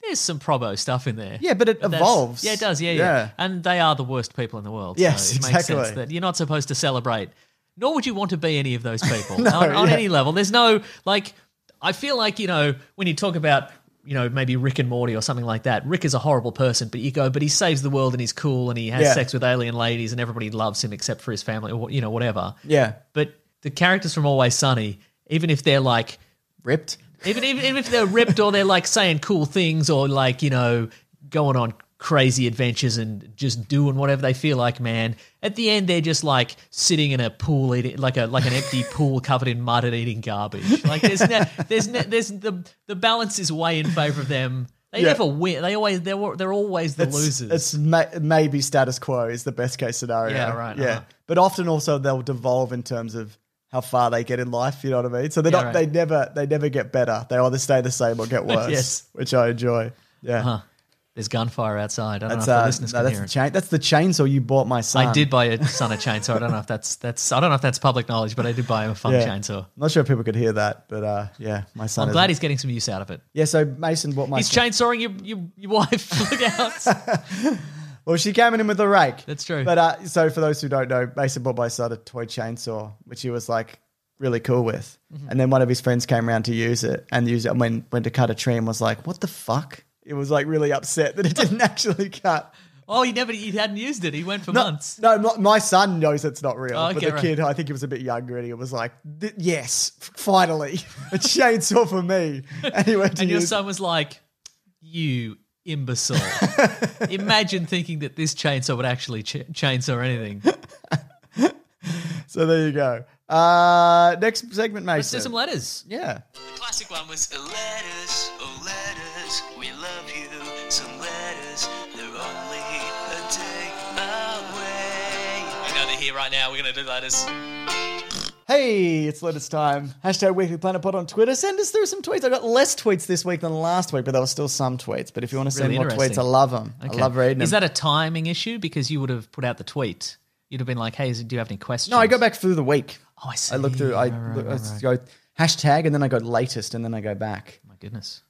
Speaker 4: there's some probo stuff in there.
Speaker 2: Yeah, but it
Speaker 4: that's-
Speaker 2: evolves.
Speaker 4: Yeah, it does. Yeah, yeah,
Speaker 2: Yeah.
Speaker 4: And they are the worst people in the world.
Speaker 2: Yes,
Speaker 4: so it makes sense
Speaker 2: exactly.
Speaker 4: that you're not supposed to celebrate. Nor would you want to be any of those people on, on
Speaker 2: yeah.
Speaker 4: any level. There's no like. I feel like you know when you talk about you know maybe Rick and Morty or something like that. Rick is a horrible person, but you go, but he saves the world and he's cool and he has
Speaker 2: Yeah.
Speaker 4: sex with alien ladies and everybody loves him except for his family or you know whatever.
Speaker 2: Yeah.
Speaker 4: But the characters from Always Sunny, even if they're like
Speaker 2: Ripped.
Speaker 4: even, even even if they're ripped or they're like saying cool things or like you know going on crazy adventures and just doing whatever they feel like man at the end they're just like sitting in a pool eating like a like an empty pool covered in mud and eating garbage like there's no, there's no, there's the the balance is way in favor of them they
Speaker 2: Yeah.
Speaker 4: never win they always they're wa- they're always the losers
Speaker 2: It's ma- maybe status quo is the best case scenario.
Speaker 4: Yeah, right,
Speaker 2: Yeah.
Speaker 4: uh-huh.
Speaker 2: But often also they'll devolve in terms of how far they get in life. You know what I mean? So they're
Speaker 4: Yeah,
Speaker 2: not,
Speaker 4: right.
Speaker 2: they never, they never get better. They either stay the same or get worse,
Speaker 4: Yes.
Speaker 2: which I enjoy. Yeah.
Speaker 4: there's gunfire outside i don't
Speaker 2: That's,
Speaker 4: know if the
Speaker 2: uh,
Speaker 4: listeners
Speaker 2: no,
Speaker 4: can
Speaker 2: that's,
Speaker 4: hear
Speaker 2: the
Speaker 4: it.
Speaker 2: chain, that's the chainsaw you bought my son.
Speaker 4: I did buy a son a chainsaw. I don't know if that's that's I don't know if that's public knowledge, but I did buy him a fun
Speaker 2: Yeah.
Speaker 4: chainsaw.
Speaker 2: I'm not sure if people could hear that, but uh, yeah, my son.
Speaker 4: I'm
Speaker 2: is-
Speaker 4: glad he's getting some use out of it.
Speaker 2: Yeah, so Mason bought my
Speaker 4: He's
Speaker 2: son.
Speaker 4: chainsawing your, your, your wife. Look out.
Speaker 2: Well, she came in with a rake.
Speaker 4: That's true.
Speaker 2: But uh, so for those who don't know, Mason bought by side a toy chainsaw, which he was like really cool with.
Speaker 4: Mm-hmm.
Speaker 2: And then one of his friends came around to use it and used it and went, went to cut a tree and was like, what the fuck? It was like really upset that it didn't actually cut.
Speaker 4: Oh, he never, he hadn't used it. He went for months.
Speaker 2: No, my, my son knows it's not real.
Speaker 4: Oh,
Speaker 2: but
Speaker 4: okay,
Speaker 2: the
Speaker 4: right.
Speaker 2: kid, I think he was a bit younger and he was like, "Th- yes, f- finally, a chainsaw for me. And he went to
Speaker 4: And your
Speaker 2: use-
Speaker 4: son was like, "You imbecile! Imagine thinking that this chainsaw would actually ch- chainsaw anything."
Speaker 2: So there you go. Uh, next segment, Mason.
Speaker 4: Let's do some letters.
Speaker 2: yeah.
Speaker 5: Classic one was letters, oh letters, we love you. Some letters, they're only a day away.
Speaker 4: I know they're here right now. We're gonna do letters.
Speaker 2: Hey, it's letters time. Hashtag Weekly Planet Pod on Twitter. Send us through some tweets. I got less tweets this week than last week, but there were still some tweets. But if you want to send
Speaker 4: Really
Speaker 2: more tweets, I
Speaker 4: interesting.
Speaker 2: love them. I love reading them.
Speaker 4: Is that a timing issue? Because you would have put out the tweet. You'd have been like, "Hey, is- do you have any questions?"
Speaker 2: no, I go back through the week.
Speaker 4: Oh, I see.
Speaker 2: I look through. I,
Speaker 4: Right, right,
Speaker 2: look, uh,
Speaker 4: right,
Speaker 2: I
Speaker 4: right.
Speaker 2: go hashtag, and then I go latest, and then I go back,
Speaker 4: Oh My goodness.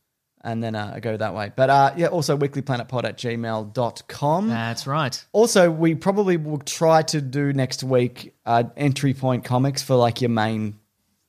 Speaker 2: and then uh, I go that way. But uh, yeah, also weeklyplanetpod at gmail.com.
Speaker 4: That's right.
Speaker 2: Also, we probably will try to do next week uh, entry point comics for like your main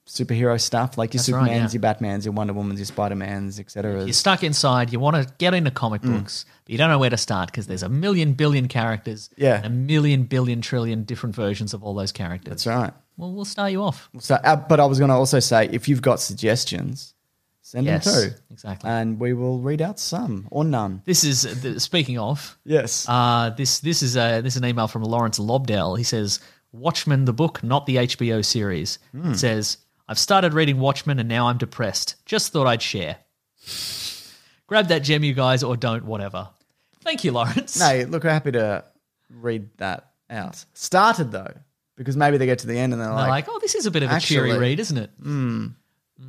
Speaker 2: superhero stuff, like your
Speaker 4: That's
Speaker 2: Supermans,
Speaker 4: right, yeah.
Speaker 2: your Batmans, your Wonder Womans, your Spider Mans, etc.
Speaker 4: You're stuck inside. You want to get into comic
Speaker 2: Mm.
Speaker 4: books, but you don't know where to start because there's a million billion characters.
Speaker 2: Yeah.
Speaker 4: and a million billion trillion different versions of all those characters.
Speaker 2: That's right.
Speaker 4: Well, we'll start you off.
Speaker 2: So, uh, but I was going to also say, if you've got suggestions, send
Speaker 4: Yes,
Speaker 2: them too,
Speaker 4: exactly.
Speaker 2: and we will read out some or none.
Speaker 4: This is the, speaking of.
Speaker 2: Yes.
Speaker 4: Uh, this this is a this is an email from Lawrence Lobdell. He says Watchmen the book, not the HBO series.
Speaker 2: Hmm.
Speaker 4: It says I've started reading Watchmen and now I'm depressed. Just thought I'd share. Grab that gem, you guys, or don't. Whatever. Thank you, Lawrence.
Speaker 2: no, look, we're happy to read that out. Started though, because maybe they get to the end and they're
Speaker 4: They're
Speaker 2: like,
Speaker 4: like, oh, this is a bit of a cheery
Speaker 2: actually- hmm.
Speaker 4: read, isn't it?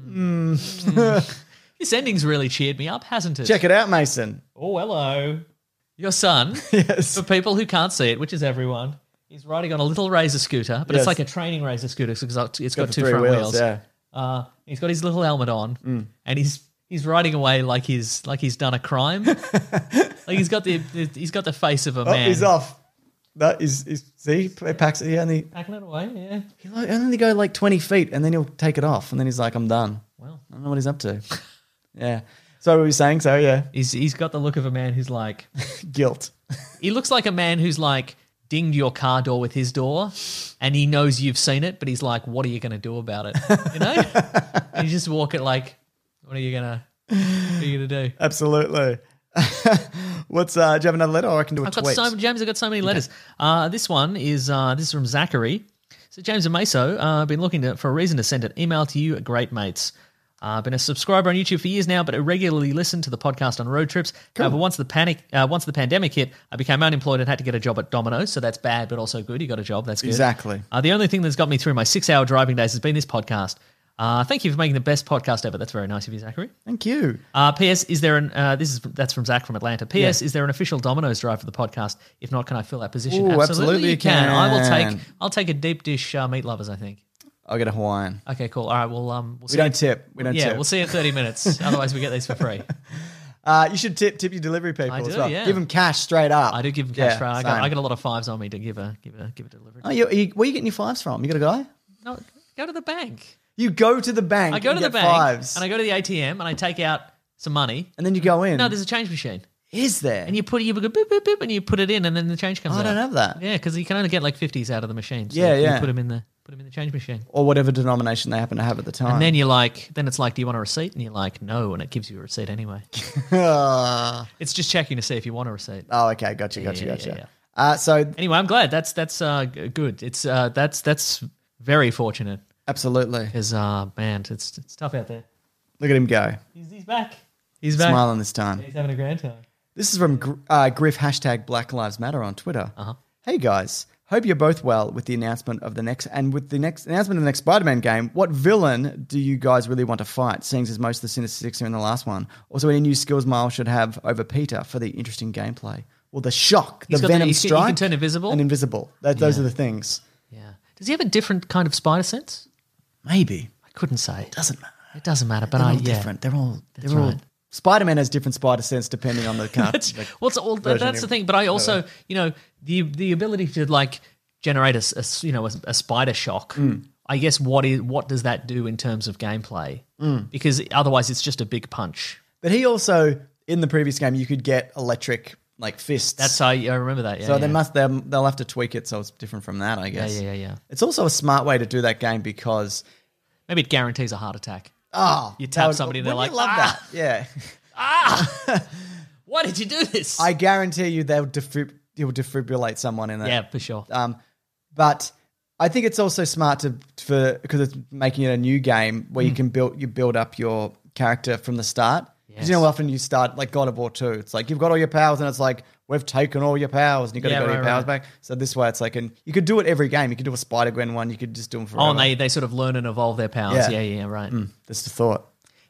Speaker 4: Mm. This ending's really cheered me up, hasn't it?
Speaker 2: check it out, Mason.
Speaker 4: Oh, hello. Your son,
Speaker 2: Yes.
Speaker 4: for people who can't see it, which is everyone, is riding on a little razor scooter, but
Speaker 2: Yes.
Speaker 4: it's like a training razor scooter because it's it's got,
Speaker 2: the
Speaker 4: two
Speaker 2: three
Speaker 4: front
Speaker 2: wheels,
Speaker 4: wheels.
Speaker 2: yeah. Hmm.
Speaker 4: Uh, he's got his little helmet on, and he's he's riding away like he's like he's done a crime. like he's got the he's got the face of a
Speaker 2: Oh,
Speaker 4: man.
Speaker 2: he's off. That is, is see, he packs it. He only
Speaker 4: Packing it away, yeah.
Speaker 2: he like- only go like twenty feet, and then he'll take it off, and then he's like, I'm done.
Speaker 4: Well.
Speaker 2: I don't know what he's up to. yeah. So what were you saying? So yeah,
Speaker 4: He's he's got the look of a man who's like
Speaker 2: guilt.
Speaker 4: He looks like a man who's like dinged your car door with his door and he knows you've seen it, but he's like, what are you going to do about it? You know? and you just walk it like, what are you going to what are you going to do?
Speaker 2: Absolutely. What's uh, do you have another letter or I can do a
Speaker 4: I've got
Speaker 2: tweet?
Speaker 4: so James, I've got so many letters. Uh, this one is uh, this is from Zachary. So James and Meso, uh, I've been looking to, for a reason to send an email to you, great mates. Uh, I've been a subscriber on YouTube for years now, but I regularly listen to the podcast on road trips. However, once the panic, uh, once the pandemic hit, I became unemployed and had to get a job at Domino's. So that's bad, but also good. You got a job. That's good.
Speaker 2: Exactly.
Speaker 4: Uh, the only thing that's got me through my six-hour driving days has been this podcast. Uh, thank you for making the best podcast ever. That's very nice of you, Zachary.
Speaker 2: Thank you.
Speaker 4: Uh, P.S. Is there an uh, this is that's from Zach from Atlanta. P.S. Is there an official Domino's drive for the podcast? If not, can I fill that position?
Speaker 2: Ooh, absolutely
Speaker 4: you
Speaker 2: you
Speaker 4: can. I will
Speaker 2: can.
Speaker 4: take I'll take a deep dish uh, meat lovers. I think.
Speaker 2: I'll get a Hawaiian.
Speaker 4: Okay, cool. All right, well, um, we'll
Speaker 2: We
Speaker 4: see
Speaker 2: don't tip. We don't
Speaker 4: yeah,
Speaker 2: tip.
Speaker 4: we'll see you in thirty minutes. Otherwise, we get these for free.
Speaker 2: Uh, you should tip tip your delivery people
Speaker 4: I
Speaker 2: as
Speaker 4: do,
Speaker 2: well.
Speaker 4: yeah.
Speaker 2: Give them cash straight up.
Speaker 4: I do give them cash
Speaker 2: Yeah,
Speaker 4: for. I got,
Speaker 2: same.
Speaker 4: I got a lot of fives on me to give a give a give a delivery.
Speaker 2: Oh, you, you, where you getting your fives from? You got a guy?
Speaker 4: No, go to the bank.
Speaker 2: You go to the bank.
Speaker 4: I go
Speaker 2: and
Speaker 4: to the
Speaker 2: get
Speaker 4: bank
Speaker 2: fives,
Speaker 4: and I go to the ATM and I take out some money.
Speaker 2: And then you go in.
Speaker 4: No, there's a change machine,
Speaker 2: is there?
Speaker 4: and you put you go boop boop boop, and you put it in, and then the change comes
Speaker 2: I
Speaker 4: out.
Speaker 2: don't have that.
Speaker 4: Yeah, because you can only get like fifties out of the machine. So
Speaker 2: Yeah,
Speaker 4: you
Speaker 2: yeah.
Speaker 4: Put them in the put 'em in the change machine,
Speaker 2: Or whatever denomination they happen to have at the time.
Speaker 4: and then you're like, then it's like, do you want a receipt? And you're like, no, and it gives you a receipt anyway.
Speaker 2: Ah.
Speaker 4: it's just checking to see if you want a receipt.
Speaker 2: oh, okay. Gotcha. Gotcha.
Speaker 4: yeah, yeah,
Speaker 2: gotcha.
Speaker 4: yeah.
Speaker 2: Uh, so
Speaker 4: Anyway, I'm glad that's that's uh, g- good. It's uh, that's that's very fortunate
Speaker 2: absolutely.
Speaker 4: because uh, man, it's it's tough out there.
Speaker 2: Look at him go.
Speaker 4: He's, he's back. He's back.
Speaker 2: Smiling this time.
Speaker 4: He's having a grand time.
Speaker 2: This is from Gr- uh, Griff hashtag Black Lives Matter on Twitter.
Speaker 4: Uh-huh.
Speaker 2: Hey guys, hope you're both well with the announcement of the next and with the next announcement of the next Spider-Man game. What villain do you guys really want to fight? Seeing as most of the Sinister Six are in the last one. Also, any new skills Miles should have over Peter for the interesting gameplay. Well, the shock,
Speaker 4: He's
Speaker 2: the
Speaker 4: got the-
Speaker 2: venom
Speaker 4: he can- he can
Speaker 2: strike,
Speaker 4: turn invisible.
Speaker 2: and invisible. That, Those are the things.
Speaker 4: Yeah. Does he have a different kind of spider sense?
Speaker 2: Maybe
Speaker 4: I couldn't say.
Speaker 2: doesn't matter.
Speaker 4: It doesn't matter. But
Speaker 2: They're
Speaker 4: I
Speaker 2: all
Speaker 4: yeah.
Speaker 2: different. They're all they're
Speaker 4: That's
Speaker 2: all
Speaker 4: right.
Speaker 2: Spider Man has different spider sense depending on the car.
Speaker 4: That's,
Speaker 2: the
Speaker 4: well, it's, well th-
Speaker 2: version
Speaker 4: that's the
Speaker 2: of-
Speaker 4: thing. But I also, you know, the the ability to like generate a, s- a s- you know a, a spider shock.
Speaker 2: Mm.
Speaker 4: I guess what is what does that do in terms of gameplay?
Speaker 2: Mm.
Speaker 4: Because otherwise, it's just a big punch.
Speaker 2: But he also in the previous game you could get electric like fists.
Speaker 4: That's how I, I remember that. Yeah,
Speaker 2: so
Speaker 4: yeah.
Speaker 2: they must they'll they'll have to tweak it so it's different from that, I
Speaker 4: Yeah,
Speaker 2: guess.
Speaker 4: yeah, yeah, yeah.
Speaker 2: It's also a smart way to do that game because
Speaker 4: Maybe it guarantees a heart attack.
Speaker 2: oh,
Speaker 4: You
Speaker 2: that
Speaker 4: tap
Speaker 2: would-
Speaker 4: somebody and they're
Speaker 2: wouldn't you
Speaker 4: like,
Speaker 2: love
Speaker 4: "Ah!"
Speaker 2: that. Yeah,
Speaker 4: Why did you do this?
Speaker 2: I guarantee you they'll defib- you'll defibrillate someone in that.
Speaker 4: yeah, for sure.
Speaker 2: Um, but I think it's also smart to for because it's making it a new game where
Speaker 4: Hmm.
Speaker 2: you can build you build up your character from the start. 'Cause You know,
Speaker 4: Yes.
Speaker 2: often you start like God of War two. It's like you've got all your powers, and it's like we've taken all your powers, and you got to
Speaker 4: Yeah,
Speaker 2: go to
Speaker 4: right,
Speaker 2: your powers
Speaker 4: right.
Speaker 2: back. So this way, it's like, and you could do it every game. You could do a Spider Gwen one. You could just do them forever.
Speaker 4: Oh, and they, they sort of learn and evolve their powers. Yeah,
Speaker 2: Yeah. Mm.
Speaker 4: yeah, yeah right.
Speaker 2: That's the thought.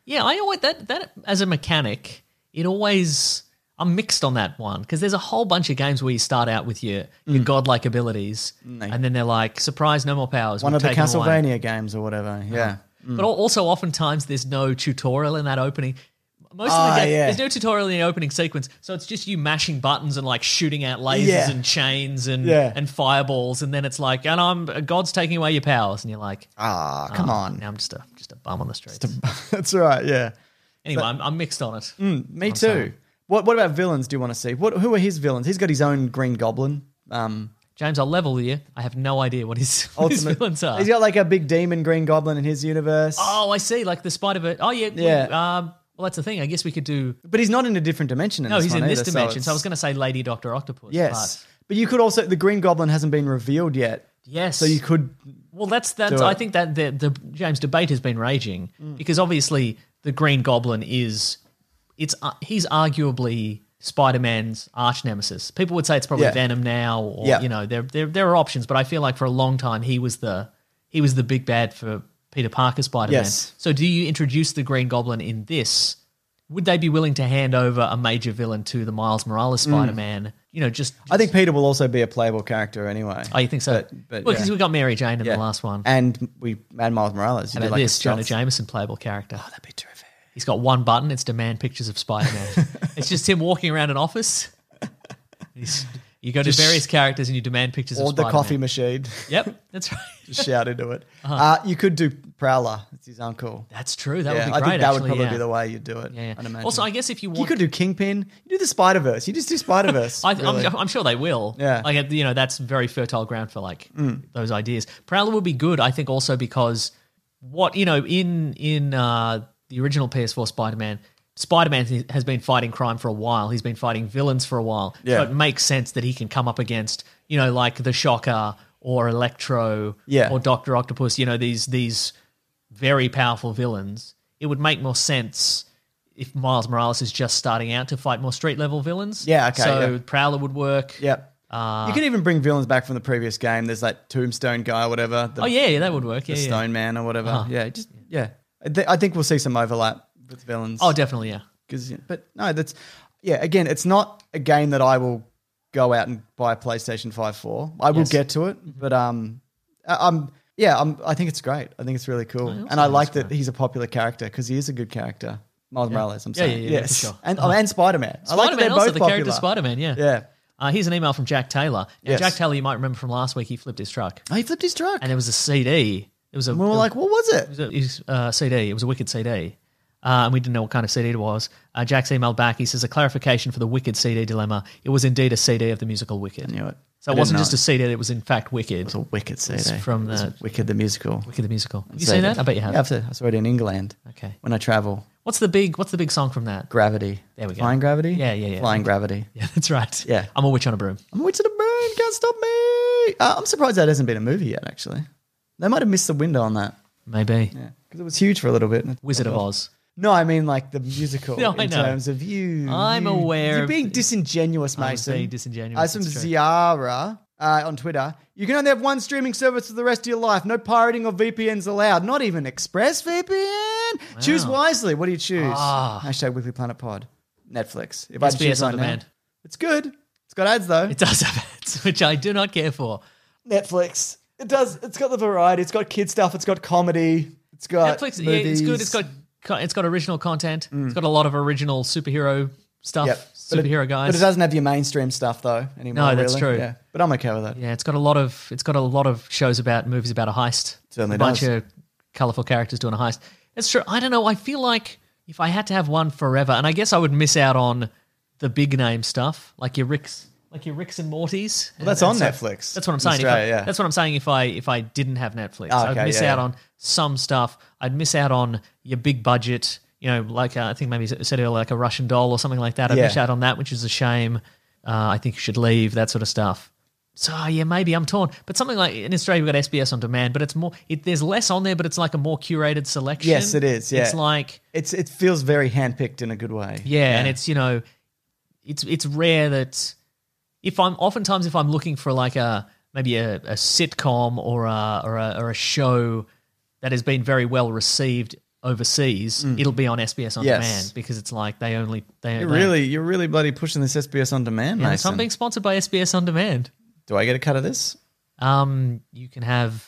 Speaker 4: Yeah, I always that that as a mechanic, it always I'm mixed on that one because there's a whole bunch of games where you start out with your
Speaker 2: Mm.
Speaker 4: your godlike abilities, and then they're like, surprise, no more powers.
Speaker 2: One
Speaker 4: we've
Speaker 2: of the
Speaker 4: taken them Uh-huh. away."
Speaker 2: Castlevania Mm. games or whatever. Yeah.
Speaker 4: But al- also, oftentimes there's no tutorial in that opening. Most of
Speaker 2: Ah,
Speaker 4: the game,
Speaker 2: yeah.
Speaker 4: there's no tutorial in the opening sequence, so it's just you mashing buttons and like shooting out lasers
Speaker 2: Yeah.
Speaker 4: and chains and
Speaker 2: Yeah.
Speaker 4: and fireballs, and then it's like, and I'm uh, God's taking away your powers, and you're like,
Speaker 2: Ah, come
Speaker 4: "Oh,
Speaker 2: on.
Speaker 4: now I'm just a just a bum on the streets.
Speaker 2: That's right. Yeah.
Speaker 4: anyway, I'm, I'm mixed on it.
Speaker 2: Me too. What What about villains? Do you want to see? What Who are his villains? He's got his own Green Goblin. Um,
Speaker 4: James, I'll level you. I have no idea what his, what his
Speaker 2: ultimate
Speaker 4: villains are.
Speaker 2: He's got like a big demon Green Goblin in his universe.
Speaker 4: oh, I see. Like the Spider Verse. Oh, yeah. we-
Speaker 2: Yeah.
Speaker 4: um, well, that's the thing. I guess we could do.
Speaker 2: But he's not in a different dimension. In
Speaker 4: No,
Speaker 2: this
Speaker 4: he's
Speaker 2: one
Speaker 4: in this
Speaker 2: either,
Speaker 4: dimension. So, I
Speaker 2: it's-
Speaker 4: was going to say Lady Doctor Octopus.
Speaker 2: yes. But you could also the Green Goblin hasn't been revealed yet,
Speaker 4: but- yes.
Speaker 2: so you could.
Speaker 4: Well, that's that's.
Speaker 2: Do it. Mm.
Speaker 4: I think that the, the James debate has been raging because obviously the Green Goblin is it's uh, he's arguably Spider-Man's arch nemesis. People would say it's probably
Speaker 2: Yeah.
Speaker 4: Venom now, or
Speaker 2: Yeah.
Speaker 4: you know there, there there are options, but I feel like for a long time he was the he was the big bad for Peter Parker Spider-Man.
Speaker 2: Yes.
Speaker 4: So do you introduce the Green Goblin in this? Would they be willing to hand over a major villain to the Miles Morales Spider-Man? You know, just,
Speaker 2: Mm. I think Peter will also be a playable character anyway.
Speaker 4: Oh, you think so?
Speaker 2: But- but
Speaker 4: well, because
Speaker 2: yeah.
Speaker 4: we got Mary Jane in
Speaker 2: Yeah.
Speaker 4: the last one.
Speaker 2: and we and Miles Morales. You
Speaker 4: How
Speaker 2: did
Speaker 4: about
Speaker 2: like a
Speaker 4: this Jonah
Speaker 2: stealth-
Speaker 4: Jameson playable character? Oh, that'd be terrific. He's got one button. It's demand pictures of Spider Man. it's just him walking around an office. He's- you go to various characters and you demand pictures of
Speaker 2: or the
Speaker 4: Spider-Man.
Speaker 2: coffee machine.
Speaker 4: Yep, that's right.
Speaker 2: Just shout into it.
Speaker 4: Uh-huh.
Speaker 2: uh you could do Prowler. It's his uncle.
Speaker 4: That's true. That
Speaker 2: yeah,
Speaker 4: would be
Speaker 2: I
Speaker 4: great.
Speaker 2: think that
Speaker 4: actually,
Speaker 2: would probably
Speaker 4: yeah.
Speaker 2: be the way you do it.
Speaker 4: Yeah, yeah.
Speaker 2: I'd imagine.
Speaker 4: Also, I guess if you want,
Speaker 2: you could do Kingpin. You do the Spider Verse. You just do Spider Verse.
Speaker 4: I, I'm, I'm sure they will.
Speaker 2: Yeah. Mm.
Speaker 4: like uh, you know, that's very fertile ground for like those ideas. Prowler would be good, I think, also because what you know in in uh, the original PS4 Spider-Man, Spider-Man has been fighting crime for a while. He's been fighting villains for a while.
Speaker 2: Yeah.
Speaker 4: so it makes sense that he can come up against you know like the Shocker or Electro,
Speaker 2: Yeah.
Speaker 4: or Doctor Octopus. You know these these very powerful villains. It would make more sense. If Miles Morales is just starting out to fight more street level villains,
Speaker 2: Yeah, okay,
Speaker 4: So
Speaker 2: yeah.
Speaker 4: Prowler would work.
Speaker 2: Yep.
Speaker 4: Uh,
Speaker 2: you can even bring villains back from the previous game. There's that Tombstone guy or whatever. The,
Speaker 4: Oh yeah, yeah, that would work.
Speaker 2: the
Speaker 4: Yeah, Uh-huh. yeah.
Speaker 2: Stone Man or whatever. Yeah, just yeah. I, th- I think we'll see some overlap with villains.
Speaker 4: Oh, definitely. Yeah.
Speaker 2: 'Cause, yeah, but no, that's yeah. Again, it's not a game that I will go out and buy a PlayStation Five for. I will
Speaker 4: Yes. Mm-hmm.
Speaker 2: get to it, but um, I, am yeah. I'm, I think it's great. I think it's really cool, and I like that he's a popular character because he is a good character. Miles Morales, I'm
Speaker 4: Yeah,
Speaker 2: saying.
Speaker 4: yeah, yeah, for
Speaker 2: yes.
Speaker 4: sure.
Speaker 2: And, oh, and Spider-Man. I like that
Speaker 4: Spider Man
Speaker 2: they're
Speaker 4: also
Speaker 2: both
Speaker 4: the character
Speaker 2: popular.
Speaker 4: Spider Man. Yeah.
Speaker 2: Yeah.
Speaker 4: Uh, here's an email from Jack Taylor. Now,
Speaker 2: Yes.
Speaker 4: Jack Taylor, you might remember from last week, he flipped his truck,
Speaker 2: Oh, he flipped his truck.
Speaker 4: and there was a CD. It was a.
Speaker 2: we were like, what was it?
Speaker 4: it was a, it was a CD. It was a Wicked CD. Uh, and we didn't know what kind of CD it was. Uh, Jack's emailed back. He says, a clarification for the Wicked CD dilemma. It was indeed a CD of the musical Wicked.
Speaker 2: knew it.
Speaker 4: So
Speaker 2: I
Speaker 4: it
Speaker 2: didn't
Speaker 4: wasn't
Speaker 2: know
Speaker 4: just
Speaker 2: it.
Speaker 4: a CD. It was, in fact, Wicked.
Speaker 2: It's a wicked CD.
Speaker 4: from
Speaker 2: It's
Speaker 4: the-
Speaker 2: Wicked the musical.
Speaker 4: Wicked the musical. Have you seen that? I bet you have.
Speaker 2: Yeah, I've seen- I saw it in England.
Speaker 4: Okay.
Speaker 2: When I travel,
Speaker 4: What's the big What's the big song from that?
Speaker 2: gravity.
Speaker 4: There we go.
Speaker 2: Flying gravity.
Speaker 4: Yeah, yeah, yeah.
Speaker 2: Flying gravity.
Speaker 4: Yeah, that's right.
Speaker 2: Yeah.
Speaker 4: I'm a witch on a broom.
Speaker 2: I'm a witch of the moon. Can't stop me. Uh, I'm surprised that hasn't been a movie yet. Actually, they might have missed the window on that
Speaker 4: Maybe.
Speaker 2: because it was huge for a little bit.
Speaker 4: Wizard of Oz.
Speaker 2: No, I mean like the musical
Speaker 4: No, I
Speaker 2: in
Speaker 4: know.
Speaker 2: terms of you.
Speaker 4: I'm
Speaker 2: you-
Speaker 4: aware
Speaker 2: You're
Speaker 4: of
Speaker 2: being
Speaker 4: the-
Speaker 2: disingenuous,
Speaker 4: I was
Speaker 2: Mason.
Speaker 4: being disingenuous,
Speaker 2: Uh, some
Speaker 4: it's true.
Speaker 2: Ziara uh, on Twitter. You can only have one streaming service for the rest of your life. No pirating or VPNs allowed. Not even ExpressVPN. Choose wisely. What do you choose?
Speaker 4: Ah.
Speaker 2: Hashtag Weekly Planet Pod. Netflix. If had to
Speaker 4: SBS
Speaker 2: choose
Speaker 4: on
Speaker 2: right now-
Speaker 4: demand.
Speaker 2: it's good. It's got ads though.
Speaker 4: It does have ads, which I do not care for.
Speaker 2: Netflix. It does. It's got the variety. It's got kid stuff. It's got comedy. It's got
Speaker 4: Netflix, yeah,
Speaker 2: Uh, Movies. Mm.
Speaker 4: it's good. It's got co- It's got original content. It's got a lot of original superhero stuff.
Speaker 2: Yep. But it-
Speaker 4: Superhero guys.
Speaker 2: But it doesn't have your mainstream stuff though anymore.
Speaker 4: No, that's
Speaker 2: really.
Speaker 4: true.
Speaker 2: Yeah. But I'm okay with that.
Speaker 4: Yeah, it's got a lot of it's got a lot of shows about movies about a heist.
Speaker 2: Certainly
Speaker 4: a bunch
Speaker 2: does.
Speaker 4: of colorful characters doing a heist. It's true. I don't know. I feel like if I had to have one forever, and I guess I would miss out on the big name stuff like your Ricks, like your Ricks and Mortys.
Speaker 2: Well, that's
Speaker 4: And-
Speaker 2: on
Speaker 4: and so-
Speaker 2: Netflix
Speaker 4: That's what I'm
Speaker 2: in
Speaker 4: saying. If I-
Speaker 2: Australia, yeah.
Speaker 4: That's what I'm saying. If I if I didn't have Netflix,
Speaker 2: Ah,
Speaker 4: I'd
Speaker 2: okay,
Speaker 4: miss
Speaker 2: yeah,
Speaker 4: out
Speaker 2: yeah.
Speaker 4: on some stuff. I'd miss out on your big budget. You know, like uh, I think maybe you said earlier, like a Russian doll or something like that. I'd
Speaker 2: Yeah.
Speaker 4: miss out on that, which is a shame. Uh, I think you should leave that sort of stuff. So oh, yeah, maybe I'm torn. But something like in Australia, we've got SBS on demand, but it's more. It, there's less on there, but it's like a more curated selection.
Speaker 2: Yes, it is, yeah.
Speaker 4: it's like
Speaker 2: It's it feels very handpicked in a good way.
Speaker 4: yeah, and it's you know, it's it's rare that if I'm oftentimes if I'm looking for like a maybe a, a sitcom or a, or a or a show that has been very well received overseas, it'll be on SBS on
Speaker 2: Mm. Yes.
Speaker 4: demand because it's like they only they
Speaker 2: You're
Speaker 4: they-
Speaker 2: really you're really bloody pushing this SBS on demand,
Speaker 4: Yeah, so
Speaker 2: Mason.
Speaker 4: I'm being sponsored by SBS on demand.
Speaker 2: Do I get a cut of this
Speaker 4: Um, you can have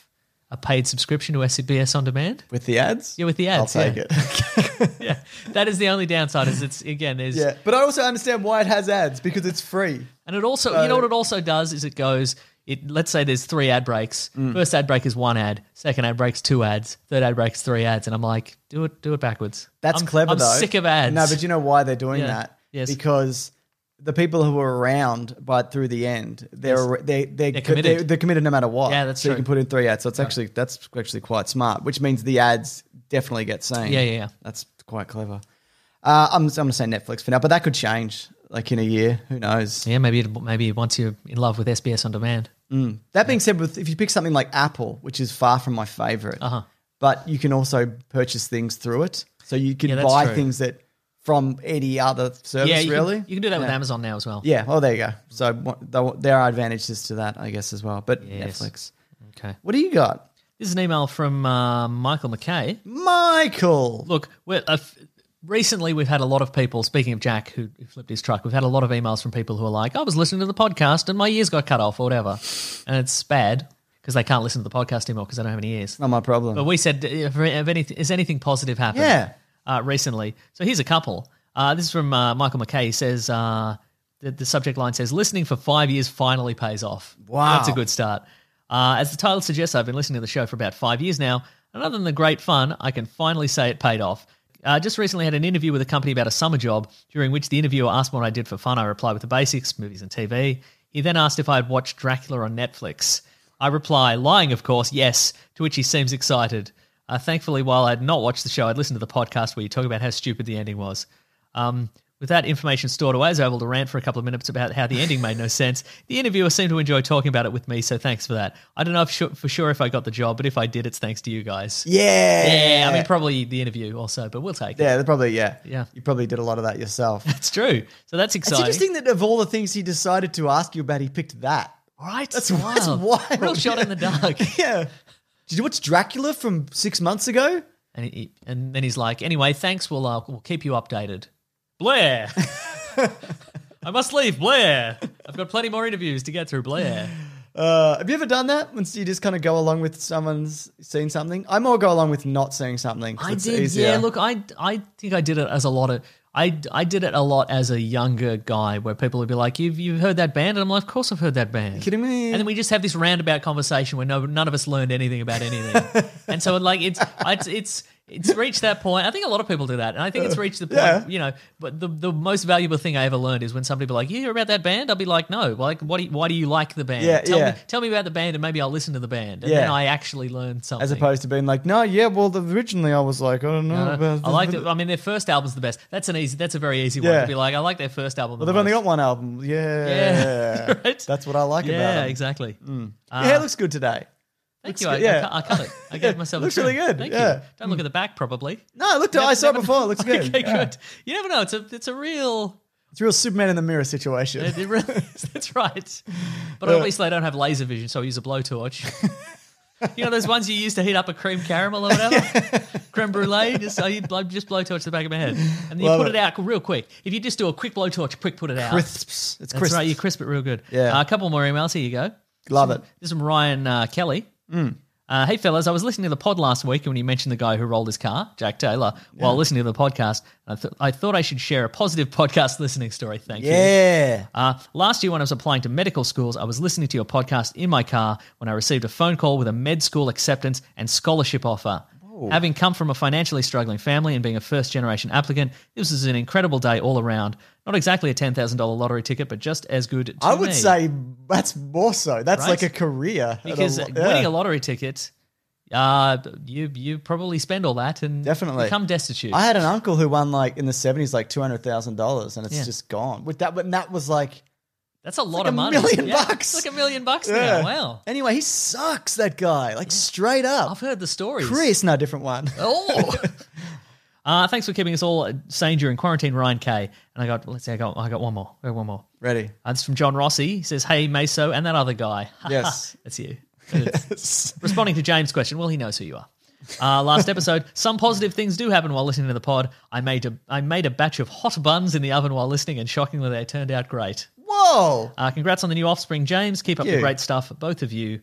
Speaker 4: a paid subscription to SBS on demand.
Speaker 2: with the ads?
Speaker 4: Yeah, with the ads.
Speaker 2: I'll take
Speaker 4: yeah.
Speaker 2: it.
Speaker 4: yeah, that is the only downside. Is it's again there's
Speaker 2: yeah, but I also understand why it has ads because it's free.
Speaker 4: And it also, you know what it also does is it goes, it let's say there's three ad breaks.
Speaker 2: Mm.
Speaker 4: First ad break is one ad, second ad break's two ads, third ad break's three ads, and I'm like, do it, do it backwards.
Speaker 2: That's
Speaker 4: I'm-
Speaker 2: clever
Speaker 4: I'm
Speaker 2: though.
Speaker 4: sick of ads.
Speaker 2: No, but you know why they're doing
Speaker 4: Yeah.
Speaker 2: that?
Speaker 4: Yes.
Speaker 2: Because the people who are around but through the end, they're they they they're
Speaker 4: They're committed.
Speaker 2: committed. They're, committed no matter what.
Speaker 4: Yeah, that's
Speaker 2: so
Speaker 4: true.
Speaker 2: you can put in three ads. So it's actually that's actually quite smart, which means the ads definitely get seen.
Speaker 4: Yeah, yeah, yeah.
Speaker 2: That's quite clever. Uh, I'm I'm gonna say Netflix for now, but that could change like in a year. Who knows?
Speaker 4: yeah, maybe it, maybe once you're in love with SBS on demand,
Speaker 2: That being said, with if you pick something like Apple, which is far from my favorite,
Speaker 4: Uh-huh.
Speaker 2: but you can also purchase things through it, so you can
Speaker 4: Yeah, that's
Speaker 2: buy
Speaker 4: true.
Speaker 2: things that from any other service.
Speaker 4: yeah, you
Speaker 2: really,
Speaker 4: can, you can do that with Amazon now as well.
Speaker 2: Yeah. Oh, there you go. So what- there there are advantages to that, I guess, as well. But
Speaker 4: Yes.
Speaker 2: Netflix.
Speaker 4: Okay,
Speaker 2: What do you got,
Speaker 4: this is an email from uh, Michael McKay.
Speaker 2: Michael?
Speaker 4: Look, we're, uh, f- recently we've had a lot of people, speaking of Jack who, who flipped his truck, we've had a lot of emails from people who are like, I was listening to the podcast and my ears got cut off or whatever. And it's bad because they can't listen to the podcast anymore because they don't have any ears.
Speaker 2: Not my problem.
Speaker 4: But we said, if, if anything, has anything positive happened
Speaker 2: Yeah.
Speaker 4: uh, recently? So here's a couple. Uh, this is from uh, Michael McKay. He says, uh, the, the subject line says, listening for five years finally pays off.
Speaker 2: Wow.
Speaker 4: That's a good start. Uh, as the title suggests, I've been listening to the show for about five years now. And other than the great fun, I can finally say it paid off. Uh, just recently had an interview with a company about a summer job, during which the interviewer asked me what I did for fun. I replied with the basics, movies and TV. He then asked if I had watched Dracula on Netflix. I reply, lying, of course, yes, to which he seems excited. Uh, thankfully, while I had not watched the show, I'd listened to the podcast where you talk about how stupid the ending was. Um, with that information stored away, I was able to rant for a couple of minutes about how the ending made no sense. The interviewer seemed to enjoy talking about it with me, so thanks for that. I don't know if sure, for sure if I got the job, but if I did, it's thanks to you guys.
Speaker 2: yeah.
Speaker 4: Yeah, I mean, probably the interview also, but we'll take it.
Speaker 2: yeah. They're probably yeah.
Speaker 4: Yeah.
Speaker 2: You probably did a lot of that yourself.
Speaker 4: It's true. So that's
Speaker 2: it's
Speaker 4: exciting.
Speaker 2: interesting that of all the things he decided to ask you about, he picked that.
Speaker 4: Right?
Speaker 2: That's,
Speaker 4: wow.
Speaker 2: that's wild.
Speaker 4: Real shot in the dark.
Speaker 2: yeah. Did you watch Dracula from six months ago?
Speaker 4: And, he, and then he's like, anyway, thanks. We'll, uh, we'll keep you updated. Blair. I must leave, Blair. I've got plenty more interviews to get through, Blair.
Speaker 2: Uh, have you ever done that? Once you just kind of go along with someone's seeing something. I more go along with not seeing something. 'cause
Speaker 4: I
Speaker 2: it's
Speaker 4: did,
Speaker 2: easier.
Speaker 4: yeah. Look, I I think I did it as a lot of I I did it a lot as a younger guy, where people would be like, "You've you've heard that band?" And I'm like, "Of course I've heard that band."
Speaker 2: kidding me?
Speaker 4: And then we just have this roundabout conversation where no none of us learned anything about anything, and so like it's it's it's. It's reached that point. I think a lot of people do that, and I think it's reached the point.
Speaker 2: Yeah.
Speaker 4: You know, but the the most valuable thing I ever learned is when somebody be like, "You hear about that band?" I'll be like, "No." Like, what? Do you, why do you like the band?
Speaker 2: Yeah,
Speaker 4: tell
Speaker 2: yeah.
Speaker 4: me tell me about the band, and maybe I'll listen to the band, and
Speaker 2: Yeah.
Speaker 4: then I actually learn something.
Speaker 2: As opposed to being like, no, yeah, well, the, originally I was like, I don't know
Speaker 4: I
Speaker 2: about.
Speaker 4: like it. I mean, their first album's the best. That's an easy. That's a very easy one
Speaker 2: Yeah.
Speaker 4: to be like. I like their first album.
Speaker 2: Well,
Speaker 4: the
Speaker 2: they've only
Speaker 4: most.
Speaker 2: got one album. Yeah,
Speaker 4: Yeah, right?
Speaker 2: that's what I like
Speaker 4: yeah,
Speaker 2: about it.
Speaker 4: exactly.
Speaker 2: Your hair looks good today.
Speaker 4: Thank
Speaker 2: looks
Speaker 4: you. I,
Speaker 2: good, yeah.
Speaker 4: I, cut, I cut it. I gave
Speaker 2: Yeah,
Speaker 4: myself.
Speaker 2: looks
Speaker 4: a trim.
Speaker 2: really good,
Speaker 4: Thank
Speaker 2: yeah.
Speaker 4: you. Don't look at the back, probably.
Speaker 2: No, I looked. I saw it before. It looks good.
Speaker 4: okay,
Speaker 2: Yeah.
Speaker 4: good. You never know. It's a it's a real.
Speaker 2: It's a real Superman in the mirror situation.
Speaker 4: It, it really is. That's right. But at least they don't have laser vision, so I use a blowtorch. you know those ones you use to heat up a cream caramel or whatever, creme brulee. Just I I just blowtorch the back of my head, and you
Speaker 2: Love
Speaker 4: put it.
Speaker 2: it.
Speaker 4: out real quick. If you just do a quick blowtorch, quick put it out.
Speaker 2: Crisps. It's
Speaker 4: That's
Speaker 2: crisps.
Speaker 4: right. You crisp it real good.
Speaker 2: Yeah.
Speaker 4: Uh, a couple more emails. Here you go.
Speaker 2: Love it. Mm.
Speaker 4: This is from Ryan uh, Kelly. Uh, hey, fellas, I was listening to the pod last week when you mentioned the guy who rolled his car, Jack Taylor, while listening to the podcast. I, th- I thought I should share a positive podcast listening story. Thank you.
Speaker 2: Yeah.
Speaker 4: Uh, last year, when I was applying to medical schools, I was listening to your podcast in my car when I received a phone call with a med school acceptance and scholarship offer. Having come from a financially struggling family and being a first generation applicant, this was an incredible day all around. Not exactly a $10,000 lottery ticket, but just as good. To
Speaker 2: I would
Speaker 4: me.
Speaker 2: say that's more so. That's
Speaker 4: Right?
Speaker 2: like a career. and a
Speaker 4: Because
Speaker 2: lo-
Speaker 4: winning
Speaker 2: yeah.
Speaker 4: a lottery ticket, uh, you you probably spend all that and
Speaker 2: Definitely.
Speaker 4: become destitute.
Speaker 2: I had an uncle who won like in the seventies, like two hundred thousand dollars, and it's
Speaker 4: Yeah.
Speaker 2: just gone. With that, but that was like,
Speaker 4: That's a lot
Speaker 2: like
Speaker 4: of
Speaker 2: a
Speaker 4: money.
Speaker 2: million
Speaker 4: Yeah,
Speaker 2: bucks.
Speaker 4: It's like a million bucks
Speaker 2: yeah.
Speaker 4: now. Oh, Wow.
Speaker 2: Anyway, he sucks. That guy, like straight up.
Speaker 4: I've heard the stories.
Speaker 2: Chris, no different one.
Speaker 4: Oh. uh, thanks for keeping us all sane during quarantine, Ryan K. And I got let's see, I got I got one more. I got one more.
Speaker 2: Ready?
Speaker 4: Uh, it's from John Rossi. He says, "Hey, Meso, and that other guy.
Speaker 2: Yes.
Speaker 4: that's you." Responding to James' question, well, he knows who you are. Uh, last episode, some positive things do happen while listening to the pod. I made a I made a batch of hot buns in the oven while listening, and shockingly, they turned out great.
Speaker 2: Whoa!
Speaker 4: Uh, congrats on the new offspring, James. Keep up
Speaker 2: you.
Speaker 4: the great stuff, both of you.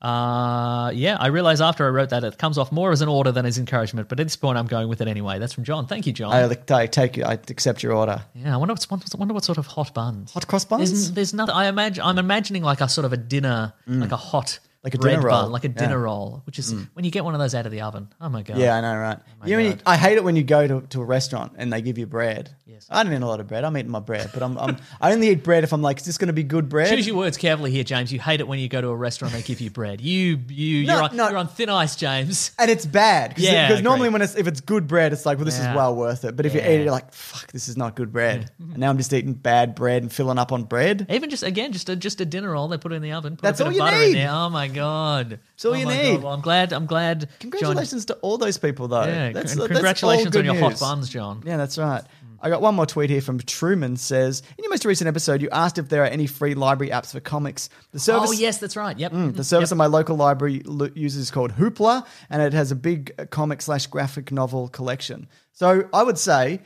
Speaker 4: Uh, yeah, I realize after I wrote that it comes off more as an order than as encouragement, but at this point, I'm going with it anyway. That's from John. Thank you, John.
Speaker 2: I, like, I take, I accept your order.
Speaker 4: yeah, I wonder what's I wonder what sort of hot buns.
Speaker 2: Hot cross buns?
Speaker 4: There's, there's nothing. I imagine I'm imagining like a sort of a dinner, like a hot,
Speaker 2: Mm. Like a
Speaker 4: bread
Speaker 2: dinner
Speaker 4: bun,
Speaker 2: roll.
Speaker 4: like a
Speaker 2: Yeah. Mm.
Speaker 4: dinner roll, which is when you get one of those out of the oven. Oh my god.
Speaker 2: Yeah, I know, right? you know, when you-
Speaker 4: God.
Speaker 2: I hate it when you go to, to a restaurant and they give you bread. Yes. I don't eat a lot of bread. I'm eating my bread, but I'm, I'm I only eat bread if I'm like, is this going to be good bread?
Speaker 4: Choose your words carefully here, James. You hate it when you go to a restaurant and they give you bread. You you
Speaker 2: No,
Speaker 4: you're, on,
Speaker 2: no.
Speaker 4: you're on thin ice, James.
Speaker 2: and it's bad because
Speaker 4: Yeah,
Speaker 2: normally
Speaker 4: agreed.
Speaker 2: when it's if it's good bread, it's like, well, this
Speaker 4: Yeah.
Speaker 2: is well worth it. But if
Speaker 4: Yeah.
Speaker 2: you eat it, you're like, fuck, this is not good bread. And now I'm just eating bad bread and filling up on bread.
Speaker 4: Even just again, just a just a dinner roll they put it in the oven. Put
Speaker 2: That's
Speaker 4: a bit
Speaker 2: all
Speaker 4: of
Speaker 2: you
Speaker 4: butter In
Speaker 2: need.
Speaker 4: there. Oh my god! That's
Speaker 2: all
Speaker 4: oh
Speaker 2: you
Speaker 4: my
Speaker 2: need.
Speaker 4: God. Well, I'm glad. I'm glad. John,
Speaker 2: Congratulations to all those people, though.
Speaker 4: yeah,
Speaker 2: That's- that's
Speaker 4: con-
Speaker 2: all
Speaker 4: congratulations on
Speaker 2: good
Speaker 4: your hot
Speaker 2: news.
Speaker 4: buns, John.
Speaker 2: Yeah, that's right. I got one more tweet here from Truman says, in your most recent episode, you asked if there are any free library apps for comics. The service Mm,
Speaker 4: oh yes, that's right. Yep.
Speaker 2: The service at my local library lo- uses is called Hoopla, and it has a big uh, comic slash graphic novel collection. So I would say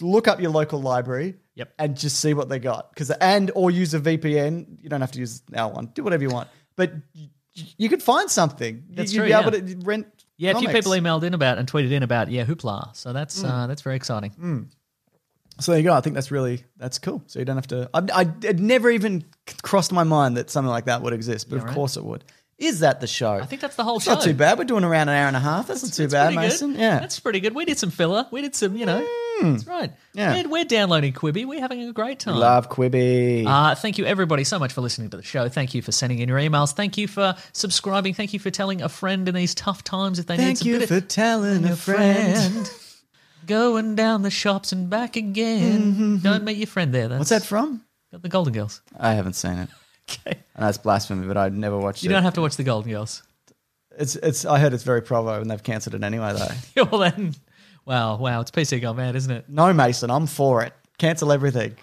Speaker 2: look up your local library
Speaker 4: Yep.
Speaker 2: and just see what they got. Because and or use a VPN. You don't have to use our one. Do whatever you want, but you, you could find something. You-
Speaker 4: That's
Speaker 2: You'd
Speaker 4: true,
Speaker 2: be able
Speaker 4: yeah.
Speaker 2: to rent.
Speaker 4: Yeah, a few
Speaker 2: comics. Mm.
Speaker 4: people emailed in about and tweeted in about yeah hoopla. So that's uh, that's very exciting.
Speaker 2: So there you go. I think that's really that's cool. So you don't have to. I, I it never even c- crossed my mind that something like that would exist, but of course it would. Is that the show?
Speaker 4: I think that's the whole
Speaker 2: It's
Speaker 4: show.
Speaker 2: not too bad. We're doing around an hour and a half. That's, not too
Speaker 4: That's
Speaker 2: bad,
Speaker 4: pretty good.
Speaker 2: Mason. Yeah, Mm.
Speaker 4: that's pretty good. We did some filler. We did some, you know. That's right.
Speaker 2: Yeah.
Speaker 4: We're, we're downloading Quibi. We're having a great time.
Speaker 2: Love Quibi.
Speaker 4: Uh, thank you, everybody, so much for listening to the show. Thank you for sending in your emails. Thank you for subscribing. Thank you for telling a friend in these tough times if they need
Speaker 2: Thank
Speaker 4: some
Speaker 2: you
Speaker 4: bit
Speaker 2: for
Speaker 4: of
Speaker 2: telling a friend.
Speaker 4: Going down the shops and back again. Don't meet your friend there. That's
Speaker 2: Mm-hmm. What's that from?
Speaker 4: got the Golden Girls.
Speaker 2: I haven't seen it.
Speaker 4: Okay.
Speaker 2: And that's blasphemy, but I've never watched
Speaker 4: You
Speaker 2: it.
Speaker 4: don't have to watch the Golden Girls.
Speaker 2: it's it's. I heard it's very provo, and they've cancelled it anyway. Though
Speaker 4: well then, wow, wow, it's PC gone mad, isn't it?
Speaker 2: no, Mason, I'm for it. Cancel everything.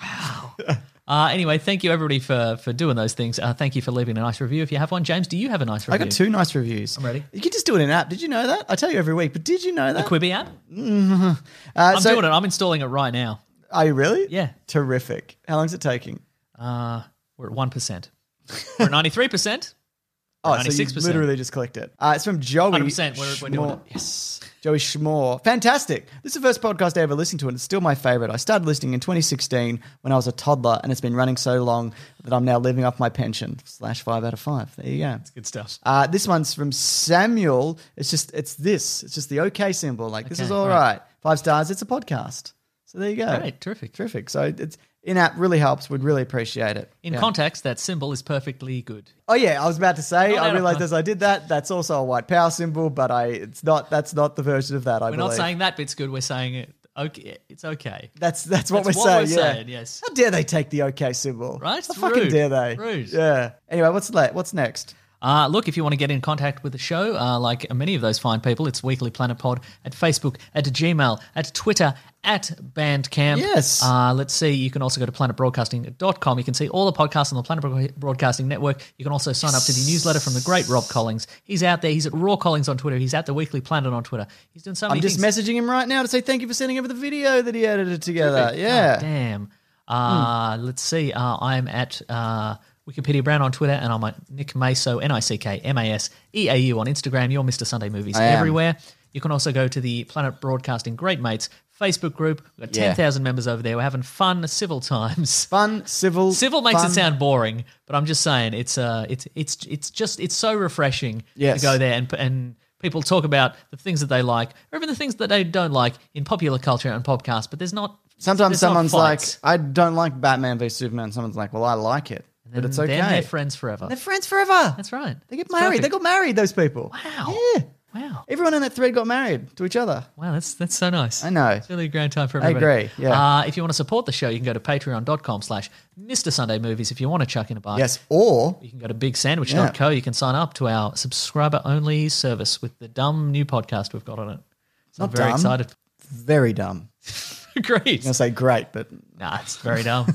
Speaker 4: Uh, anyway, thank you everybody for for doing those things. Uh, thank you for leaving a nice review if you have one. James, do you have a nice
Speaker 2: I
Speaker 4: review?
Speaker 2: got two nice reviews. I'm
Speaker 4: ready.
Speaker 2: You can just do it in an app. Did you know that? I tell you every week, but did you know
Speaker 4: The
Speaker 2: that?
Speaker 4: Quibi app.
Speaker 2: Uh,
Speaker 4: I'm
Speaker 2: so-
Speaker 4: doing it. I'm installing it right now.
Speaker 2: Are you really?
Speaker 4: Yeah.
Speaker 2: Terrific. How long's it taking?
Speaker 4: Uh, we're at one percent. We're at ninety three percent.
Speaker 2: Oh, so you
Speaker 4: 96%.
Speaker 2: literally just clicked it. Uh, it's from Joey
Speaker 4: 100%, we're- we're doing
Speaker 2: Schmore.
Speaker 4: it.
Speaker 2: Yes. Joey Schmore. Fantastic. This is the first podcast I ever listened to, and it's still my favorite. I started listening in 2016 when I was a toddler, and it's been running so long that I'm now living off my pension. Slash five out of five. There you go.
Speaker 4: Good stuff.
Speaker 2: Uh, this one's from Samuel. It's just, it's this. It's just the OK symbol. Like, this
Speaker 4: Okay,
Speaker 2: is all
Speaker 4: all right.
Speaker 2: right. Five stars. It's a podcast. So there you go.
Speaker 4: Great, terrific.
Speaker 2: Uh, Terrific. So it's in app really helps. We'd really appreciate it.
Speaker 4: In
Speaker 2: Yeah.
Speaker 4: context, that symbol is perfectly good.
Speaker 2: Oh yeah, I was about to say.
Speaker 4: Not out
Speaker 2: I
Speaker 4: of
Speaker 2: realized
Speaker 4: con-
Speaker 2: as I did that, that's also a white power symbol, but I it's not. That's not the version of that. I
Speaker 4: We're
Speaker 2: believe.
Speaker 4: not saying that bit's good. We're saying it. Okay, it's okay.
Speaker 2: that's that's what
Speaker 4: That's
Speaker 2: we're
Speaker 4: what
Speaker 2: saying.
Speaker 4: we're
Speaker 2: yeah.
Speaker 4: saying, yes.
Speaker 2: How dare they take the OK symbol?
Speaker 4: Right?
Speaker 2: How
Speaker 4: It's
Speaker 2: fucking
Speaker 4: rude.
Speaker 2: dare they?
Speaker 4: Rude.
Speaker 2: Yeah. Anyway, what's le- what's next?
Speaker 4: Uh, look, if you want to get in contact with the show, uh, like many of those fine people, it's Weekly Planet Pod at Facebook, at Gmail, at Twitter, at Bandcamp.
Speaker 2: Yes.
Speaker 4: Uh, let's see. You can also go to planetbroadcasting.com. You can see all the podcasts on the Planet Broad- Broadcasting Network. You can also sign up to the newsletter from the great Rob Collings. He's out there. He's at Raw Collings on Twitter. He's at the Weekly Planet on Twitter. He's doing so many
Speaker 2: I'm just
Speaker 4: things.
Speaker 2: messaging him right now to say thank you for sending over the video that he edited together.
Speaker 4: Oh,
Speaker 2: Yeah.
Speaker 7: Hmm.
Speaker 4: damn. Uh, Let's see. Uh, I'm at uh, Wikipedia Brown on Twitter, and I'm at Nick Maso, N I C K M A S E A U on Instagram. You're Mr. Sunday Movies
Speaker 7: I am.
Speaker 4: everywhere. You can also go to the Planet Broadcasting Great Mates Facebook group. We've got
Speaker 7: Yeah.
Speaker 4: 10,000 members over there. We're having fun, civil times.
Speaker 2: Fun, civil.
Speaker 4: Civil makes
Speaker 2: fun.
Speaker 4: it sound boring, but I'm just saying it's uh it's it's it's just it's so refreshing
Speaker 7: Yes.
Speaker 4: to go there and and people talk about the things that they like or even the things that they don't like in popular culture and podcasts. But there's not
Speaker 2: Sometimes
Speaker 4: there's not
Speaker 2: someone's like,
Speaker 4: fights.
Speaker 2: I don't like Batman v Superman. Someone's like, well, I like it. But it's
Speaker 4: And
Speaker 2: okay.
Speaker 4: Then they're friends forever.
Speaker 2: They're friends forever.
Speaker 4: That's right.
Speaker 2: They get
Speaker 4: It's
Speaker 2: married. They
Speaker 4: perfect.
Speaker 2: got married, those people.
Speaker 4: Wow.
Speaker 2: Yeah.
Speaker 4: Wow.
Speaker 2: Everyone in that thread got married to each other.
Speaker 4: Wow, that's that's so nice.
Speaker 2: I know.
Speaker 4: It's really a grand time for
Speaker 2: I
Speaker 4: everybody.
Speaker 2: agree, yeah.
Speaker 4: Uh, if you want to support the show, you can go to patreon.com slash Mr. Sunday Movies if you want to chuck in a buck.
Speaker 2: Yes. Or
Speaker 4: You can go to bigsandwich.co. You can sign up to our subscriber only service with the dumb new podcast we've got on it. So
Speaker 2: Not
Speaker 4: I'm very
Speaker 2: dumb.
Speaker 4: excited.
Speaker 2: very dumb.
Speaker 4: Great.
Speaker 2: I'm gonna say great, but
Speaker 4: Nah, it's very dumb.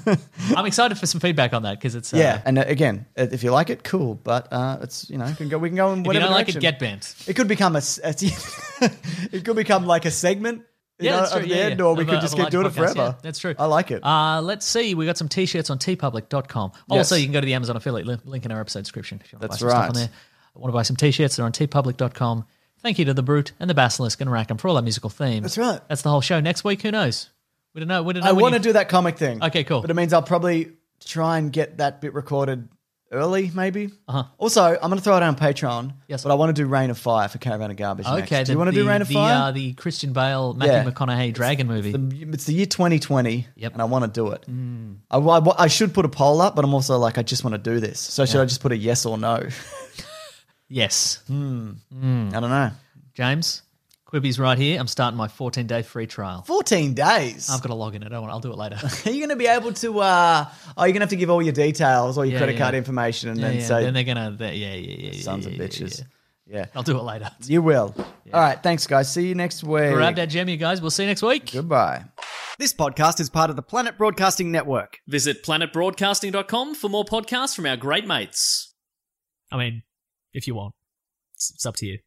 Speaker 4: I'm excited for some feedback on that because it's. Uh,
Speaker 2: yeah. And uh, again, uh, if you like it, cool. But uh, it's you know, can go. We can go in
Speaker 4: If you
Speaker 2: whatever
Speaker 4: don't like it,
Speaker 2: direction.
Speaker 4: get bent.
Speaker 2: It could become a. s- a it could become like a segment. you
Speaker 4: Yeah,
Speaker 2: know,
Speaker 4: that's true.
Speaker 2: At the
Speaker 4: Yeah,
Speaker 2: end,
Speaker 4: yeah.
Speaker 2: or we
Speaker 4: Of a-
Speaker 2: could
Speaker 4: of
Speaker 2: just
Speaker 4: a
Speaker 2: keep
Speaker 4: live
Speaker 2: doing it
Speaker 4: podcast.
Speaker 2: forever.
Speaker 4: Yeah, that's true.
Speaker 2: I like it.
Speaker 4: Uh, let's see. We got some t-shirts on tpublic.com. Also,
Speaker 2: Yes.
Speaker 4: you can go to the Amazon affiliate li- link in our episode description if you want
Speaker 2: That's
Speaker 4: to buy some
Speaker 2: right.
Speaker 4: stuff on there. I want to buy some t-shirts. They're on tpublic.com. Thank you to The Brute and The Basilisk and Rackham for all our musical theme.
Speaker 2: That's right.
Speaker 4: That's the whole show. Next week, who knows? We don't know. We don't know
Speaker 2: I
Speaker 4: when
Speaker 2: want to
Speaker 4: you-
Speaker 2: do that comic thing.
Speaker 4: Okay, cool.
Speaker 2: But it means I'll probably try and get that bit recorded early, maybe. Uh-huh. Also, I'm going to throw it out on Patreon.
Speaker 4: Yes.
Speaker 2: But I want to do Rain of Fire for Caravan of Garbage.
Speaker 4: Okay,
Speaker 2: next. do you
Speaker 4: the-
Speaker 2: want to do
Speaker 4: the-
Speaker 2: Rain of
Speaker 4: the,
Speaker 2: Fire?
Speaker 4: Uh, the Christian Bale, Matthew
Speaker 2: Yeah.
Speaker 4: McConaughey dragon movie.
Speaker 2: The- it's the year 2020,
Speaker 4: Yep. Mm.
Speaker 2: and I want to do it. I, I- I should put a poll up, but I'm also like, I just want to do this. So should I just put a yes or no?
Speaker 4: yes,
Speaker 2: Mm.
Speaker 4: Hmm.
Speaker 2: I don't know.
Speaker 4: James, Quibby's right here. I'm starting my 14 day free trial.
Speaker 2: 14 days.
Speaker 4: I've got to log in. I don't want. I'll do it later.
Speaker 2: Are you going to be able to? Uh, oh, you're going to have to give all your details, all your
Speaker 4: Yeah,
Speaker 2: credit
Speaker 4: yeah.
Speaker 2: card information, and
Speaker 4: yeah,
Speaker 2: then
Speaker 4: yeah.
Speaker 2: say,
Speaker 4: then they're gonna. they- yeah, yeah, yeah, yeah.
Speaker 2: sons
Speaker 4: yeah,
Speaker 2: of
Speaker 4: yeah,
Speaker 2: bitches.
Speaker 4: yeah.
Speaker 2: Yeah.
Speaker 4: I'll do it later.
Speaker 2: You will. All right. Thanks, guys. See you next week.
Speaker 4: Grab that gem, you guys. We'll see you next week.
Speaker 2: Goodbye. This podcast is part of the Planet Broadcasting Network.
Speaker 3: Visit planetbroadcasting.com for more podcasts from our great mates.
Speaker 4: I mean, if you want, it's, it's up to you.